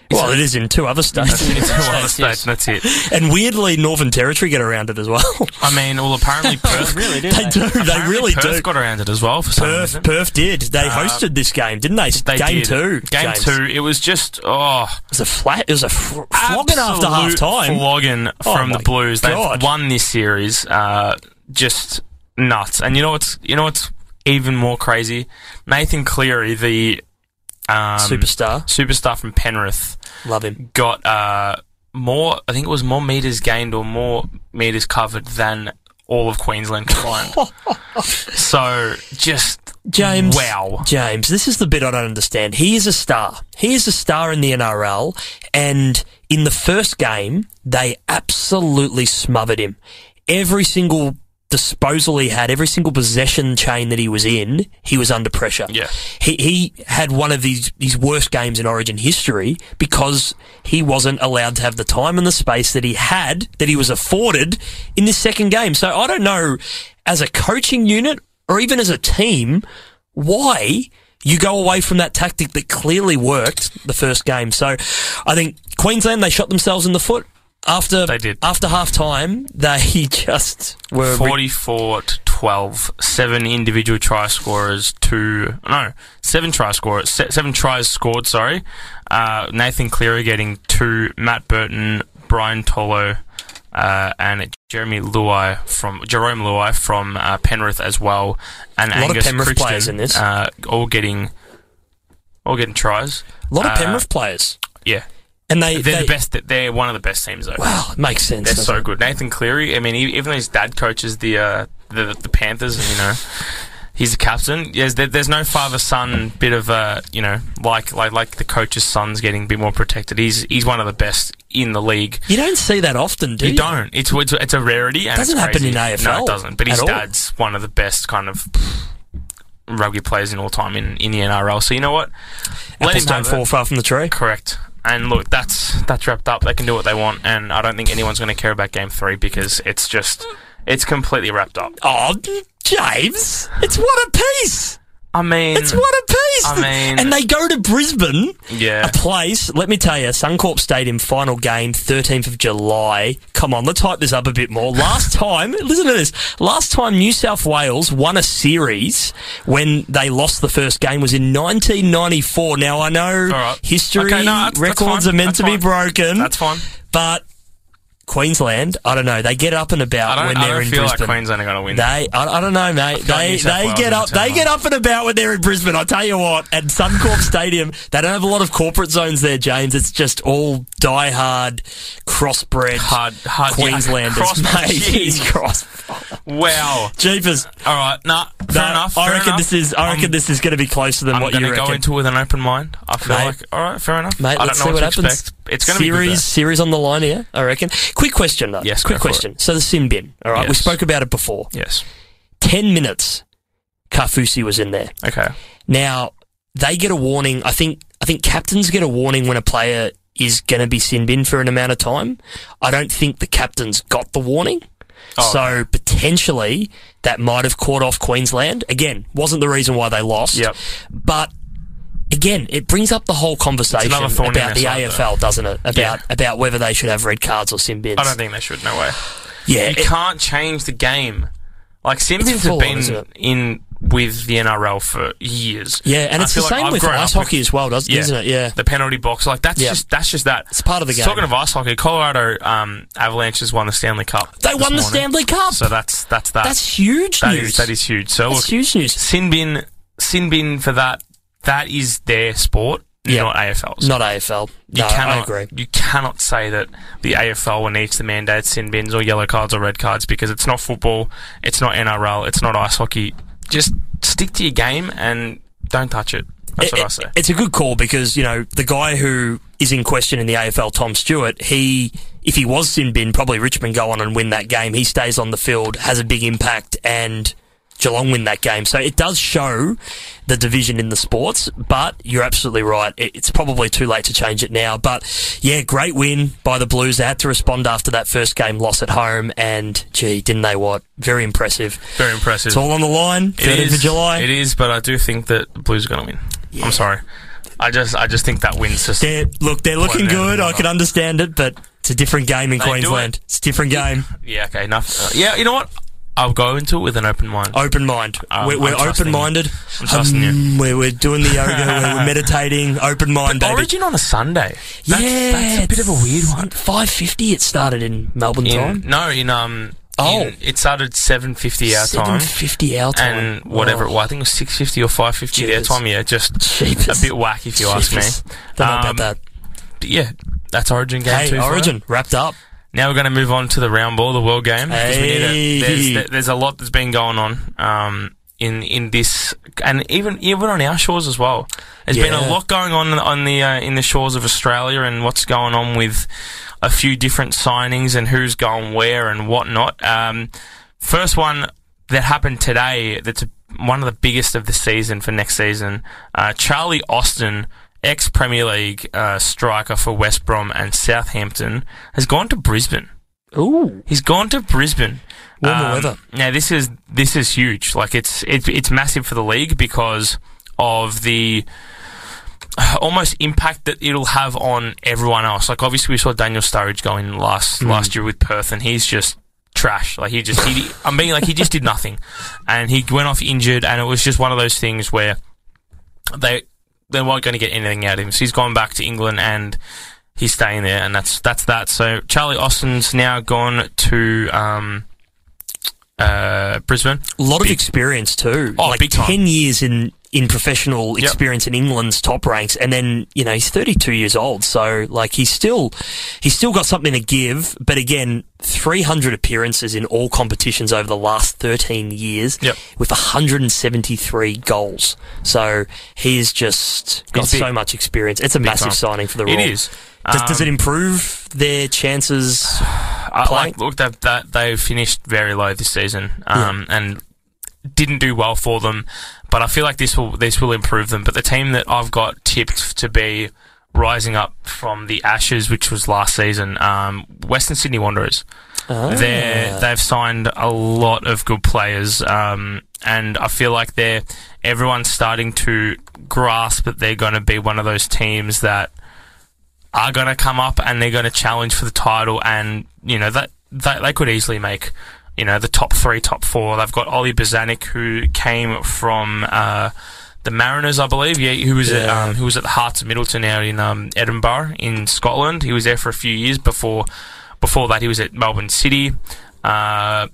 Speaker 1: Well, it is in two other states.
Speaker 2: It's in one of the
Speaker 4: Yes.
Speaker 2: states, and that's it.
Speaker 1: and weirdly, Northern Territory get around it as well.
Speaker 2: I mean, well, apparently Perth
Speaker 4: Really, do
Speaker 1: they do. They
Speaker 2: apparently
Speaker 1: really
Speaker 2: Perth
Speaker 1: do.
Speaker 2: got around it as well for some reason.
Speaker 1: Perth, Perth did. They hosted this game, didn't they?
Speaker 2: They
Speaker 1: game
Speaker 2: did.
Speaker 1: two.
Speaker 2: Game
Speaker 1: James.
Speaker 2: two. It was just oh,
Speaker 1: It was a flat. It was a fr- flogging after half
Speaker 2: absolute
Speaker 1: time.
Speaker 2: Flogging
Speaker 1: Oh
Speaker 2: from
Speaker 1: my
Speaker 2: the Blues.
Speaker 1: God.
Speaker 2: They've won this series. Uh, just nuts. And you know what's you know what's even more crazy? Nathan Cleary, the um,
Speaker 1: Superstar,
Speaker 2: superstar from Penrith,
Speaker 1: love him.
Speaker 2: got uh, more. I think it was more meters gained or more meters covered than all of Queensland combined. so just
Speaker 1: James.
Speaker 2: wow.
Speaker 1: James, this is the bit I don't understand. He is a star. He is a star in the NRL, and in the first game, they absolutely smothered him. Every single disposal he had, every single possession chain that he was in, he was under pressure.
Speaker 2: Yeah.
Speaker 1: He, he had one of these, these worst games in Origin history because he wasn't allowed to have the time and the space that he had, that he was afforded in this second game. So I don't know, as a coaching unit or even as a team, why you go away from that tactic that clearly worked the first game. So I think Queensland, they shot themselves in the foot. After
Speaker 2: They did.
Speaker 1: after half time, they just were
Speaker 2: 44 to 12, seven individual try scorers, two, no, seven try scorers, se- seven tries scored, sorry. Uh, Nathan Cleary getting two, Matt Burton, Brian Tolo, uh, and Jeremy Luai from, Jerome Luai from uh, Penrith as well. And
Speaker 1: lot of
Speaker 2: Angus
Speaker 1: Penrith
Speaker 2: Crichton,
Speaker 1: players in this.
Speaker 2: Uh, all getting, all getting tries.
Speaker 1: a lot of
Speaker 2: uh,
Speaker 1: Penrith players,
Speaker 2: Yeah.
Speaker 1: and they
Speaker 2: They're
Speaker 1: they-
Speaker 2: the best, they're one of the best teams though.
Speaker 1: Wow, it makes sense.
Speaker 2: They're
Speaker 1: doesn't
Speaker 2: so
Speaker 1: it?
Speaker 2: good. Nathan Cleary. I mean, e even though his dad coaches the uh, the, the Panthers, and you know, he's the captain. Yes, there, there's no father son bit of uh, you know, like like like the coach's son's getting a bit more protected. He's he's one of the best in the league.
Speaker 1: You don't see that often, do you?
Speaker 2: You don't. It's it's, it's a rarity. And it's
Speaker 1: Doesn't happen
Speaker 2: crazy.
Speaker 1: in
Speaker 2: No,
Speaker 1: AFL
Speaker 2: it doesn't. But
Speaker 1: at
Speaker 2: his
Speaker 1: all.
Speaker 2: dad's one of the best kind of rugby players in all time in, in the NRL. So you know what? Let
Speaker 1: Apples
Speaker 2: him have
Speaker 1: don't
Speaker 2: it.
Speaker 1: fall far from the tree.
Speaker 2: Correct. And look, that's that's wrapped up. They can do what they want, and I don't think anyone's going to care about Game Three because it's just it's completely wrapped up.
Speaker 1: Oh, James, it's what a piece.
Speaker 2: I mean,
Speaker 1: It's what a piece.
Speaker 2: I mean-
Speaker 1: and they go to Brisbane,
Speaker 2: Yeah.
Speaker 1: a place. Let me tell you, Suncorp Stadium final game, thirteenth of July. Come on, let's hype this up a bit more. Last time, listen to this. Last time New South Wales won a series when they lost the first game was in 1994. Now I know
Speaker 2: right.
Speaker 1: history
Speaker 2: Okay, no, that's- that's
Speaker 1: records
Speaker 2: fine.
Speaker 1: are meant
Speaker 2: That's
Speaker 1: to be
Speaker 2: fine.
Speaker 1: broken.
Speaker 2: that's fine.
Speaker 1: But Queensland, I don't know. They get up and
Speaker 2: I
Speaker 1: about
Speaker 2: don't,
Speaker 1: when
Speaker 2: I
Speaker 1: they're
Speaker 2: don't
Speaker 1: in
Speaker 2: feel
Speaker 1: Brisbane.
Speaker 2: like Queensland are going to win.
Speaker 1: they, I, I don't know, mate.
Speaker 2: feel like
Speaker 1: They
Speaker 2: New South
Speaker 1: they
Speaker 2: Wales
Speaker 1: get
Speaker 2: are
Speaker 1: up, they
Speaker 2: turning
Speaker 1: get up and about when they're in Brisbane. I tell you what, at Suncorp Stadium, they don't have a lot of corporate zones there, James. It's just all diehard, crossbred,
Speaker 2: Hard- hard-
Speaker 1: Queenslanders,
Speaker 2: yeah, cross-
Speaker 1: mate.
Speaker 2: Jeez.
Speaker 1: It's cross
Speaker 2: Wow.
Speaker 1: jeepers.
Speaker 2: All right. Nah. Fair
Speaker 1: No,
Speaker 2: enough.
Speaker 1: I
Speaker 2: fair
Speaker 1: reckon
Speaker 2: enough.
Speaker 1: this is. I reckon
Speaker 2: I'm-
Speaker 1: this is going to be closer than
Speaker 2: I'm
Speaker 1: what
Speaker 2: gonna
Speaker 1: you reckon.
Speaker 2: go into it with an open mind. I feel
Speaker 1: Mate.
Speaker 2: like all right. Fair enough.
Speaker 1: Mate,
Speaker 2: I don't
Speaker 1: let's
Speaker 2: know
Speaker 1: see
Speaker 2: what,
Speaker 1: what,
Speaker 2: to
Speaker 1: happens.
Speaker 2: expect. It's going to be good,
Speaker 1: series
Speaker 2: though.
Speaker 1: series on the line here. I reckon. Quick question though.
Speaker 2: Yes,
Speaker 1: quick
Speaker 2: go for
Speaker 1: question. So the sin bin. All right, we
Speaker 2: Yes.
Speaker 1: spoke about it before.
Speaker 2: Yes.
Speaker 1: Ten minutes. Carfusi was in there.
Speaker 2: Okay.
Speaker 1: Now they get a warning. I think I think captains get a warning when a player is going to be sin bin for an amount of time. I don't think the captains got the warning.
Speaker 2: Oh,
Speaker 1: so potentially that might have caught off Queensland. Again, wasn't the reason why they lost.
Speaker 2: Yep.
Speaker 1: But again, it brings up the whole conversation
Speaker 2: another thorn in
Speaker 1: about
Speaker 2: their
Speaker 1: the
Speaker 2: side,
Speaker 1: AFL, doesn't it? About
Speaker 2: Yeah.
Speaker 1: about whether they should have red cards or sin bins.
Speaker 2: I don't think they should. No way.
Speaker 1: yeah,
Speaker 2: You
Speaker 1: it-
Speaker 2: can't change the game. Like Simpsons
Speaker 1: full
Speaker 2: have
Speaker 1: on, isn't
Speaker 2: been
Speaker 1: it?
Speaker 2: in with the NRL for years.
Speaker 1: yeah, and
Speaker 2: I
Speaker 1: it's the
Speaker 2: feel like
Speaker 1: same
Speaker 2: I've
Speaker 1: with
Speaker 2: grown
Speaker 1: ice
Speaker 2: up
Speaker 1: hockey as well, doesn't, isn't it? Yeah.
Speaker 2: The penalty box, like that's
Speaker 1: Yeah.
Speaker 2: just that's just that.
Speaker 1: It's part of the game.
Speaker 2: Talking of ice hockey, Colorado um, Avalanche has won the Stanley Cup.
Speaker 1: They
Speaker 2: this
Speaker 1: won the
Speaker 2: morning.
Speaker 1: Stanley Cup.
Speaker 2: So that's that's that.
Speaker 1: That's huge
Speaker 2: that
Speaker 1: news.
Speaker 2: is that is huge. So
Speaker 1: That's
Speaker 2: look,
Speaker 1: huge news.
Speaker 2: sin bin sin bin for that. That is their sport,
Speaker 1: Yeah.
Speaker 2: not AFL's.
Speaker 1: Not AFL.
Speaker 2: You
Speaker 1: No,
Speaker 2: cannot,
Speaker 1: I agree.
Speaker 2: You cannot say that the AFL will need to mandate sin bins or yellow cards or red cards because it's not football, it's not NRL, it's not ice hockey. Just stick to your game and don't touch it. That's what I say.
Speaker 1: It's a good call because, you know, the guy who is in question in the AFL, Tom Stewart, he, if he was sin bin, probably Richmond go on and win that game. He stays on the field, has a big impact, and Geelong win that game. So it does show the division in the sports, but you're absolutely right. It- It's probably too late to change it now. But yeah, great win by the Blues. They had to respond after that first game loss at home, and gee, didn't they what? Very impressive.
Speaker 2: Very impressive.
Speaker 1: It's all on the line.
Speaker 2: It
Speaker 1: 30th
Speaker 2: is
Speaker 1: of July.
Speaker 2: It is, but I do think that the Blues are going to win. I'm sorry. I just I just think that wins just
Speaker 1: They're, look, they're looking
Speaker 2: Quite
Speaker 1: good. I
Speaker 2: narrow.
Speaker 1: can understand it, but it's a different game in
Speaker 2: do
Speaker 1: Queensland.
Speaker 2: it.
Speaker 1: It's a different game.
Speaker 2: Yeah, okay, enough. Uh, yeah, you know what? I'll go into it with an open mind.
Speaker 1: Open mind.
Speaker 2: Um,
Speaker 1: we're we're
Speaker 2: I'm trusting
Speaker 1: open minded.
Speaker 2: I'm trusting you.
Speaker 1: We're, we're doing the yoga. we're, we're meditating. Open mind, baby.
Speaker 2: Origin on a Sunday. That's,
Speaker 1: yeah,
Speaker 2: that's a bit of a weird one.
Speaker 1: Five fifty. It started in Melbourne
Speaker 2: In,
Speaker 1: time.
Speaker 2: no, in um,
Speaker 1: Oh.
Speaker 2: in- it started seven fifty our
Speaker 1: Seven
Speaker 2: time
Speaker 1: fifty our time.
Speaker 2: and whatever it was. I think it was six fifty or five fifty their
Speaker 1: Jeepers.
Speaker 2: time. Yeah, just
Speaker 1: Jeepers.
Speaker 2: a bit whack if you ask
Speaker 1: Jeepers.
Speaker 2: me.
Speaker 1: Don't know about
Speaker 2: Um,
Speaker 1: that.
Speaker 2: But yeah, that's Origin game two.
Speaker 1: Hey,
Speaker 2: for us.
Speaker 1: Origin wrapped up.
Speaker 2: Now we're going to move on to the round ball, the world game. because we need
Speaker 1: Hey.
Speaker 2: it. There's, there- there's a lot that's been going on um, in in this, and even even on our shores as well. There's been
Speaker 1: Yeah.
Speaker 2: a lot going on on the uh, in the shores of Australia, and what's going on with a few different signings and who's going where and whatnot. Um, first one that happened today. That's one of the biggest of the season for next season. Uh, Charlie Austin. Ex Premier League uh, striker for West Brom and Southampton has gone to Brisbane.
Speaker 1: Ooh,
Speaker 2: He's gone to Brisbane. Um,
Speaker 1: Warmer weather.
Speaker 2: Now this is this is huge. Like it's it's it's massive for the league because of the uh, almost impact that it'll have on everyone else. Like obviously we saw Daniel Sturridge going last
Speaker 1: Hmm.
Speaker 2: last year with Perth, and he's just trash. Like he just he, I'm being like he just did nothing, and he went off injured, and it was just one of those things where they they weren't going to get anything out of him. So he's gone back to England and he's staying there, and that's that's that. So Charlie Austin's now gone to um, uh, Brisbane.
Speaker 1: a lot of
Speaker 2: Big-
Speaker 1: experience too.
Speaker 2: Oh,
Speaker 1: like
Speaker 2: big time.
Speaker 1: ten years in in professional
Speaker 2: Yep.
Speaker 1: experience in England's top ranks, and then you know he's thirty two years old, so like he's still he's still got something to give. But again, three hundred appearances in all competitions over the last thirteen years,
Speaker 2: Yep.
Speaker 1: with one hundred and seventy three goals. So he's just got
Speaker 2: He's big.
Speaker 1: so much experience. It's a massive
Speaker 2: time.
Speaker 1: signing for the
Speaker 2: It
Speaker 1: Royals.
Speaker 2: is.
Speaker 1: Does, does it
Speaker 2: Um,
Speaker 1: improve their chances?
Speaker 2: I,
Speaker 1: play?
Speaker 2: like, look, that that they finished very low this season, um, and didn't do well for them. But I feel like this will this will improve them. But the team that I've got tipped to be rising up from the ashes, which was last season, um, Western Sydney Wanderers.
Speaker 1: Ah.
Speaker 2: They're, they've signed a lot of good players, um, and I feel like they're everyone's starting to grasp that they're going to be one of those teams that are going to come up and they're going to challenge for the title. And you know that, that they could easily make you know the top three, top four. They've got Ollie Bazanic who came from uh, the Mariners, I believe. Yeah, who was at,
Speaker 1: Yeah.
Speaker 2: um, who was at the Hearts of Middleton out in um, Edinburgh in Scotland. He was there for a few years before. Before that, he was at Melbourne City. Uh,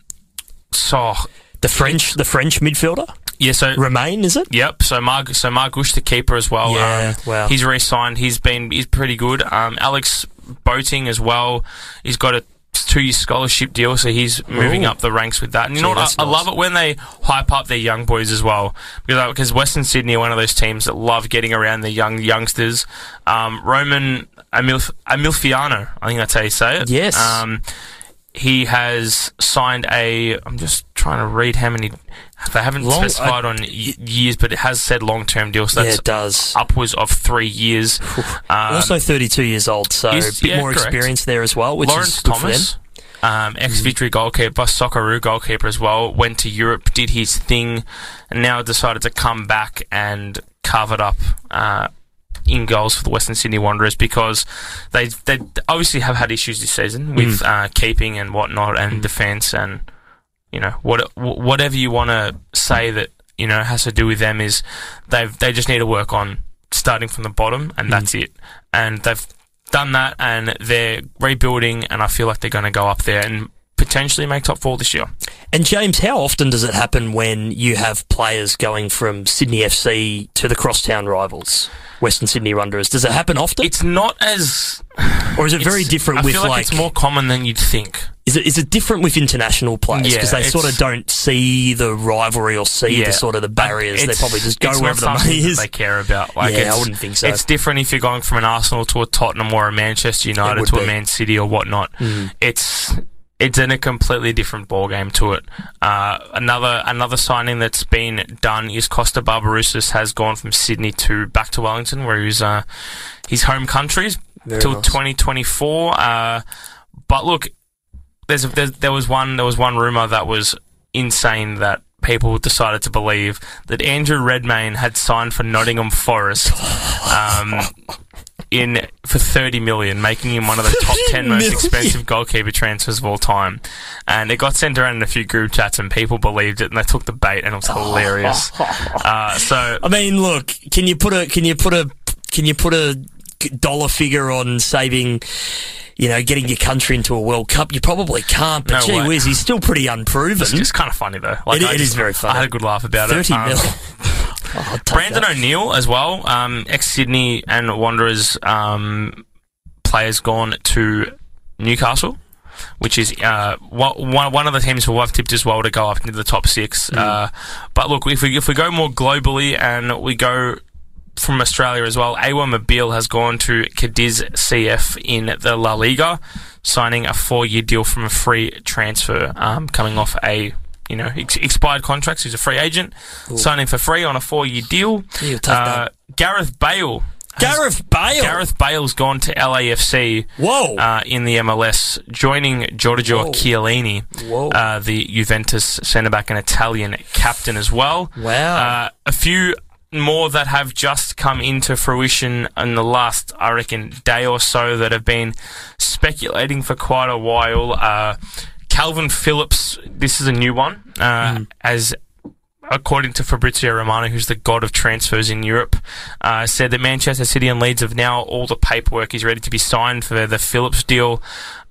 Speaker 2: so
Speaker 1: the French, the French midfielder,
Speaker 2: yeah, so
Speaker 1: Remain, is it?
Speaker 2: Yep. So Marg, so Margush, the keeper as well.
Speaker 1: Yeah,
Speaker 2: Um,
Speaker 1: wow.
Speaker 2: He's re-signed. He's been he's pretty good. Um, Alex Boating as well. He's got a two-year scholarship deal, so he's moving
Speaker 1: Ooh.
Speaker 2: up the ranks with that. And you
Speaker 1: Gee,
Speaker 2: know what?
Speaker 1: that's
Speaker 2: I, I
Speaker 1: nice.
Speaker 2: love it when they hype up their young boys as well, because because Western Sydney are one of those teams that love getting around the young youngsters. Um, Roman Amilf- Amilfiano, I think that's how you say it.
Speaker 1: Yes.
Speaker 2: Um, he has signed a. I'm just trying to read how many. They haven't
Speaker 1: Long-
Speaker 2: specified on y- years, but it has said long term deal, so
Speaker 1: yeah,
Speaker 2: that's
Speaker 1: it does.
Speaker 2: upwards of three years. Um,
Speaker 1: also 32 years old, so a
Speaker 2: he's-
Speaker 1: bit
Speaker 2: yeah,
Speaker 1: more
Speaker 2: correct.
Speaker 1: experience there as well, which
Speaker 2: Lawrence
Speaker 1: is good Hmm.
Speaker 2: Thomas, um, ex Victory goalkeeper, Socceroo goalkeeper as well, went to Europe, did his thing, and now decided to come back and covered up. Uh, in goals for the Western Sydney Wanderers because they they obviously have had issues this season with
Speaker 1: Mm.
Speaker 2: uh, keeping and whatnot and defence and you know what wh- whatever you want to say that you know has to do with them is they've they just need to work on starting from the bottom and that's
Speaker 1: Mm.
Speaker 2: it and they've done that and they're rebuilding and I feel like they're going to go up there and potentially make top four this year.
Speaker 1: for them. And James, how often does it happen when you have players going from Sydney FC to the crosstown rivals, Western Sydney Wanderers? Does it happen often,
Speaker 2: It's not as
Speaker 1: or is it
Speaker 2: it's-
Speaker 1: very different
Speaker 2: I
Speaker 1: with
Speaker 2: feel
Speaker 1: like,
Speaker 2: like, it's more common than you'd think.
Speaker 1: is it is it different with international players
Speaker 2: Yeah,
Speaker 1: because they sort of
Speaker 2: it's-
Speaker 1: don't see the rivalry or see
Speaker 2: Yeah.
Speaker 1: the sort of the barriers? They
Speaker 2: It's-
Speaker 1: probably just go
Speaker 2: it's not
Speaker 1: wherever the
Speaker 2: something
Speaker 1: money
Speaker 2: that
Speaker 1: is.
Speaker 2: They care about. Like
Speaker 1: Yeah, I
Speaker 2: it's-
Speaker 1: wouldn't think so.
Speaker 2: It's different if you're going from an Arsenal to a Tottenham or a Manchester United
Speaker 1: would
Speaker 2: to
Speaker 1: be. Mm.
Speaker 2: a Man City or whatnot. It's it's in a completely different ballgame to it. Uh, another another signing that's been done is Costa Barbarousis has gone from Sydney to back to Wellington, where he's uh, his home countries
Speaker 1: Very
Speaker 2: till
Speaker 1: nice.
Speaker 2: 2024. Uh, but look, there's, a, there's there was one there was one rumor that was insane that people decided to believe that Andrew Redmayne had signed for Nottingham Forest um, in for 30 million, making him one of the top 10 most
Speaker 1: million.
Speaker 2: expensive goalkeeper transfers of all time. And it got sent around in a few group chats, and people believed it, and they took the bait, and it was hilarious. uh, so
Speaker 1: I mean, look, can you put a can you put a can you put a dollar figure on saving? You know, getting your country into a World Cup, you probably can't. But
Speaker 2: No
Speaker 1: gee
Speaker 2: way.
Speaker 1: whiz, he's still pretty unproven.
Speaker 2: it's just kind of funny though. Like,
Speaker 1: It- it
Speaker 2: I just-
Speaker 1: is very funny.
Speaker 2: I had a good laugh about it.
Speaker 1: Thirty
Speaker 2: Um,
Speaker 1: mil. Oh, I'd take
Speaker 2: Brandon
Speaker 1: that.
Speaker 2: O'Neill as well, um, ex Sydney and Wanderers um, players gone to Newcastle, which is uh, wha- one one of the teams who I've tipped as well to go up into the top six. Uh, but look, if we if we go more globally and we go from Australia as well, Awa Mabil has gone to Cadiz CF in the La Liga, signing a four-year deal from a free transfer, um, coming off a you know ex- expired contract. He's a free agent, signing for free on a four-year deal.
Speaker 1: Yeah, you'll take
Speaker 2: Uh, Gareth Bale. has-
Speaker 1: Gareth Bale.
Speaker 2: Gareth Bale's gone to LAFC
Speaker 1: Whoa.
Speaker 2: uh, in the MLS, joining Giorgio
Speaker 1: Whoa.
Speaker 2: Chiellini,
Speaker 1: Whoa.
Speaker 2: uh, the Juventus centre back and Italian captain as well.
Speaker 1: Wow.
Speaker 2: Uh, a few more that have just come into fruition in the last, I reckon, day or so that have been speculating for quite a while. Uh, Calvin Phillips, this is a new one, uh, as according to Fabrizio Romano, who's the god of transfers in Europe, uh, said that Manchester City and Leeds have now all the paperwork is ready to be signed for the Phillips deal.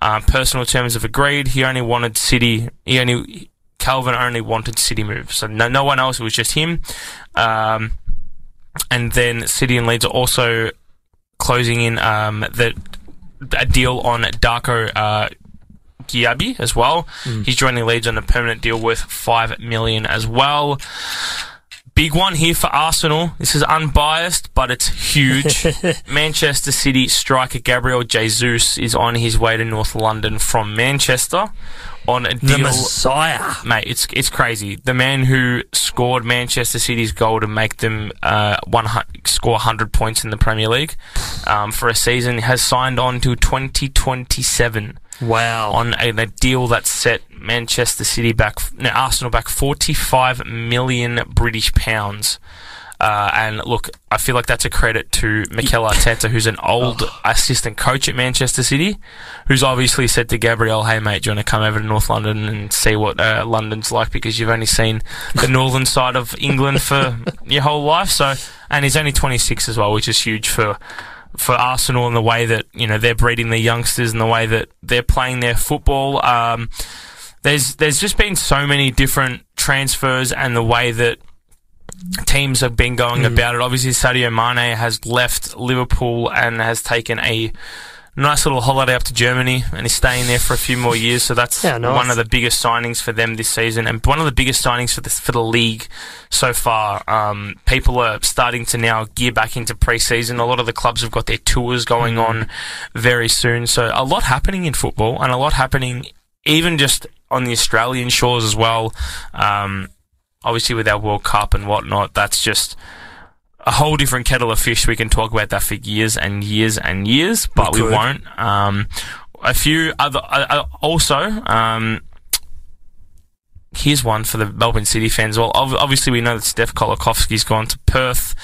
Speaker 2: Uh, personal terms have agreed. He only wanted City. He only Calvin only wanted City moves. So no, no one else. It was just him. Um, and then City and Leeds are also closing in um, the a deal on Darko. Uh, Giabi as well. He's joining Leeds on a permanent deal worth five million as well. Big one here for Arsenal. This is unbiased, but it's huge. Manchester City striker Gabriel Jesus is on his way to North London from Manchester on a
Speaker 1: the
Speaker 2: deal.
Speaker 1: Messiah.
Speaker 2: Mate, it's it's crazy. The man who scored Manchester City's goal to make them uh, one hu- score 100 points in the Premier League um, for a season has signed on to 2027
Speaker 1: Wow.
Speaker 2: uh, on a, a deal that set Manchester City back, no, Arsenal back 45 million British pounds. Uh, and look, I feel like that's a credit to Mikel Arteta, who's an old assistant coach at Manchester City, who's obviously said to Gabriel, "Hey mate, do you want to come over to North London and see what uh, London's like because you've only seen the northern side of England for your whole life." So, and he's only 26 as well, which is huge for for Arsenal in the way that you know they're breeding their youngsters and the way that they're playing their football. Um, there's there's just been so many different transfers and the way that teams have been going
Speaker 1: Hmm.
Speaker 2: about it. Obviously, Sadio Mane has left Liverpool and has taken a nice little holiday up to Germany and is staying there for a few more years. So that's
Speaker 1: Yeah, nice.
Speaker 2: one of the biggest signings for them this season and one of the biggest signings for the, for the league so far. Um, people are starting to now gear back into pre-season. A lot of the clubs have got their tours going
Speaker 1: Hmm.
Speaker 2: on very soon. So a lot happening in football and a lot happening even just on the Australian shores as well. Um, obviously with our World Cup and whatnot, that's just a whole different kettle of fish. We can talk about that for years and years and years, but we,
Speaker 1: could.
Speaker 2: won't. Um, a few other uh, uh, also. Um, Here's one for the Melbourne City fans. Well, ob- obviously we know that Steph Kolakowski's gone to Perth.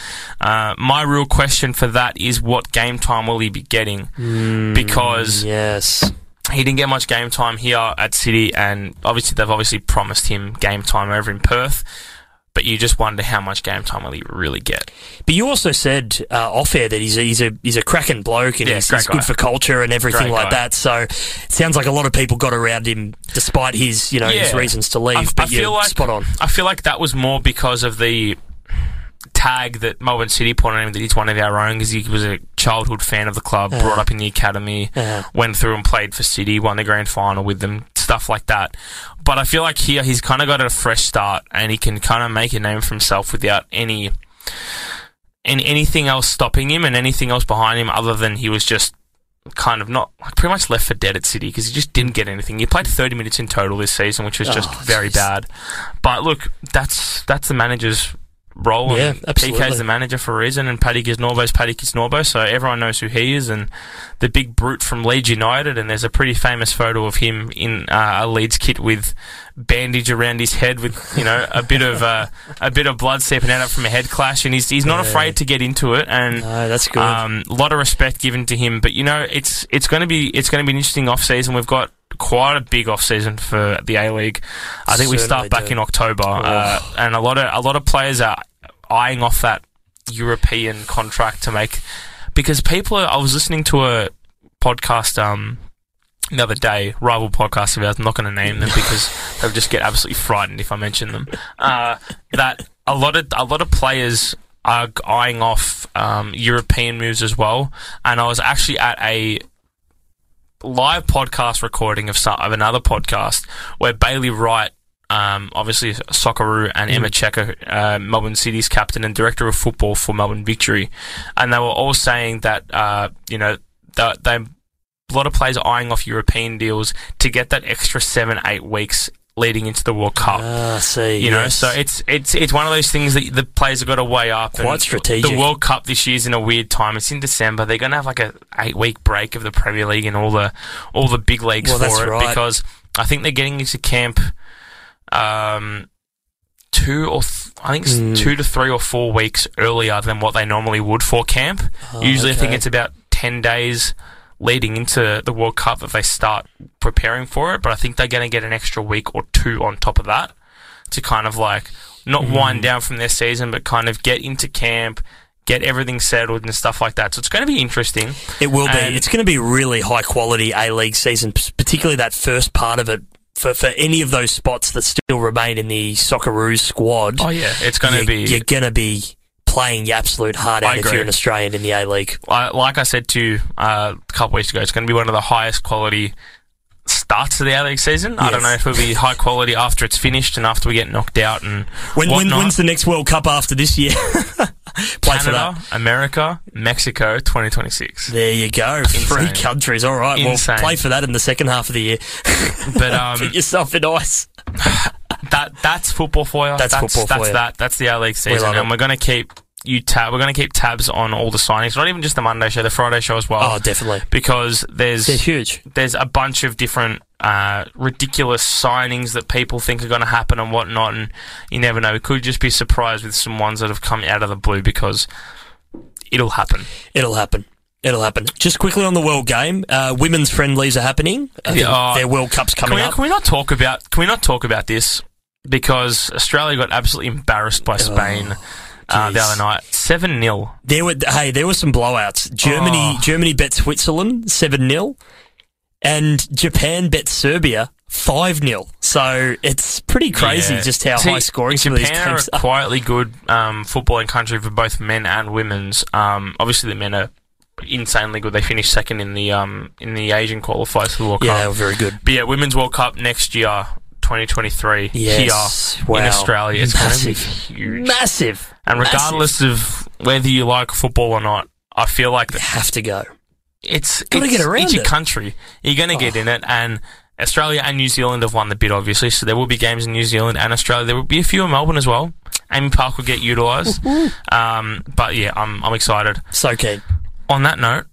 Speaker 2: Uh, my real question for that is, what game time will he be getting? because
Speaker 1: Yes.
Speaker 2: he didn't get much game time here at City, and obviously they've obviously promised him game time over in Perth. But you just wonder how much game time will he really get?
Speaker 1: But you also said uh, off air that he's a, he's a he's a cracking bloke and
Speaker 2: Yeah,
Speaker 1: he's,
Speaker 2: great
Speaker 1: he's good
Speaker 2: guy.
Speaker 1: for culture and everything
Speaker 2: Great
Speaker 1: like
Speaker 2: guy.
Speaker 1: that. So it sounds like a lot of people got around him despite his you know his
Speaker 2: Yeah.
Speaker 1: reasons to
Speaker 2: I-
Speaker 1: leave.
Speaker 2: I
Speaker 1: but
Speaker 2: feel
Speaker 1: you're
Speaker 2: like-
Speaker 1: spot on.
Speaker 2: I feel like that was more because of the tag that Melbourne City put on him that he's one of our own because he was a childhood fan of the club, brought up in the academy,
Speaker 1: Yeah.
Speaker 2: went through and played for City, won the grand final with them, stuff like that. But I feel like here he's kind of got a fresh start and he can kind of make a name for himself without any and anything else stopping him and anything else behind him other than he was just kind of not like pretty much left for dead at City because he just didn't get anything. He played 30 minutes in total this season, which was just
Speaker 1: Oh,
Speaker 2: very
Speaker 1: jeez.
Speaker 2: bad. But look, that's that's the manager's role.
Speaker 1: Yeah,
Speaker 2: and
Speaker 1: absolutely.
Speaker 2: PK's the manager for a reason, and Paddy Gisnorbo's Paddy Gisnorbo, so everyone knows who he is, and the big brute from Leeds United. And there's a pretty famous photo of him in uh, a Leeds kit with bandage around his head, with you know a bit of uh, a bit of blood seeping out from a head clash, and he's he's not
Speaker 1: Yeah.
Speaker 2: afraid to get into it. And
Speaker 1: No, that's good.
Speaker 2: um, a lot of respect given to him, but you know it's it's going to be it's going to be an interesting off season. We've got quite a big off season for the A League. I think
Speaker 1: Certainly
Speaker 2: we start back
Speaker 1: do.
Speaker 2: in October, uh, and a lot of a lot of players are eyeing off that European contract to make because people. Are, I was listening to a podcast um, the other day, rival podcast of ours. I'm not going to name them because they'll just get absolutely frightened if I mention them. Uh, that a lot of a lot of players are eyeing off um, European moves as well. And I was actually at a live podcast recording of some, of another podcast where Bailey Wright. Um, obviously, Socceroo and Emma Checker, uh, Melbourne City's captain and director of football for Melbourne Victory, and they were all saying that uh, you know that they a lot of players are eyeing off European deals to get that extra seven, eight weeks leading into the World Cup.
Speaker 1: ah, see,
Speaker 2: you know,
Speaker 1: yes.
Speaker 2: so it's it's it's one of those things that the players have got to weigh up. and
Speaker 1: Quite strategic.
Speaker 2: The World Cup this year's in a weird time. It's in December. They're going to have like a eight week break of the Premier League and all the all the big leagues
Speaker 1: Well,
Speaker 2: for
Speaker 1: that's
Speaker 2: it
Speaker 1: right.
Speaker 2: because I think they're getting into camp. Um, two or th- I think it's
Speaker 1: Mm.
Speaker 2: two to three or four weeks earlier than what they normally would for camp. Usually, I think
Speaker 1: Oh, okay.
Speaker 2: it's about ten days leading into the World Cup that they start preparing for it. But I think they're going to get an extra week or two on top of that to kind of like not
Speaker 1: Hmm.
Speaker 2: wind down from their season, but kind of get into camp, get everything settled and stuff like that. So it's going to be interesting.
Speaker 1: It will
Speaker 2: And-
Speaker 1: be. It's going to be really high quality A League season, p- particularly that first part of it. For, for any of those spots that still remain in the Socceroos squad,
Speaker 2: yeah, Oh, it's going to
Speaker 1: you're,
Speaker 2: be.
Speaker 1: you're going to be playing your absolute heart
Speaker 2: I
Speaker 1: out if
Speaker 2: agree.
Speaker 1: you're an Australian in the A League.
Speaker 2: I- like I said to you uh, a couple weeks ago, it's going to be one of the highest quality starts to the A League season. I don't
Speaker 1: Yes.
Speaker 2: know if it'll be high quality after it's finished and after we get knocked out and
Speaker 1: When, when
Speaker 2: whatnot.
Speaker 1: when's the next World Cup after this year? Play for that.
Speaker 2: Canada, America, Mexico, 2026.
Speaker 1: There you go. Three
Speaker 2: Insane.
Speaker 1: countries. All right.
Speaker 2: Insane.
Speaker 1: Well, play for that in the second half of the year.
Speaker 2: But um,
Speaker 1: Put yourself in ice.
Speaker 2: that that's football for you.
Speaker 1: That's football for
Speaker 2: that's
Speaker 1: you.
Speaker 2: that. That's the A League season,
Speaker 1: love
Speaker 2: and
Speaker 1: it.
Speaker 2: we're going to keep you tab. We're going to keep tabs on all the signings. Not even just the Monday show, the Friday show as well.
Speaker 1: Oh, definitely.
Speaker 2: because there's
Speaker 1: They're huge.
Speaker 2: there's a bunch of different uh, ridiculous signings that people think are going to happen and whatnot, and you never know. We could just be surprised with some ones that have come out of the blue because it'll happen.
Speaker 1: It'll happen. It'll happen. Just quickly on the world game, uh, women's friendlies are happening. I think
Speaker 2: Yeah, oh.
Speaker 1: their World Cup's
Speaker 2: Can
Speaker 1: coming
Speaker 2: we,
Speaker 1: up.
Speaker 2: can we not talk about? Can we not talk about this? Because Australia got absolutely embarrassed by
Speaker 1: Oh,
Speaker 2: Spain uh, the
Speaker 1: geez.
Speaker 2: other night, seven 0
Speaker 1: There were hey, there were some blowouts. Germany
Speaker 2: Oh.
Speaker 1: Germany bet Switzerland seven 0 and Japan bet Serbia five 0 So it's pretty crazy
Speaker 2: Yeah.
Speaker 1: just how
Speaker 2: See,
Speaker 1: high scoring some of
Speaker 2: Japan
Speaker 1: these games
Speaker 2: are a
Speaker 1: are.
Speaker 2: quietly good um, footballing country for both men and women's. Um, obviously, the men are insanely good. They finished second in the um, in the Asian qualifiers for the World
Speaker 1: Yeah, they
Speaker 2: Cup.
Speaker 1: were very good.
Speaker 2: But yeah, Women's World Cup next year, 2023,
Speaker 1: Yes.
Speaker 2: here in
Speaker 1: Wow.
Speaker 2: Australia. It's
Speaker 1: Massive.
Speaker 2: going to be huge.
Speaker 1: Massive.
Speaker 2: and
Speaker 1: Massive.
Speaker 2: regardless of whether you like football or not, I feel like
Speaker 1: You have to go.
Speaker 2: it's
Speaker 1: Gotta
Speaker 2: it's-
Speaker 1: get around
Speaker 2: it's your
Speaker 1: it.
Speaker 2: country. You're going to get in it, and Australia and New Zealand have won the bid, obviously. So there will be games in New Zealand and Australia. There will be a few in Melbourne as well. Amy Park will get utilised. um, but yeah, I'm I'm excited.
Speaker 1: So keen.
Speaker 2: On that note,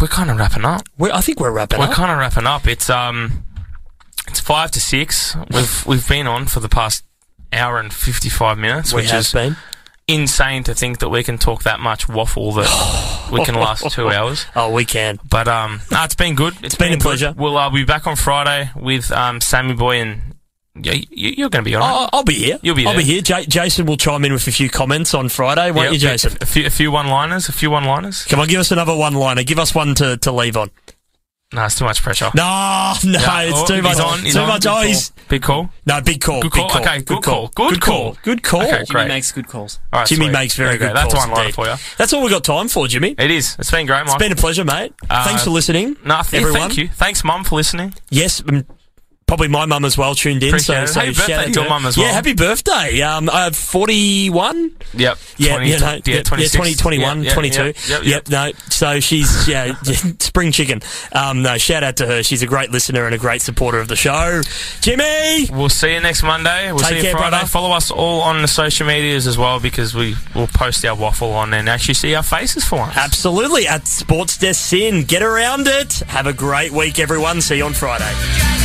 Speaker 2: we're kind of wrapping up.
Speaker 1: We're, I think we're wrapping
Speaker 2: We're
Speaker 1: up.
Speaker 2: kind of wrapping up. It's um, it's five to six. We've we've been on for the past hour and fifty five minutes,
Speaker 1: we
Speaker 2: which
Speaker 1: have
Speaker 2: is
Speaker 1: been.
Speaker 2: insane to think that we can talk that much waffle that we can last two hours.
Speaker 1: Oh, we can.
Speaker 2: But um, no, it's been good. it's
Speaker 1: been a
Speaker 2: good.
Speaker 1: pleasure.
Speaker 2: We'll uh, be back on Friday with um, Sammy Boy and yeah, you, you're going to be on.
Speaker 1: I'll, I'll be here.
Speaker 2: You'll be
Speaker 1: I'll
Speaker 2: there.
Speaker 1: be here. Ja Jason will chime in with a few comments on Friday,
Speaker 2: Yeah,
Speaker 1: won't you, Jason?
Speaker 2: A few, a few one-liners. A few one-liners.
Speaker 1: Come on, give us another one-liner. Give us one to, to leave on.
Speaker 2: No, it's too much pressure.
Speaker 1: No, no,
Speaker 2: Yeah,
Speaker 1: it's
Speaker 2: oh,
Speaker 1: too
Speaker 2: he's
Speaker 1: much.
Speaker 2: on, he's
Speaker 1: too
Speaker 2: on.
Speaker 1: much.
Speaker 2: Good
Speaker 1: Oh, he's
Speaker 2: Big call.
Speaker 1: No, big call.
Speaker 2: Good
Speaker 1: big
Speaker 2: call? Okay, good call.
Speaker 1: Good
Speaker 2: Good
Speaker 1: call.
Speaker 2: call.
Speaker 1: Good call.
Speaker 2: Okay,
Speaker 4: Jimmy
Speaker 2: Great.
Speaker 4: makes good calls.
Speaker 2: All right,
Speaker 1: Jimmy
Speaker 2: sweet.
Speaker 1: makes very
Speaker 2: There you
Speaker 1: good
Speaker 2: go. That's
Speaker 1: calls
Speaker 2: one liner
Speaker 1: indeed.
Speaker 2: for you.
Speaker 1: That's all we got time for, Jimmy.
Speaker 2: It is. It's been great, Mike.
Speaker 1: It's been a pleasure, mate.
Speaker 2: Uh,
Speaker 1: Thanks for listening.
Speaker 2: no, th-
Speaker 1: everyone.
Speaker 2: Thank you. Thanks, Mum, for listening.
Speaker 1: Yes, um, Probably my mum as well tuned in.
Speaker 2: Appreciate it.
Speaker 1: so, so
Speaker 2: Happy
Speaker 1: shout
Speaker 2: birthday
Speaker 1: out
Speaker 2: to your
Speaker 1: her.
Speaker 2: mum as
Speaker 1: Yeah,
Speaker 2: well.
Speaker 1: happy birthday. Um, I have 41.
Speaker 2: Yep.
Speaker 1: Yeah,
Speaker 2: 20,
Speaker 1: yeah, no, yeah, yeah,
Speaker 2: 26.
Speaker 1: 20, 21,
Speaker 2: Yeah, yeah,
Speaker 1: 22.
Speaker 2: Yep, yep, yep.
Speaker 1: Yep, no. So she's, yeah, spring chicken. Um, no, shout out to her. She's a great listener and a great supporter of the show. Jimmy!
Speaker 2: We'll see you next Monday. We'll
Speaker 1: Take
Speaker 2: see you
Speaker 1: care,
Speaker 2: Friday.
Speaker 1: brother.
Speaker 2: Follow us all on the social medias as well because we will post our waffle on and actually see our faces for once.
Speaker 1: Absolutely, at Sports Desk Sin. Get around it. Have a great week, everyone. See you on Friday.
Speaker 5: Just